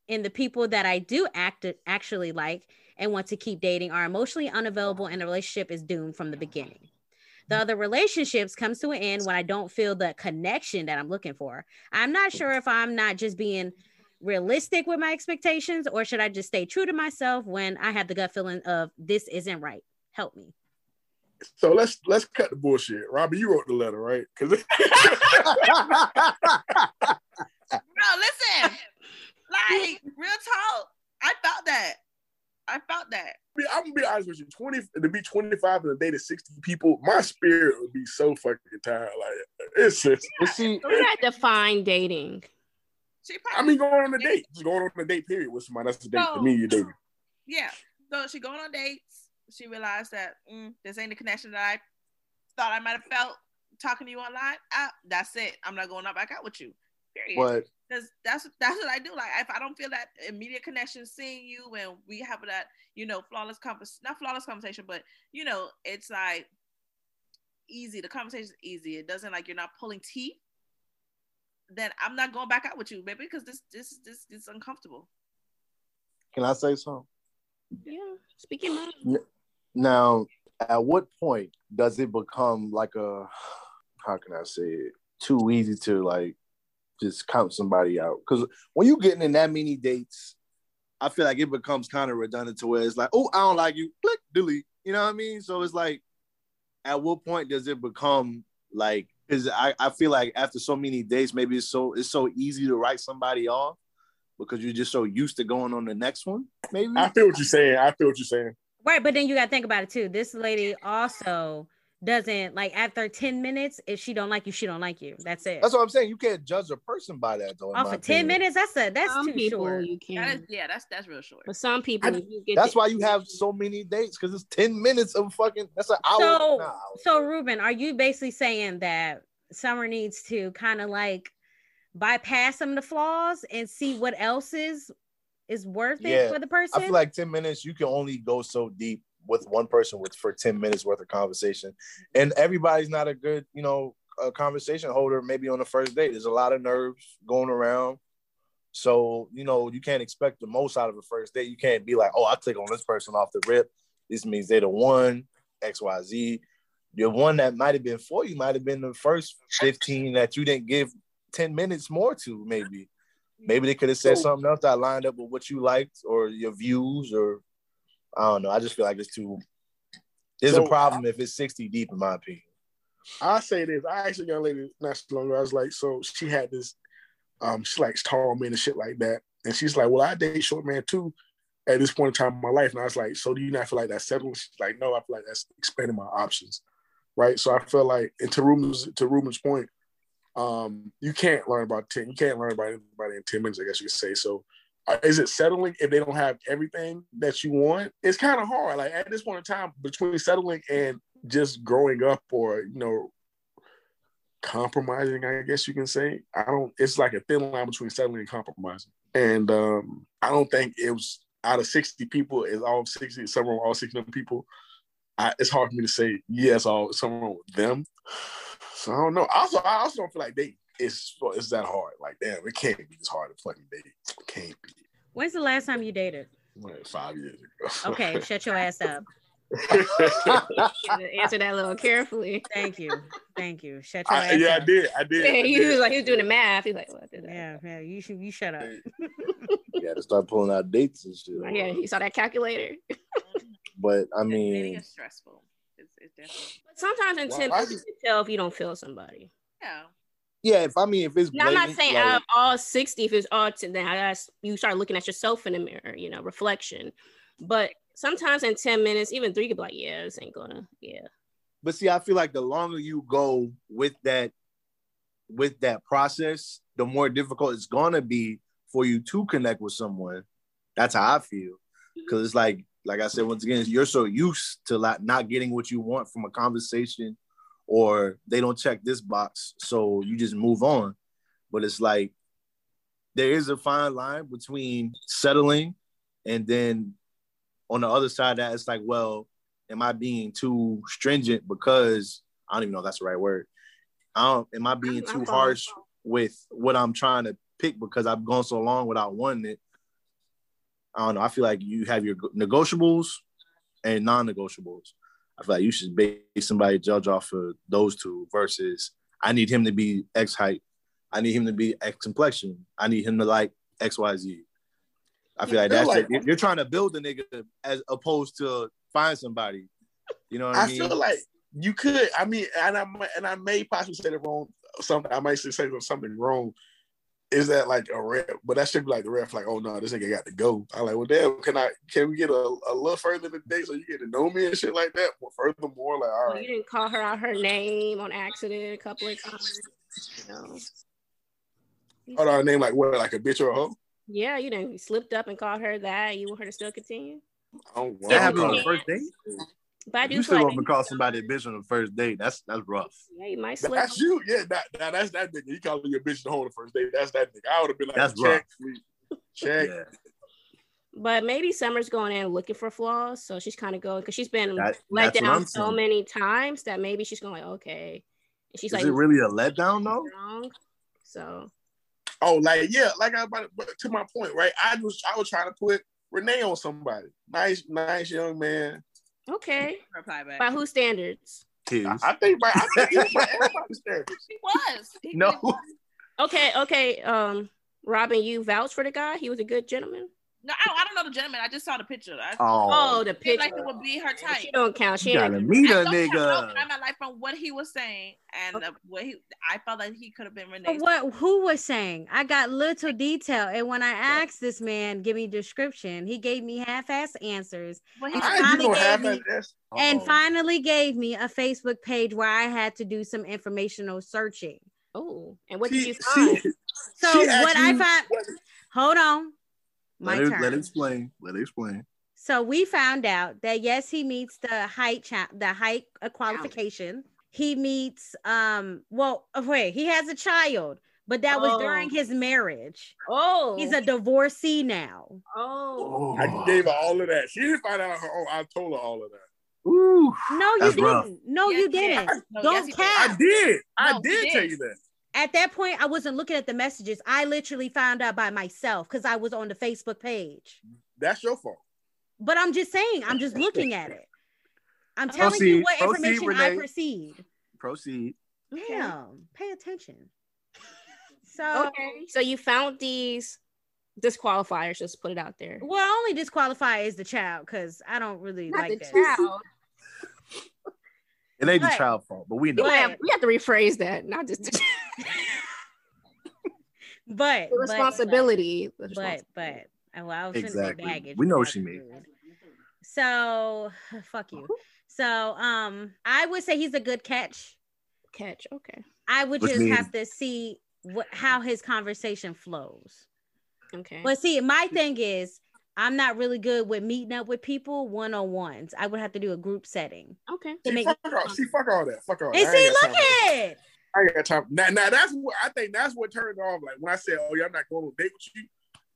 [SPEAKER 4] in the people that I do act actually like and want to keep dating are emotionally unavailable and the relationship is doomed from the beginning. The other relationships comes to an end when I don't feel the connection that I'm looking for. I'm not sure if I'm not just being realistic with my expectations or should I just stay true to myself when I have the gut feeling of this isn't right. Help me.
[SPEAKER 7] So let's let's cut the bullshit. Robbie, you wrote the letter, right?
[SPEAKER 8] (laughs)
[SPEAKER 7] (laughs) Because
[SPEAKER 6] Bro, (laughs) listen. like, real talk. I felt that. I felt that.
[SPEAKER 7] I'm gonna be honest with you, twenty to be twenty five and a date of sixty people, my spirit would be so fucking tired. Like it's just,
[SPEAKER 8] But
[SPEAKER 3] (laughs)
[SPEAKER 8] see,
[SPEAKER 3] We're not define dating.
[SPEAKER 6] She
[SPEAKER 7] I
[SPEAKER 6] probably,
[SPEAKER 7] mean, going on a date, just going on a date period with somebody. That's a date to me. You date.
[SPEAKER 6] yeah. So she going on dates. She realized that mm, this ain't the connection that I thought I might have felt talking to you online. I, that's it. I'm not going out back out with you. Period.
[SPEAKER 7] But
[SPEAKER 6] Cause that's that's what I do. Like if I don't feel that immediate connection, seeing you and we have that you know flawless convers not flawless conversation, but you know it's like easy. The conversation's easy. It doesn't like you're not pulling teeth. Then I'm not going back out with you, baby, because this this this is uncomfortable.
[SPEAKER 8] can I say something?
[SPEAKER 3] Yeah. Speaking of
[SPEAKER 8] Now, at what point does it become like a how can I say it? Too easy to like just count somebody out. Cause when you getting in that many dates, I feel like it becomes kind of redundant to where it's like, oh, I don't like you, click, delete. You know what I mean? So it's like, at what point does it become like because I, I feel like after so many dates, maybe it's so it's so easy to write somebody off because you're just so used to going on the next one, maybe.
[SPEAKER 7] I feel what you're saying. I feel what you're saying.
[SPEAKER 4] Right, but then you got to think about it too. This lady also doesn't like after 10 minutes, if she don't like you, she don't like you. That's it.
[SPEAKER 5] That's what I'm saying. You can't judge a person by that though. in
[SPEAKER 4] Off
[SPEAKER 5] my
[SPEAKER 4] of 10
[SPEAKER 5] opinion.
[SPEAKER 4] Oh, minutes, that's a that's
[SPEAKER 3] some
[SPEAKER 4] too
[SPEAKER 3] people
[SPEAKER 4] short.
[SPEAKER 3] you
[SPEAKER 6] That is,
[SPEAKER 3] can,
[SPEAKER 6] yeah, that's that's real short.
[SPEAKER 3] but some people
[SPEAKER 5] I-
[SPEAKER 3] you get
[SPEAKER 5] That's
[SPEAKER 3] the-
[SPEAKER 5] why you have so many dates because it's 10 minutes of fucking that's an hour.
[SPEAKER 4] So
[SPEAKER 5] nah, hour.
[SPEAKER 4] so Ruben, are you basically saying that Summer needs to kind of like bypass some of the flaws and see what else is is worth
[SPEAKER 5] Yeah,
[SPEAKER 4] it for the
[SPEAKER 5] I
[SPEAKER 4] person?
[SPEAKER 5] feel like 10 minutes, you can only go so deep with one person with for 10 minutes worth of conversation. And everybody's not a good, you know, a conversation holder, maybe on the first date. There's a lot of nerves going around. So, you know, you can't expect the most out of a first date. You can't be like, oh, I click on this person off the rip. This means they're the one, XYZ. The one that might have been for you might have been the first 15 that you didn't give 10 minutes more to, maybe. Maybe they could have said something else that lined up with what you liked or your views or I don't know. I just feel like it's too there's
[SPEAKER 7] So-
[SPEAKER 5] a problem if it's 60 deep in my opinion.
[SPEAKER 7] I say this. I actually got a lady not so long ago. I was like, so she had this, um, she likes tall men and shit like that. And she's like, well, I date short man too at this point in time in my life. And I was like, so do you not feel like that's settling? She's like, no, I feel like that's expanding my options. Right. So I feel like, and to Ruben's, to Ruben's point, um, you can't learn about 10, you can't learn about anybody in 10 minutes, I guess you could say. So uh, is it settling if they don't have everything that you want? It's kind of hard. Like at this point in time, between settling and just growing up or you know compromising i guess you can say i don't it's like a thin line between settling and compromising and um i don't think it was out of 60 people is all 60 some of all 60 of them people I, it's hard for me to say yes all some of them so i don't know also i also don't feel like they it's it's that hard like damn it can't be this hard to fucking date it can't be
[SPEAKER 4] When's the last time you dated?
[SPEAKER 7] like five years ago (laughs)
[SPEAKER 4] Okay, shut your ass up.
[SPEAKER 3] answer that a
[SPEAKER 5] (laughs)
[SPEAKER 3] little carefully. (laughs)
[SPEAKER 4] Thank you, thank you. Shut your
[SPEAKER 7] I,
[SPEAKER 4] ass
[SPEAKER 7] yeah i
[SPEAKER 4] up.
[SPEAKER 7] did i did,
[SPEAKER 3] Yeah,
[SPEAKER 7] I
[SPEAKER 3] he
[SPEAKER 7] did.
[SPEAKER 3] was like he was doing the math. He's like, well, I did that.
[SPEAKER 4] Yeah, yeah. You should you shut up.
[SPEAKER 5] You gotta start pulling out dates and shit.
[SPEAKER 3] Yeah, he saw that calculator. (laughs)
[SPEAKER 5] But I
[SPEAKER 6] Dating
[SPEAKER 5] mean
[SPEAKER 6] Mm-hmm. is stressful. It's, it's definitely
[SPEAKER 3] But sometimes in
[SPEAKER 7] Well,
[SPEAKER 3] ten
[SPEAKER 7] I
[SPEAKER 3] minutes, you can tell if you don't feel somebody.
[SPEAKER 6] yeah.
[SPEAKER 5] yeah, if I mean if it's
[SPEAKER 3] Now, I'm not
[SPEAKER 5] blatant,
[SPEAKER 3] saying
[SPEAKER 5] like-
[SPEAKER 3] out of all sixty, if it's all ten, then I guess you start looking at yourself in the mirror, you know, reflection. But sometimes in ten minutes, even three, could be like, yeah, this ain't gonna, yeah.
[SPEAKER 5] but see, I feel like the longer you go with that with that process, the more difficult it's gonna be for you to connect with someone. That's how I feel.
[SPEAKER 3] Mm-hmm.
[SPEAKER 5] Cause it's like, like I said once again, you're so used to like not getting what you want from a conversation or they don't check this box. So you just move on. But it's like there is a fine line between settling and then on the other side of that it's like, well, am I being too stringent because I don't even know if that's the right word. I don't am I being
[SPEAKER 3] I'm-
[SPEAKER 5] too
[SPEAKER 3] I'm fine.
[SPEAKER 5] harsh with what I'm trying to pick because I've gone so long without wanting it. I don't know. I feel like you have your negotiables and non-negotiables. I feel like you should base somebody judge off of those two versus I need him to be X height, I need him to be X complexion, I need him to like X Y Z. I feel like
[SPEAKER 7] feel
[SPEAKER 5] that's
[SPEAKER 7] like-
[SPEAKER 5] the- you're trying to build a nigga as opposed to find somebody. You know what I,
[SPEAKER 7] I
[SPEAKER 5] mean?
[SPEAKER 7] feel like you could. I mean, and I might- and I may possibly say the wrong something. I might say something- something wrong. Is that like a red? But that should be like the ref. Like, oh no, this nigga got to go. I'm like, well, damn. Can I? Can we get a, a little further today so you get to know me and shit like that? Well, furthermore, like, all
[SPEAKER 3] Well,
[SPEAKER 7] right,
[SPEAKER 3] you didn't call her out her name on accident a couple of times. You know.
[SPEAKER 7] hold on, name like what? Like a bitch or a hoe?
[SPEAKER 3] Yeah, you didn't you slipped up and called her that. You want her to still continue?
[SPEAKER 7] I don't
[SPEAKER 5] that happened on
[SPEAKER 7] want.
[SPEAKER 5] the first date.
[SPEAKER 3] But I do
[SPEAKER 5] You
[SPEAKER 3] feel
[SPEAKER 5] still
[SPEAKER 3] like
[SPEAKER 5] want to call somebody a bitch on the first date? That's that's rough.
[SPEAKER 3] yeah, you might slip.
[SPEAKER 7] That's you, yeah. That, that, that's that nigga. You calling your bitch the hoe on the first date? That's that nigga. I would have been like,
[SPEAKER 5] That's
[SPEAKER 7] check, please. check.
[SPEAKER 5] Yeah,
[SPEAKER 3] But maybe Summer's going in looking for flaws, so she's kind of going because she's been
[SPEAKER 5] That-
[SPEAKER 3] let
[SPEAKER 5] that's what
[SPEAKER 3] down
[SPEAKER 5] I'm
[SPEAKER 3] so
[SPEAKER 5] saying.
[SPEAKER 3] many times that maybe she's going like, okay, and she's
[SPEAKER 5] is
[SPEAKER 3] like,
[SPEAKER 5] it really a letdown though?
[SPEAKER 3] wrong. So
[SPEAKER 7] Oh, like yeah, like I about to, but to my point, right? I was I was trying to put Renee on somebody. Nice, nice young man.
[SPEAKER 3] okay,
[SPEAKER 6] Reply back.
[SPEAKER 3] by whose standards?
[SPEAKER 5] His.
[SPEAKER 7] I, I think right. I think he
[SPEAKER 4] (laughs)
[SPEAKER 7] was by everybody's standards.
[SPEAKER 6] He was. He
[SPEAKER 5] No.
[SPEAKER 6] really was.
[SPEAKER 3] Okay, okay. Um, Robin, you vouch for the guy. He was a good gentleman.
[SPEAKER 6] No, I don't, I don't know the gentleman. I just saw the picture. I
[SPEAKER 8] Oh,
[SPEAKER 3] Oh, the
[SPEAKER 6] feel
[SPEAKER 3] picture.
[SPEAKER 6] like it would be her type.
[SPEAKER 3] She don't count. She
[SPEAKER 8] you
[SPEAKER 3] ain't
[SPEAKER 8] gotta meet
[SPEAKER 6] I
[SPEAKER 8] a
[SPEAKER 6] don't have no
[SPEAKER 8] nigga.
[SPEAKER 6] time in life from what he was saying and uh, what he. I felt like he could have been
[SPEAKER 4] But
[SPEAKER 6] Renee's.
[SPEAKER 4] what who was saying? I got little detail, and when I asked this man, give me description, he gave me half-ass answers,
[SPEAKER 6] But he-
[SPEAKER 4] And
[SPEAKER 7] Alright,
[SPEAKER 4] finally
[SPEAKER 7] you gonna
[SPEAKER 4] gave
[SPEAKER 7] have
[SPEAKER 4] me-
[SPEAKER 7] that?
[SPEAKER 4] and
[SPEAKER 8] Oh.
[SPEAKER 4] finally gave me a Facebook page where I had to do some informational searching.
[SPEAKER 3] Oh, and what did
[SPEAKER 7] She,
[SPEAKER 3] you
[SPEAKER 5] (laughs)
[SPEAKER 3] find?
[SPEAKER 7] she,
[SPEAKER 4] So
[SPEAKER 7] She asked
[SPEAKER 4] what I
[SPEAKER 7] you
[SPEAKER 4] found,
[SPEAKER 7] whether-
[SPEAKER 4] hold on, my
[SPEAKER 8] Let it,
[SPEAKER 4] turn.
[SPEAKER 8] let it explain. Let it explain.
[SPEAKER 4] So we found out that yes, he meets the height cha- the height uh, qualification. He meets um well uh, wait he has a child, but that was during
[SPEAKER 3] Oh.
[SPEAKER 4] his marriage.
[SPEAKER 3] Oh,
[SPEAKER 4] He's a divorcee now.
[SPEAKER 3] oh.
[SPEAKER 7] I just gave her all of that. She didn't find out on her own. I told her all of that.
[SPEAKER 8] Ooh.
[SPEAKER 4] No, you
[SPEAKER 8] That's
[SPEAKER 4] didn't.
[SPEAKER 8] rough.
[SPEAKER 4] No,
[SPEAKER 6] Yes,
[SPEAKER 4] you
[SPEAKER 6] he did.
[SPEAKER 4] didn't.
[SPEAKER 6] No,
[SPEAKER 4] Don't
[SPEAKER 6] yes, he did.
[SPEAKER 4] cap.
[SPEAKER 7] I did.
[SPEAKER 6] No,
[SPEAKER 7] I
[SPEAKER 6] you
[SPEAKER 7] did
[SPEAKER 6] did.
[SPEAKER 7] tell you that.
[SPEAKER 4] At that point, I wasn't looking at the messages. I literally found out by myself because I was on the Facebook page.
[SPEAKER 7] That's your fault.
[SPEAKER 4] But I'm just saying, I'm just looking at it. I'm telling
[SPEAKER 8] Proceed.
[SPEAKER 4] you what
[SPEAKER 8] Proceed,
[SPEAKER 4] information I
[SPEAKER 8] oh, Renee.
[SPEAKER 4] perceived.
[SPEAKER 8] Proceed.
[SPEAKER 4] Damn,
[SPEAKER 8] (laughs)
[SPEAKER 4] pay attention. So
[SPEAKER 3] Okay, Oh, so you found these disqualifiers. Just put it out there.
[SPEAKER 4] Well, only disqualify is the child because I don't really
[SPEAKER 3] Not
[SPEAKER 4] like
[SPEAKER 3] the
[SPEAKER 4] that.
[SPEAKER 3] child.
[SPEAKER 8] It ain't the
[SPEAKER 4] Right.
[SPEAKER 8] child's fault, but we
[SPEAKER 3] You
[SPEAKER 8] know.
[SPEAKER 4] Right.
[SPEAKER 3] have, we have to rephrase that. Not just (laughs) the,
[SPEAKER 4] But
[SPEAKER 3] the
[SPEAKER 4] but-
[SPEAKER 3] responsibility. The
[SPEAKER 4] But but,
[SPEAKER 3] responsibility.
[SPEAKER 4] oh, well, I shouldn't say
[SPEAKER 8] Exactly.
[SPEAKER 4] baggage.
[SPEAKER 8] We know what
[SPEAKER 4] baggage
[SPEAKER 8] she means.
[SPEAKER 4] rude. So (sighs) fuck you. So um, I would say he's a good catch.
[SPEAKER 3] catch. Okay.
[SPEAKER 4] I would
[SPEAKER 8] Which
[SPEAKER 4] just
[SPEAKER 8] means-
[SPEAKER 4] have to see what how his conversation flows.
[SPEAKER 3] Okay.
[SPEAKER 4] But see, my thing is, I'm not really good with meeting up with people one on ones. I would have to do a group setting
[SPEAKER 3] okay.
[SPEAKER 4] to
[SPEAKER 7] She
[SPEAKER 4] make.
[SPEAKER 7] fuck, all, she fuck all that. Fuck all
[SPEAKER 4] And
[SPEAKER 7] that.
[SPEAKER 4] see,
[SPEAKER 7] I ain't got
[SPEAKER 4] look
[SPEAKER 7] time for that.
[SPEAKER 4] at it.
[SPEAKER 7] I ain't got time. Now, now that's what I think. That's what turned her off. Like when I said, "Oh yeah, I'm not going on a date with you."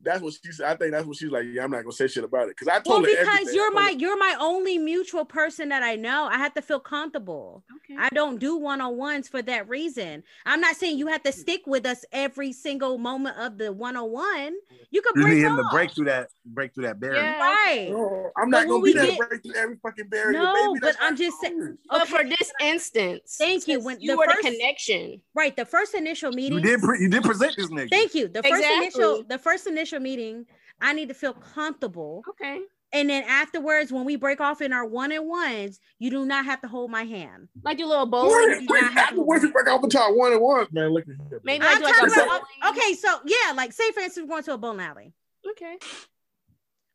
[SPEAKER 7] That's what she said. I think that's what she's like. Yeah, I'm not gonna say shit about it because I
[SPEAKER 4] Well,
[SPEAKER 7] told her
[SPEAKER 4] because
[SPEAKER 7] everything.
[SPEAKER 4] you're
[SPEAKER 7] I
[SPEAKER 4] my
[SPEAKER 7] told
[SPEAKER 4] you're my only mutual person that I know. I have to feel comfortable.
[SPEAKER 3] Okay.
[SPEAKER 4] I don't do one on ones for that reason. I'm not saying you have to stick with us every single moment of the one on one. You could
[SPEAKER 8] You
[SPEAKER 4] break
[SPEAKER 8] need Oh. him to
[SPEAKER 4] off.
[SPEAKER 8] break through that break through that barrier.
[SPEAKER 3] Yeah.
[SPEAKER 7] her,
[SPEAKER 4] right.
[SPEAKER 7] "No,
[SPEAKER 4] But
[SPEAKER 7] I'm not
[SPEAKER 4] when
[SPEAKER 7] gonna
[SPEAKER 4] we
[SPEAKER 7] be there
[SPEAKER 4] get-
[SPEAKER 7] to break through every fucking barrier.
[SPEAKER 4] No,
[SPEAKER 7] baby. That's
[SPEAKER 4] but I'm
[SPEAKER 7] not
[SPEAKER 4] just saying-
[SPEAKER 7] cool.
[SPEAKER 3] But
[SPEAKER 4] Okay.
[SPEAKER 3] for this instance,
[SPEAKER 4] Thank you.
[SPEAKER 3] since
[SPEAKER 4] When
[SPEAKER 3] you
[SPEAKER 4] the
[SPEAKER 3] were
[SPEAKER 4] first-
[SPEAKER 3] the connection.
[SPEAKER 4] Right. The first initial
[SPEAKER 8] You
[SPEAKER 4] meeting.
[SPEAKER 8] did pre- you did present this nigga.
[SPEAKER 4] Thank you. The first initial
[SPEAKER 3] Exactly.
[SPEAKER 4] the first initial meeting, I need to feel comfortable.
[SPEAKER 3] Okay.
[SPEAKER 4] And then afterwards, when we break off in our one on ones, you do not have to hold my hand.
[SPEAKER 3] Like your little bowl.
[SPEAKER 7] What?
[SPEAKER 3] you
[SPEAKER 7] Wait,
[SPEAKER 3] not have
[SPEAKER 7] after
[SPEAKER 3] to-
[SPEAKER 7] what if you break off and talk one and one, man? Look at here.
[SPEAKER 3] Maybe
[SPEAKER 4] I'm
[SPEAKER 3] like, like
[SPEAKER 4] talking
[SPEAKER 3] a
[SPEAKER 4] about
[SPEAKER 3] bowling.
[SPEAKER 4] okay, so yeah, like say for instance, we're going to a bowling alley.
[SPEAKER 3] Okay.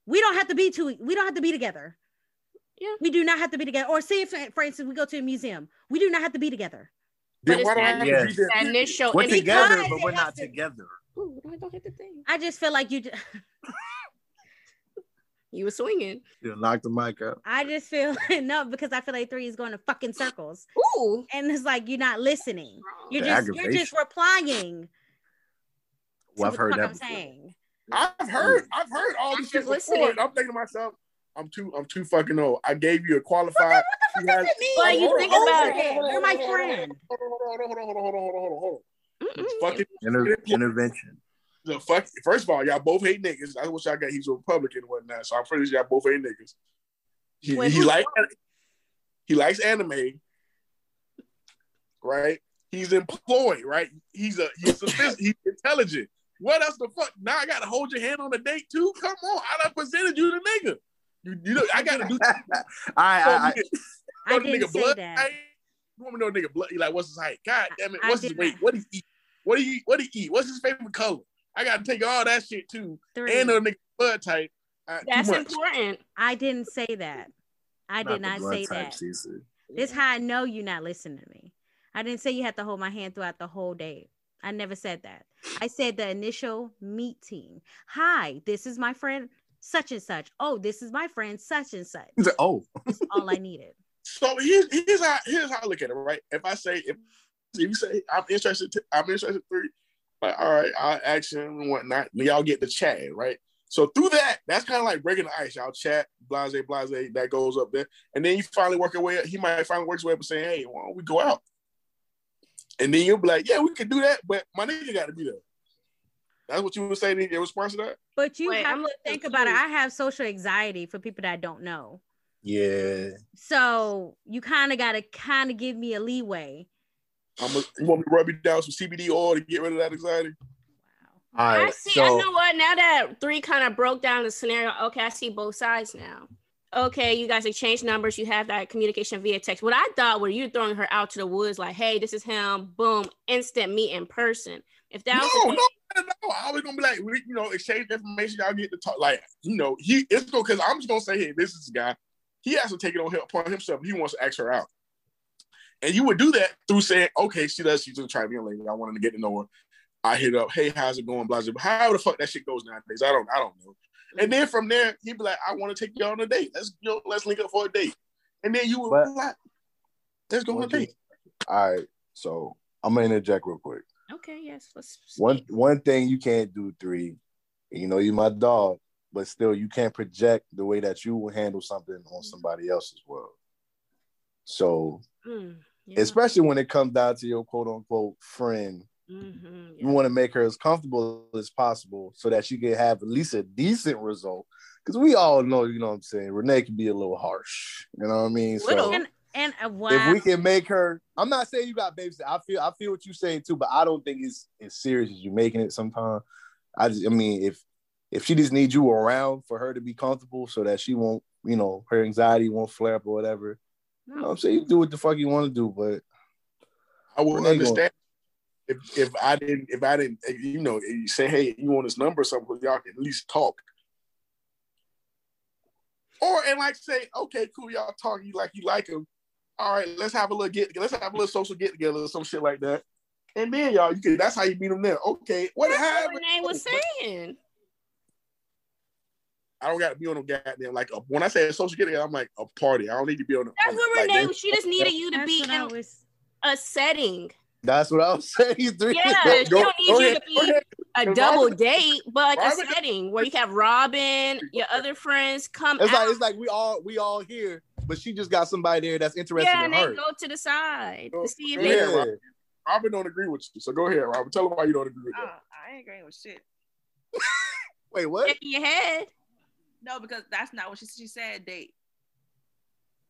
[SPEAKER 4] We don't have to be too. We don't have to be together.
[SPEAKER 3] Yeah.
[SPEAKER 4] We do not have to be together. Or say if, for instance, we go to a museum. We do not have to be together.
[SPEAKER 3] But
[SPEAKER 7] Then
[SPEAKER 3] it's
[SPEAKER 7] why don't I
[SPEAKER 3] that,
[SPEAKER 7] have
[SPEAKER 8] Yes.
[SPEAKER 7] to be there?
[SPEAKER 3] that initial.
[SPEAKER 8] We're
[SPEAKER 3] and he-
[SPEAKER 8] together,
[SPEAKER 4] because
[SPEAKER 8] but
[SPEAKER 4] it
[SPEAKER 8] we're
[SPEAKER 4] has
[SPEAKER 8] not
[SPEAKER 4] to-
[SPEAKER 8] together.
[SPEAKER 3] Ooh, no, don't hit the thing.
[SPEAKER 4] I just feel like you. j-
[SPEAKER 3] You were swinging.
[SPEAKER 8] You knock the mic up.
[SPEAKER 4] I just feel (laughs) no because I feel like three is going to fucking circles,
[SPEAKER 3] Ooh.
[SPEAKER 4] and it's like you're not listening. You're
[SPEAKER 8] The
[SPEAKER 4] just you're just
[SPEAKER 8] aggravation.
[SPEAKER 4] replying. to
[SPEAKER 8] Well, I've
[SPEAKER 4] what the
[SPEAKER 8] heard
[SPEAKER 4] fuck
[SPEAKER 8] that.
[SPEAKER 4] I'm
[SPEAKER 8] before.
[SPEAKER 4] saying.
[SPEAKER 7] I've heard, I've heard all this
[SPEAKER 3] Just
[SPEAKER 7] shit
[SPEAKER 3] listening.
[SPEAKER 7] before, and I'm thinking to myself, I'm too, I'm too fucking old. I gave you a qualified.
[SPEAKER 4] What
[SPEAKER 7] she
[SPEAKER 4] does
[SPEAKER 7] has-
[SPEAKER 4] it mean?
[SPEAKER 3] Well, you
[SPEAKER 4] You're
[SPEAKER 3] think
[SPEAKER 4] older.
[SPEAKER 3] about
[SPEAKER 7] it.
[SPEAKER 4] You're my friend. Mm-hmm.
[SPEAKER 7] Hold on, hold on, hold on, hold on, hold on, hold on, hold on.
[SPEAKER 3] Mm-mm.
[SPEAKER 7] Fucking
[SPEAKER 4] (laughs)
[SPEAKER 8] Inter- intervention.
[SPEAKER 7] the fuck. First of all, y'all both hate niggas. I wish I got he's a Republican and whatnot. So I'm pretty sure y'all both hate niggas. He,
[SPEAKER 3] Wait,
[SPEAKER 7] he
[SPEAKER 3] who-
[SPEAKER 7] like he likes anime, right? He's employed, right? He's a he's sophisticated, he's intelligent. What else the fuck? Now I gotta hold your hand on a date too. Come on, I done presented you the nigga. You, you know, I gotta do.
[SPEAKER 8] I, (laughs) I, I,
[SPEAKER 4] (laughs) I
[SPEAKER 7] know the
[SPEAKER 4] didn't
[SPEAKER 7] nigga
[SPEAKER 4] say
[SPEAKER 7] blood
[SPEAKER 4] that.
[SPEAKER 7] height? You want me to know the nigga blood? Like, what's his height? God damn it!
[SPEAKER 4] I- I
[SPEAKER 7] What's his
[SPEAKER 4] did
[SPEAKER 7] weight?
[SPEAKER 4] not-
[SPEAKER 7] What do he eat? What do he what do he eat? What's his favorite color? I gotta take all that shit too,
[SPEAKER 4] Three.
[SPEAKER 7] and know the nigga blood type. Uh, too
[SPEAKER 3] That's
[SPEAKER 7] much.
[SPEAKER 3] important.
[SPEAKER 4] I didn't say that. I
[SPEAKER 8] not
[SPEAKER 4] did
[SPEAKER 8] the
[SPEAKER 4] not
[SPEAKER 8] blood
[SPEAKER 4] say
[SPEAKER 8] type,
[SPEAKER 4] that.
[SPEAKER 8] Cece.
[SPEAKER 4] This how I know you're not listening to me. I didn't say you had to hold my hand throughout the whole day. I never said that. I said the initial meeting. Hi, this is my friend such and such. Oh, this is my friend such and such.
[SPEAKER 8] He's (laughs) like, oh,
[SPEAKER 4] That's all I needed.
[SPEAKER 7] So here's here's how here's how I look at it, right? If I say if, if you say I'm interested, t- I'm interested three, like all right, I'll action and whatnot. And y'all get the chat, right? So through that, that's kind of like breaking the ice. Y'all chat, blase, blase, that goes up there, and then you finally work your way. up. He might finally work his way up and say, "Hey, why don't we go out?" And then you'll be like, "Yeah, we can do that, but my nigga got to be there." That's what you would say in in response to that.
[SPEAKER 4] But you
[SPEAKER 3] Wait,
[SPEAKER 4] have
[SPEAKER 3] I'm
[SPEAKER 4] to think about it. I have social anxiety for people that I don't know.
[SPEAKER 8] yeah.
[SPEAKER 4] So you kind of gotta kind of give me a leeway.
[SPEAKER 7] I'm a, you want me to rub you down with some CBD oil to get rid of that anxiety?
[SPEAKER 4] Wow.
[SPEAKER 5] All
[SPEAKER 3] I
[SPEAKER 5] right.
[SPEAKER 3] see. I
[SPEAKER 5] So
[SPEAKER 3] know what. Now that three kind of broke down the scenario, okay, I see both sides now. Okay, you guys exchange numbers. You have that communication via text. What I thought were you throwing her out to the woods, like, hey, this is him. Boom, instant meet in person. If that was
[SPEAKER 7] No, no, no, no. I was gonna be like, we, you know, exchange information. Y'all get to talk. Like, you know, he it's going because I'm just gonna say, hey, this is the guy. He has to take it on him, upon himself. He wants to ask her out, and you would do that through saying, okay, she does. She's a tribunal lady. I wanted to get to know her. I hit up, hey, how's it going? Blah, blah, blah. How the fuck that shit goes nowadays? I don't, I don't know. And then from there, he'd be like, I want to take you on a date. Let's you know, let's link up for a date. And then you would
[SPEAKER 5] But-
[SPEAKER 7] be like, let's go on a
[SPEAKER 5] Okay.
[SPEAKER 7] date.
[SPEAKER 5] all right. So I'm gonna interject real quick.
[SPEAKER 3] okay, yes, let's.
[SPEAKER 5] One one thing you can't do, three. and You know, you my dog, but still you can't project the way that you will handle something on somebody else as well. So
[SPEAKER 3] Mm, yeah.
[SPEAKER 5] especially when it comes down to your quote unquote friend
[SPEAKER 3] Mhm,
[SPEAKER 5] you want to make her as comfortable as possible so that she can have at least a decent result. Because we all know, you know what I'm saying, Renee can be a little harsh. You know what I mean?
[SPEAKER 3] Little.
[SPEAKER 5] So
[SPEAKER 4] And and uh, wow.
[SPEAKER 5] if we can make her, I'm not saying you got babysit. I feel I feel what you're saying too, but I don't think it's as serious as you're making it sometimes. I just I mean, if if she just needs you around for her to be comfortable so that she won't, you know, her anxiety won't flare up or whatever. You know what I'm saying? You do what the fuck you want to do, but
[SPEAKER 7] I
[SPEAKER 5] Where
[SPEAKER 7] would
[SPEAKER 5] they going?
[SPEAKER 7] understand if if I didn't if I didn't if, you know if you say hey you want his number or something y'all can at least talk. Or and like say okay cool y'all talk you like you like him, all right let's have a little get let's have a little social get together or some shit like that, and then y'all you can that's how you meet them there. Okay, what
[SPEAKER 3] That's what
[SPEAKER 7] happened?
[SPEAKER 3] Renee was saying.
[SPEAKER 7] I don't got to be on a goddamn like a, when I say a social get together I'm like a party. I don't need to be on. A,
[SPEAKER 3] That's what
[SPEAKER 7] like,
[SPEAKER 3] Renee.
[SPEAKER 7] that.
[SPEAKER 3] She just needed you to
[SPEAKER 4] That's
[SPEAKER 3] be
[SPEAKER 4] what I
[SPEAKER 3] in
[SPEAKER 4] was-
[SPEAKER 3] a setting.
[SPEAKER 5] that's what I was (laughs) saying. Three.
[SPEAKER 3] Yeah, she don't need you
[SPEAKER 7] go ahead,
[SPEAKER 3] to
[SPEAKER 7] go
[SPEAKER 3] be
[SPEAKER 7] ahead.
[SPEAKER 3] a
[SPEAKER 7] Robin-
[SPEAKER 3] double date, but like
[SPEAKER 7] Robin-
[SPEAKER 3] a setting where you have Robin, your other friends come
[SPEAKER 5] It's
[SPEAKER 3] out.
[SPEAKER 5] like it's like we all we all here, but she just got somebody there that's interested
[SPEAKER 3] yeah,
[SPEAKER 5] in
[SPEAKER 3] and they
[SPEAKER 5] her.
[SPEAKER 3] go to the side
[SPEAKER 7] Go-
[SPEAKER 3] to see if
[SPEAKER 7] go
[SPEAKER 3] they.
[SPEAKER 7] ahead. Robin don't agree with you, so go ahead, Robin. Tell them why you don't agree with
[SPEAKER 3] Oh.
[SPEAKER 6] Uh,
[SPEAKER 7] them.
[SPEAKER 6] I ain't agreeing with shit.
[SPEAKER 5] Wait, what?
[SPEAKER 3] Shaking your head.
[SPEAKER 6] No, because that's not what she she said. Date.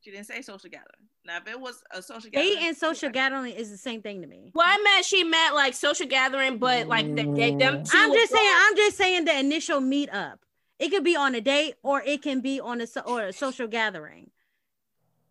[SPEAKER 6] She didn't say social gathering. Now, if it was a social
[SPEAKER 4] Date
[SPEAKER 6] gathering,
[SPEAKER 4] and social gathering is the same thing to me.
[SPEAKER 3] Well, I meant she meant like social gathering, but like the, they, them
[SPEAKER 4] Mm.
[SPEAKER 3] 2
[SPEAKER 4] I'm just saying. I'm just saying the initial meetup. It could be on a date, or it can be on a so- or a social gathering.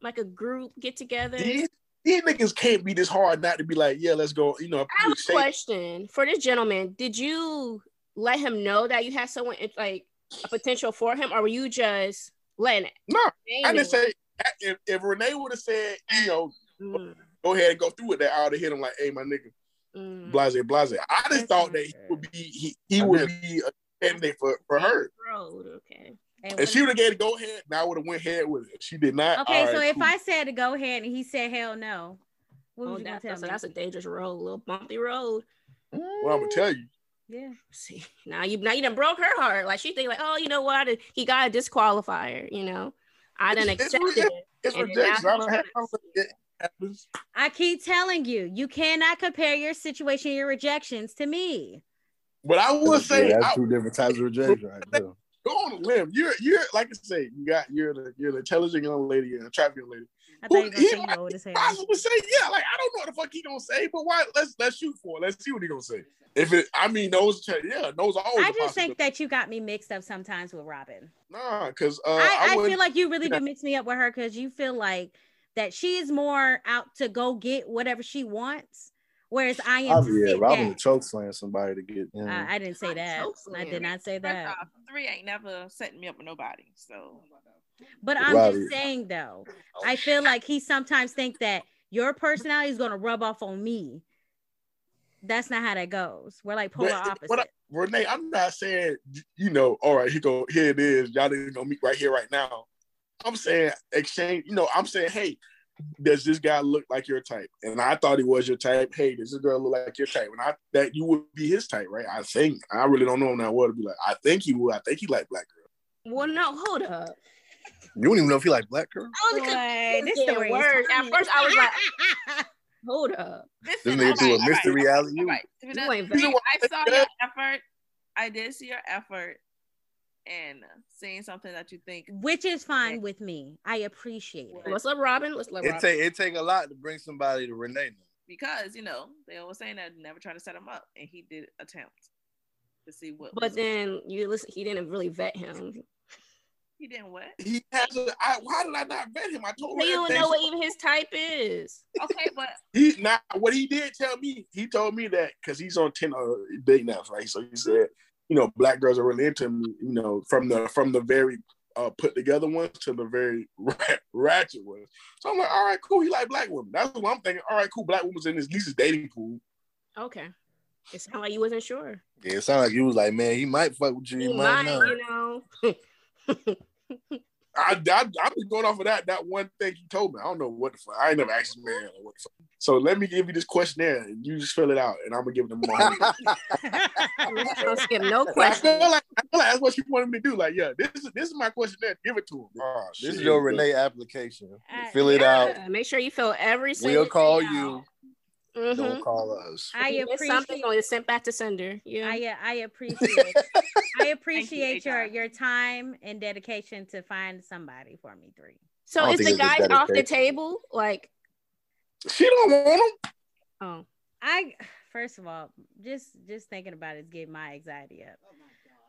[SPEAKER 3] like a group get together.
[SPEAKER 7] These, these niggas can't be this hard not to be like, yeah, let's go. You know,
[SPEAKER 3] I have a
[SPEAKER 7] say-
[SPEAKER 3] question for this gentleman. Did you let him know that you had someone it's like a potential for him, or were you just letting it?
[SPEAKER 7] no, I
[SPEAKER 3] Damn.
[SPEAKER 7] didn't say. If, if Renee would have said, you know,
[SPEAKER 3] Mm,
[SPEAKER 7] go ahead and go through with that, I would have hit him like, hey, my nigga,
[SPEAKER 3] mm.
[SPEAKER 7] blase, blase. I just
[SPEAKER 4] Mm-hmm. That's
[SPEAKER 7] thought
[SPEAKER 4] not
[SPEAKER 7] that he
[SPEAKER 4] fair.
[SPEAKER 7] would be he, he
[SPEAKER 5] I
[SPEAKER 7] would be a candidate for, for her.
[SPEAKER 3] Road, okay.
[SPEAKER 4] And
[SPEAKER 7] If
[SPEAKER 4] when-
[SPEAKER 7] she would have gave go ahead, and I would have went ahead with it. She did not.
[SPEAKER 4] okay,
[SPEAKER 7] all
[SPEAKER 4] so
[SPEAKER 7] right,
[SPEAKER 4] if
[SPEAKER 7] cool.
[SPEAKER 4] I said to go ahead and he said hell no, what
[SPEAKER 3] Oh,
[SPEAKER 4] would you
[SPEAKER 3] that-
[SPEAKER 4] gonna tell
[SPEAKER 3] that's,
[SPEAKER 4] me?
[SPEAKER 3] that's a dangerous road, little bumpy road.
[SPEAKER 7] well, I'm gonna tell you,
[SPEAKER 4] yeah.
[SPEAKER 3] See, (laughs) now you now you done broke her heart. Like she think like, oh, you know what? He got a disqualifier. You know, I done
[SPEAKER 7] It's- it's
[SPEAKER 3] accepted
[SPEAKER 7] ridiculous.
[SPEAKER 3] it.
[SPEAKER 7] it's
[SPEAKER 3] And then
[SPEAKER 7] rejection. I don't
[SPEAKER 3] now-
[SPEAKER 7] have to it happens.
[SPEAKER 4] I keep telling you, you cannot compare your situation, your rejections to me.
[SPEAKER 7] But I will say,
[SPEAKER 5] yeah,
[SPEAKER 7] I
[SPEAKER 5] that's two different types of rejection right there.
[SPEAKER 7] go on a limb. You're you're like I say, you got you're the you're the intelligent young lady, you're a trap young lady.
[SPEAKER 4] I thought you
[SPEAKER 7] Who-
[SPEAKER 4] were gonna say
[SPEAKER 7] yeah,
[SPEAKER 4] you old as hell.
[SPEAKER 7] I would say, yeah, like I don't know what the fuck he gonna say, but why? Let's let's shoot for it. Let's see what he gonna say. If it, I mean, those, yeah, those are always.
[SPEAKER 4] I
[SPEAKER 7] a
[SPEAKER 4] just think
[SPEAKER 7] possibility.
[SPEAKER 4] that you got me mixed up sometimes with Robin.
[SPEAKER 7] nah, because uh, I,
[SPEAKER 4] I, I,
[SPEAKER 7] would.
[SPEAKER 4] feel like you really
[SPEAKER 7] yeah.
[SPEAKER 4] do mix me up with her because you feel like that she is more out to go get whatever she wants, whereas I am.
[SPEAKER 5] I'll
[SPEAKER 4] to
[SPEAKER 5] be yeah,
[SPEAKER 4] sit
[SPEAKER 5] Robin
[SPEAKER 4] back.
[SPEAKER 5] would choke slam somebody to get. You know.
[SPEAKER 4] Uh, I didn't say
[SPEAKER 3] I'm
[SPEAKER 4] that.
[SPEAKER 3] so
[SPEAKER 4] I
[SPEAKER 3] sorry.
[SPEAKER 4] did not say
[SPEAKER 6] First
[SPEAKER 4] that.
[SPEAKER 6] off, three ain't never setting me up with nobody. So
[SPEAKER 4] But I'm
[SPEAKER 5] Robin.
[SPEAKER 4] just saying though, I feel like he sometimes think that your personality is gonna rub off on me. That's not how that goes. We're like polar
[SPEAKER 7] But-
[SPEAKER 4] opposites.
[SPEAKER 7] but I- Renee, I'm not saying you know. All right, here go. Here it is. Y'all didn't gonna meet right here, right now. I'm saying exchange. You know, I'm saying, hey, does this guy look like your type? And I thought he was your type. Hey, does this girl look like your type? And I that you would be his type, right? I think. I really don't know him that well to be like. I think he would. I think he like black girls.
[SPEAKER 3] Well, no, hold up.
[SPEAKER 5] You don't even know if he like black girl.
[SPEAKER 3] I was
[SPEAKER 4] Boy,
[SPEAKER 3] confused
[SPEAKER 4] Oh, this
[SPEAKER 3] in
[SPEAKER 4] story is
[SPEAKER 3] words. At
[SPEAKER 4] funny.
[SPEAKER 3] first, I was like, hold up.
[SPEAKER 5] This
[SPEAKER 6] listen,
[SPEAKER 5] nigga threw
[SPEAKER 6] all
[SPEAKER 5] a
[SPEAKER 6] right, all
[SPEAKER 5] mystery
[SPEAKER 6] right,
[SPEAKER 5] alley
[SPEAKER 6] all
[SPEAKER 5] you.
[SPEAKER 6] right. If it
[SPEAKER 3] You ain't
[SPEAKER 6] doesn't-
[SPEAKER 7] bad.
[SPEAKER 6] I saw your effort. I did see your effort and seeing something that you think.
[SPEAKER 4] (laughs) Which is fine with me. I appreciate it.
[SPEAKER 3] What's up, Robin? What's up,
[SPEAKER 5] It
[SPEAKER 3] Robin?
[SPEAKER 5] take it take a lot to bring somebody to Renee.
[SPEAKER 6] because you know they always saying that never trying to set him up, and he did attempt. to see what.
[SPEAKER 3] But
[SPEAKER 6] was-
[SPEAKER 3] then you listen, he didn't really vet him.
[SPEAKER 6] he didn't what?
[SPEAKER 7] He has a. I, why did I not vet him? I told
[SPEAKER 3] So
[SPEAKER 7] her
[SPEAKER 3] you don't
[SPEAKER 7] everything.
[SPEAKER 3] know what even his type is.
[SPEAKER 6] Okay, but
[SPEAKER 7] He not what he did tell me. He told me that because he's on ten uh, date now, right? So he said, you know, black girls are really into him. You know, from the from the very uh, put together ones to the very (laughs) ra- ratchet ones. So I'm like, all right, cool. He like black women. That's what I'm thinking. All right, cool. Black women's in his niece's dating pool.
[SPEAKER 3] Okay. It sounded like you wasn't sure.
[SPEAKER 8] Yeah, it sounded like you was like, man, he might
[SPEAKER 7] (laughs)
[SPEAKER 8] fuck with you, he,
[SPEAKER 3] You
[SPEAKER 8] might,
[SPEAKER 3] might,
[SPEAKER 8] not.
[SPEAKER 3] you know. (laughs)
[SPEAKER 7] I, I I've been going off of that that one thing you told me. I don't know what the fuck. I ain't never asked this man what the fuck. So let me give you this questionnaire and you just fill it out and I'm gonna give it to my
[SPEAKER 5] (laughs)
[SPEAKER 4] (laughs)
[SPEAKER 3] Don't skip no
[SPEAKER 7] I
[SPEAKER 3] question.
[SPEAKER 7] feel like I feel like that's what she wanted me to do. Like, yeah, this is this is my questionnaire. Give it to him. Oh,
[SPEAKER 8] This is
[SPEAKER 7] shit.
[SPEAKER 8] your Renee application.
[SPEAKER 4] I-
[SPEAKER 8] Fill it out.
[SPEAKER 3] Yeah, Make sure you fill every single.
[SPEAKER 8] We'll call
[SPEAKER 3] thing out.
[SPEAKER 8] you.
[SPEAKER 3] Mhm.
[SPEAKER 8] Don't call us.
[SPEAKER 4] I
[SPEAKER 3] If you miss something
[SPEAKER 4] appreciate.
[SPEAKER 3] going to sent back to sender. Yeah.
[SPEAKER 4] I, uh,
[SPEAKER 3] (laughs)
[SPEAKER 4] I appreciate I appreciate your
[SPEAKER 6] HR.
[SPEAKER 4] your time and dedication to find somebody for me three.
[SPEAKER 3] so
[SPEAKER 8] I don't
[SPEAKER 3] is
[SPEAKER 8] think
[SPEAKER 3] the
[SPEAKER 8] it's as
[SPEAKER 3] guys off the
[SPEAKER 8] dedicated.
[SPEAKER 3] table? Like,
[SPEAKER 7] She don't want him.
[SPEAKER 3] oh,
[SPEAKER 4] I first of all, just just thinking about it is getting my anxiety up.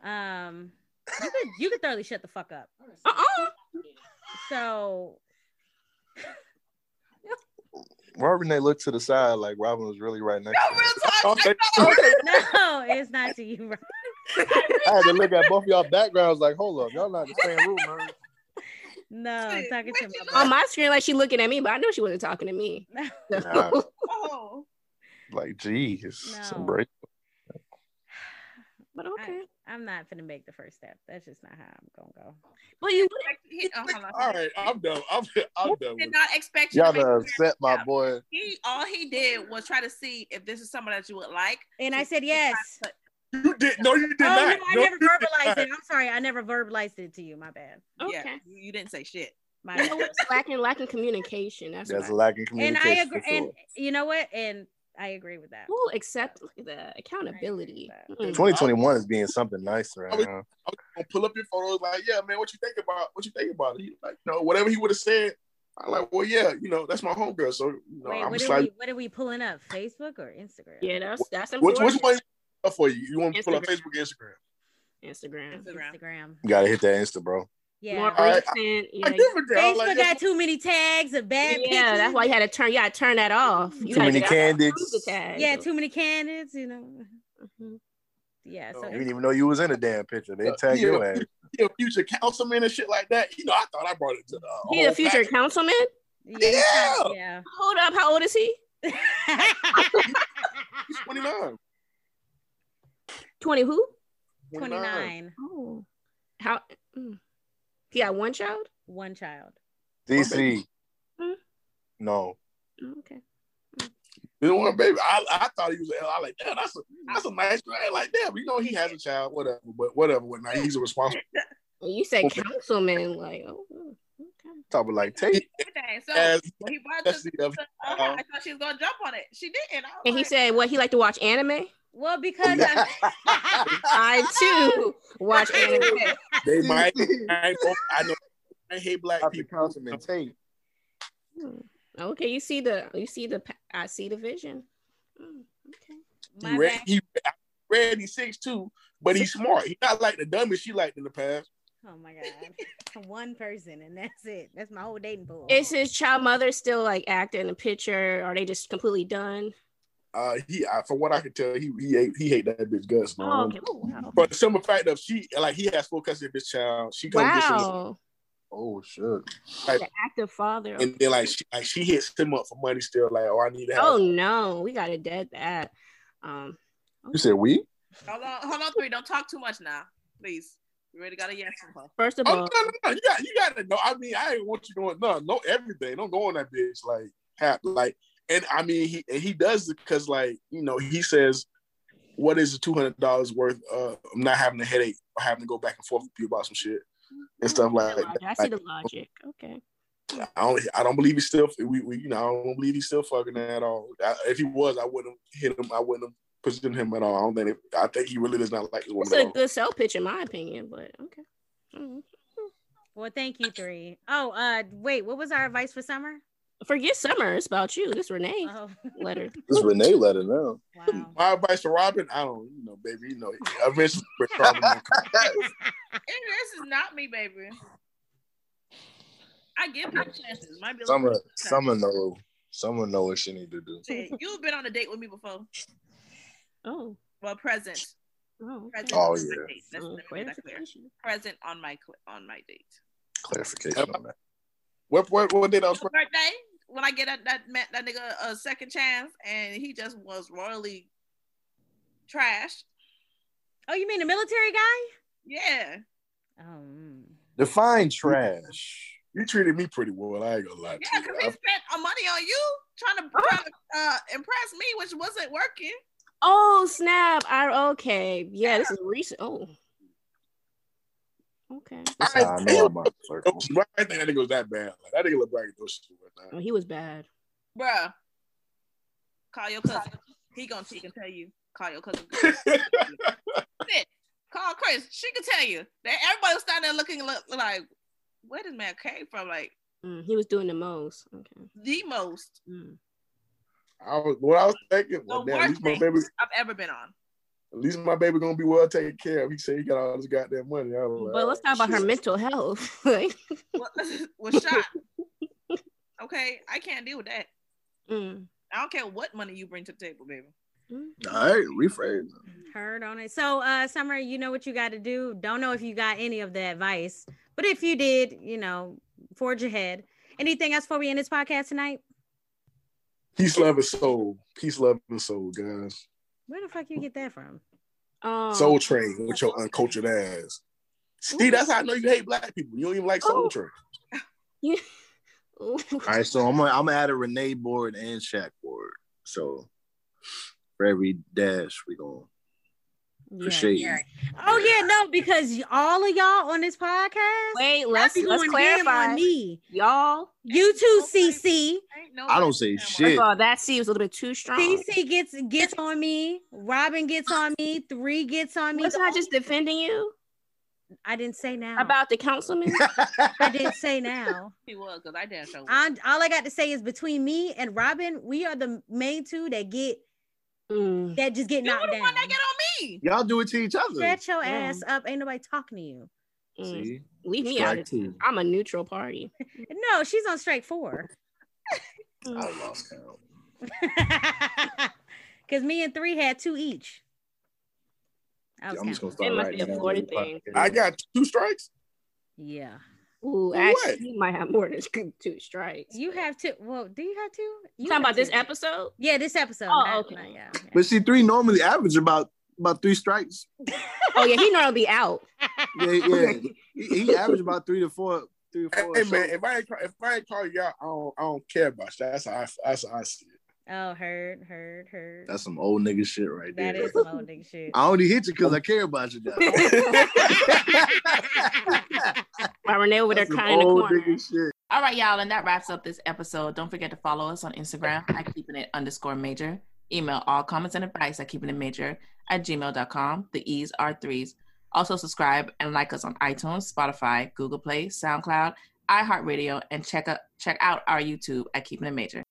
[SPEAKER 3] Oh,
[SPEAKER 4] Um, you could you could thoroughly shut the fuck up.
[SPEAKER 3] (laughs) uh-uh. (laughs)
[SPEAKER 4] So
[SPEAKER 8] Why Renee looked to the side like Robin was really right next to
[SPEAKER 6] no
[SPEAKER 8] her?
[SPEAKER 6] real
[SPEAKER 8] I
[SPEAKER 6] talk.
[SPEAKER 8] think-
[SPEAKER 4] no, it's not to you. Rob.
[SPEAKER 8] I had to look at both of y'all backgrounds like, hold up, y'all not in the same room, man.
[SPEAKER 4] (laughs) No, I'm talking to
[SPEAKER 6] Wait,
[SPEAKER 4] my (sighs)
[SPEAKER 3] on my screen, like she looking at me, but I know she wasn't talking to me.
[SPEAKER 4] brother.
[SPEAKER 8] (laughs) Nah.
[SPEAKER 6] Oh,
[SPEAKER 8] Like, geez,
[SPEAKER 4] No.
[SPEAKER 8] some break.
[SPEAKER 3] (laughs) But okay.
[SPEAKER 4] I'm not gonna make the first step. That's just not how I'm gonna go.
[SPEAKER 3] But you
[SPEAKER 6] he, oh, hold on.
[SPEAKER 7] All right, I'm done. I'm I'm done.
[SPEAKER 6] Did
[SPEAKER 7] With it.
[SPEAKER 6] not expect you.
[SPEAKER 8] Y'all
[SPEAKER 6] to make-
[SPEAKER 8] done upset my boy.
[SPEAKER 6] he all he did was try to see if this is someone that you would like.
[SPEAKER 4] And I said yes.
[SPEAKER 7] You did no, you did
[SPEAKER 4] oh
[SPEAKER 7] not.
[SPEAKER 4] no, I never verbalized it. I'm sorry, I never verbalized it to you. My bad.
[SPEAKER 3] okay.
[SPEAKER 6] Yeah, you, you didn't say shit.
[SPEAKER 4] My
[SPEAKER 3] You know
[SPEAKER 4] bad.
[SPEAKER 3] what's lacking? Lacking communication. That's,
[SPEAKER 8] That's
[SPEAKER 3] That's
[SPEAKER 8] a lack in
[SPEAKER 4] and
[SPEAKER 8] communication.
[SPEAKER 4] I agree.
[SPEAKER 8] for
[SPEAKER 4] And
[SPEAKER 8] sure.
[SPEAKER 4] you know what? And I agree with that.
[SPEAKER 3] Ooh, accept look at that accountability.
[SPEAKER 4] I agree
[SPEAKER 3] Mm.
[SPEAKER 8] 2021 is being something nice right
[SPEAKER 7] I was-
[SPEAKER 8] now.
[SPEAKER 7] I'm gonna pull up your photos. Like, yeah, man, what you think about? What you think about it? He like, no, whatever he would have said. I like, well, yeah, you know, that's my homegirl. So you know,
[SPEAKER 4] Wait,
[SPEAKER 7] I'm
[SPEAKER 4] what
[SPEAKER 7] just
[SPEAKER 4] are
[SPEAKER 7] like,
[SPEAKER 4] we? What are we pulling up? Facebook or Instagram?
[SPEAKER 3] Yeah, that's that's
[SPEAKER 7] which
[SPEAKER 3] important.
[SPEAKER 7] which one is up for you? You want to pull up
[SPEAKER 3] Instagram.
[SPEAKER 7] Facebook, Instagram?
[SPEAKER 3] Instagram.
[SPEAKER 6] Instagram.
[SPEAKER 4] Instagram.
[SPEAKER 8] You gotta hit that Insta, bro.
[SPEAKER 4] Yeah.
[SPEAKER 3] More
[SPEAKER 7] I-
[SPEAKER 3] recent.
[SPEAKER 7] I
[SPEAKER 3] Yeah,
[SPEAKER 7] give a damn. I'm
[SPEAKER 4] Facebook
[SPEAKER 7] Like,
[SPEAKER 4] got too many tags of bad
[SPEAKER 3] yeah that's why you had to turn. You had to turn that off. You
[SPEAKER 8] Too
[SPEAKER 3] had to
[SPEAKER 8] many
[SPEAKER 3] get out
[SPEAKER 8] candids.
[SPEAKER 3] of the tag.
[SPEAKER 4] pictures. Yeah, too many candidates. You know.
[SPEAKER 3] Mhm.
[SPEAKER 4] Yeah. So
[SPEAKER 7] Oh.
[SPEAKER 8] You didn't even know you was in a damn picture. They
[SPEAKER 7] Uh,
[SPEAKER 8] tag
[SPEAKER 7] yeah.
[SPEAKER 8] your ass.
[SPEAKER 7] you know, future councilman and shit like that. You know, I thought I brought it to the uh,
[SPEAKER 3] He a
[SPEAKER 7] whole
[SPEAKER 3] future
[SPEAKER 7] pack.
[SPEAKER 3] councilman.
[SPEAKER 4] yeah. it's not-
[SPEAKER 3] (laughs)
[SPEAKER 4] yeah. (laughs)
[SPEAKER 3] Hold up, how old is he?
[SPEAKER 7] He's 29.
[SPEAKER 3] Twenty who?
[SPEAKER 7] 29.
[SPEAKER 4] Twenty nine.
[SPEAKER 3] Oh, how? mm. He got one child.
[SPEAKER 4] One child.
[SPEAKER 8] DC.
[SPEAKER 3] Hmm?
[SPEAKER 8] No.
[SPEAKER 3] Oh, Okay.
[SPEAKER 7] You know what, baby? I, I thought he was. I like, damn, that's a that's a nice guy. Like, damn, you know, he has a child. Whatever, but whatever, whatnot. He's a responsible.
[SPEAKER 3] Well, you said
[SPEAKER 7] Okay.
[SPEAKER 3] councilman, like oh, okay.
[SPEAKER 8] Talking about like Tate.
[SPEAKER 6] Everything. So
[SPEAKER 7] As
[SPEAKER 6] when he brought this,
[SPEAKER 7] that's the
[SPEAKER 6] to her, I thought she was gonna jump on it. She didn't. I was
[SPEAKER 3] And he
[SPEAKER 6] like,
[SPEAKER 3] said, "What he like to watch anime?
[SPEAKER 4] Well, because I,
[SPEAKER 3] (laughs)
[SPEAKER 4] (laughs)
[SPEAKER 3] I too watch (laughs) anime." (laughs)
[SPEAKER 7] they might. I, ain't gonna- I know. I hate black
[SPEAKER 8] After
[SPEAKER 7] people.
[SPEAKER 8] Councilman Tate.
[SPEAKER 3] Okay, you see the you see the pa- I see the vision. Mm, Okay.
[SPEAKER 7] He
[SPEAKER 4] my
[SPEAKER 7] read,
[SPEAKER 4] bad.
[SPEAKER 7] he read. He's six two, but he's smart. He's not like the dumbest she liked in the past.
[SPEAKER 4] Oh my god. (laughs) One person and that's it. That's my whole dating pool.
[SPEAKER 3] Is his child mother still like acting in the picture? Are they just completely done?
[SPEAKER 7] Uh, he, I, from what I could tell, he he hate, he hate that bitch guts, man.
[SPEAKER 3] Oh, okay. Oh, wow.
[SPEAKER 7] But the simple fact of she like he has full custody of this child. She comes gets him,
[SPEAKER 3] Wow.
[SPEAKER 8] Oh shit.
[SPEAKER 3] The active father.
[SPEAKER 7] and then like she like she hits him up for money still. Like oh I need to have.
[SPEAKER 3] Oh no, we gotta dead that. Um,
[SPEAKER 8] You said we?
[SPEAKER 6] hold on, hold on, three. Don't talk too much now, please. You already got a yes from her.
[SPEAKER 3] first of
[SPEAKER 7] Oh,
[SPEAKER 3] all,
[SPEAKER 7] no, no, no. You got you got to know. I mean I ain't want you doing no no everything. Don't go on that bitch like half like and I mean he and he does it because like you know he says what is the two hundred dollars worth of not having a headache or having to go back and forth with you about some shit and stuff like that.
[SPEAKER 3] I see the logic. Okay.
[SPEAKER 7] I don't, I don't believe he's still. We, we, you know, I don't believe he's still fucking at all. I, if he was, I wouldn't have hit him. I wouldn't have pushed him at all. I don't think. It, I think he really does not like the
[SPEAKER 3] It's
[SPEAKER 7] woman.
[SPEAKER 3] a
[SPEAKER 7] At all.
[SPEAKER 3] good sell pitch in my opinion, but okay. Mm.
[SPEAKER 4] well, thank you three. Oh, uh wait, what was our advice for summer?
[SPEAKER 3] Forget summer. It's about you. This Renee (laughs)
[SPEAKER 4] Oh,
[SPEAKER 3] letter.
[SPEAKER 8] This Renee letter now.
[SPEAKER 4] wow.
[SPEAKER 7] My advice to Robin, I don't, you know, baby, you know, eventually Robin gonna come.
[SPEAKER 6] this is not me, baby. I give people chances. Might be a
[SPEAKER 8] Summer,
[SPEAKER 6] little-
[SPEAKER 8] summer know, summer know what she need to do.
[SPEAKER 6] Shit, You've been on a date with me before.
[SPEAKER 3] Oh,
[SPEAKER 6] Well, present.
[SPEAKER 3] oh.
[SPEAKER 6] Present
[SPEAKER 8] Oh,
[SPEAKER 6] on my
[SPEAKER 8] yeah.
[SPEAKER 6] date. Let's-
[SPEAKER 3] oh
[SPEAKER 6] let me make that clear.
[SPEAKER 3] clarification.
[SPEAKER 6] Present on my cl- on my date.
[SPEAKER 8] Clarification on that.
[SPEAKER 7] What what what did I was
[SPEAKER 6] Your birthday when I get that that man, that nigga a second chance and he just was royally trashed.
[SPEAKER 4] Oh, you mean the military guy?
[SPEAKER 6] Yeah.
[SPEAKER 4] Um,
[SPEAKER 8] Define trash.
[SPEAKER 7] you treated me pretty well. I ain't gonna lie
[SPEAKER 6] Yeah,
[SPEAKER 7] to
[SPEAKER 6] because he
[SPEAKER 7] you.
[SPEAKER 6] spent uh, money on you trying to, trying to uh, impress me, which wasn't working.
[SPEAKER 3] Oh snap! I okay. Yeah, this is recent. Oh, okay.
[SPEAKER 8] That's how I know I'm out (laughs)
[SPEAKER 7] I,
[SPEAKER 8] circle.
[SPEAKER 7] I think that nigga was that bad. Like, that nigga looked like no shit was
[SPEAKER 3] Oh,
[SPEAKER 7] not.
[SPEAKER 3] he was bad.
[SPEAKER 6] Bruh, call your cousin. He gonna he can tell you. Call your
[SPEAKER 8] (laughs)
[SPEAKER 6] cousin. Shit. Call Chris. She can tell you. That everybody was standing there looking look, like, where this man came from? Like
[SPEAKER 3] Mm, he was doing the most. Okay.
[SPEAKER 6] the most
[SPEAKER 3] Mm.
[SPEAKER 7] (laughs) I was what I was thinking. Well,
[SPEAKER 6] The
[SPEAKER 7] damn, at
[SPEAKER 6] worst
[SPEAKER 7] least my
[SPEAKER 6] thing.
[SPEAKER 7] baby,
[SPEAKER 6] I've ever been on.
[SPEAKER 7] at least my baby gonna be well taken care of. He said he got all this goddamn money. I was like,
[SPEAKER 3] But let's talk about her
[SPEAKER 7] shit.
[SPEAKER 3] mental health. (laughs) like,
[SPEAKER 6] Well, (laughs) was shot. Okay, I can't deal with that.
[SPEAKER 3] mm,
[SPEAKER 6] I don't care what money you bring to the table, baby.
[SPEAKER 3] mm.
[SPEAKER 8] All right, rephrase.
[SPEAKER 4] heard on it. So, uh, Summer, you know what you got to do. Don't know if you got any of the advice, but if you did, you know, forge ahead. Anything else before we end this podcast tonight?
[SPEAKER 7] Peace, love, and soul. Peace, love, and soul, guys.
[SPEAKER 4] Where the fuck you get that from?
[SPEAKER 3] Um,
[SPEAKER 7] Soul Train with your uncultured ass. See, that's how I know you hate black people. You don't even like Soul
[SPEAKER 3] Ooh.
[SPEAKER 7] Train.
[SPEAKER 3] Ooh.
[SPEAKER 8] All right, so I'm gonna I'm gonna add a Renee board and Shaq board. So for every dash, we gonna for
[SPEAKER 4] Yeah.
[SPEAKER 8] shade.
[SPEAKER 4] Oh yeah, no, because y- all of y'all on this podcast,
[SPEAKER 3] (laughs) Wait,
[SPEAKER 4] y'all
[SPEAKER 3] let's
[SPEAKER 4] be
[SPEAKER 3] let's
[SPEAKER 4] going ham
[SPEAKER 3] clarify,
[SPEAKER 4] on me.
[SPEAKER 3] y'all.
[SPEAKER 4] You too,
[SPEAKER 6] Okay.
[SPEAKER 4] CC.
[SPEAKER 6] Ain't no
[SPEAKER 8] I don't say
[SPEAKER 3] First
[SPEAKER 8] shit.
[SPEAKER 3] of all, that seems a little bit too strong.
[SPEAKER 4] CC gets gets on me. Robin gets on me. Three gets on me.
[SPEAKER 3] was I just defending you
[SPEAKER 4] I didn't say now.
[SPEAKER 3] about the councilman?
[SPEAKER 8] (laughs)
[SPEAKER 4] I didn't say now.
[SPEAKER 6] He was because I damn sure was.
[SPEAKER 4] i all I got to say is between me and Robin, we are the main two that get
[SPEAKER 3] Mm.
[SPEAKER 4] that just get
[SPEAKER 6] You were
[SPEAKER 4] knocked
[SPEAKER 6] the
[SPEAKER 4] down.
[SPEAKER 6] one that get on me.
[SPEAKER 8] Y'all do it to each other.
[SPEAKER 4] Shut your
[SPEAKER 3] Yeah.
[SPEAKER 4] ass up. Ain't nobody talking to you.
[SPEAKER 3] mm.
[SPEAKER 8] See,
[SPEAKER 3] Leave me out.
[SPEAKER 8] strike
[SPEAKER 3] Of-
[SPEAKER 8] two.
[SPEAKER 3] I'm a neutral party.
[SPEAKER 4] No, she's on strike four. (laughs)
[SPEAKER 3] Mm.
[SPEAKER 8] I lost count.
[SPEAKER 4] Because me and three had two each. I was
[SPEAKER 8] I'm just
[SPEAKER 4] counting.
[SPEAKER 8] gonna start writing
[SPEAKER 3] It must be a
[SPEAKER 8] down
[SPEAKER 3] Florida
[SPEAKER 8] every
[SPEAKER 3] thing.
[SPEAKER 8] podcast.
[SPEAKER 7] I got two strikes.
[SPEAKER 4] Yeah.
[SPEAKER 3] Ooh,
[SPEAKER 7] What?
[SPEAKER 3] actually, you might have more than (laughs) two strikes.
[SPEAKER 4] You
[SPEAKER 3] but-
[SPEAKER 4] have two. Well, do you have two? You
[SPEAKER 3] You talking
[SPEAKER 4] have
[SPEAKER 3] about this
[SPEAKER 4] two.
[SPEAKER 3] episode?
[SPEAKER 4] Yeah, this episode.
[SPEAKER 3] Oh,
[SPEAKER 4] not-
[SPEAKER 3] okay.
[SPEAKER 4] not- yeah, yeah.
[SPEAKER 8] But see, three normally average about about three strikes.
[SPEAKER 3] Oh
[SPEAKER 4] (laughs)
[SPEAKER 3] yeah, he (laughs) normally be out.
[SPEAKER 8] Yeah,
[SPEAKER 3] (laughs)
[SPEAKER 8] yeah. he, he average about three to four, three to
[SPEAKER 7] Hey,
[SPEAKER 8] four.
[SPEAKER 7] hey, man, if I ain't call, if I ain't call y'all, I don't, I don't care about you. That's how I, that's how I see it.
[SPEAKER 4] Oh, heard, heard, heard.
[SPEAKER 8] That's some old nigga shit right
[SPEAKER 4] That
[SPEAKER 8] there.
[SPEAKER 4] is some old nigga shit.
[SPEAKER 8] (laughs) I only hit you because I care about you.
[SPEAKER 3] (laughs)
[SPEAKER 8] (laughs) Now.
[SPEAKER 3] While Renee over there
[SPEAKER 8] That's some
[SPEAKER 3] crying in the
[SPEAKER 8] old
[SPEAKER 3] corner.
[SPEAKER 8] nigga shit.
[SPEAKER 6] All right, y'all, and that wraps up this episode. Don't forget to follow us on Instagram at keeping it underscore major. Email all comments and advice at keeping it major at gmail.com. The E's are threes. Also subscribe and like us on iTunes, Spotify, Google Play, SoundCloud, iHeartRadio, and check out check out our YouTube at Keeping It Major.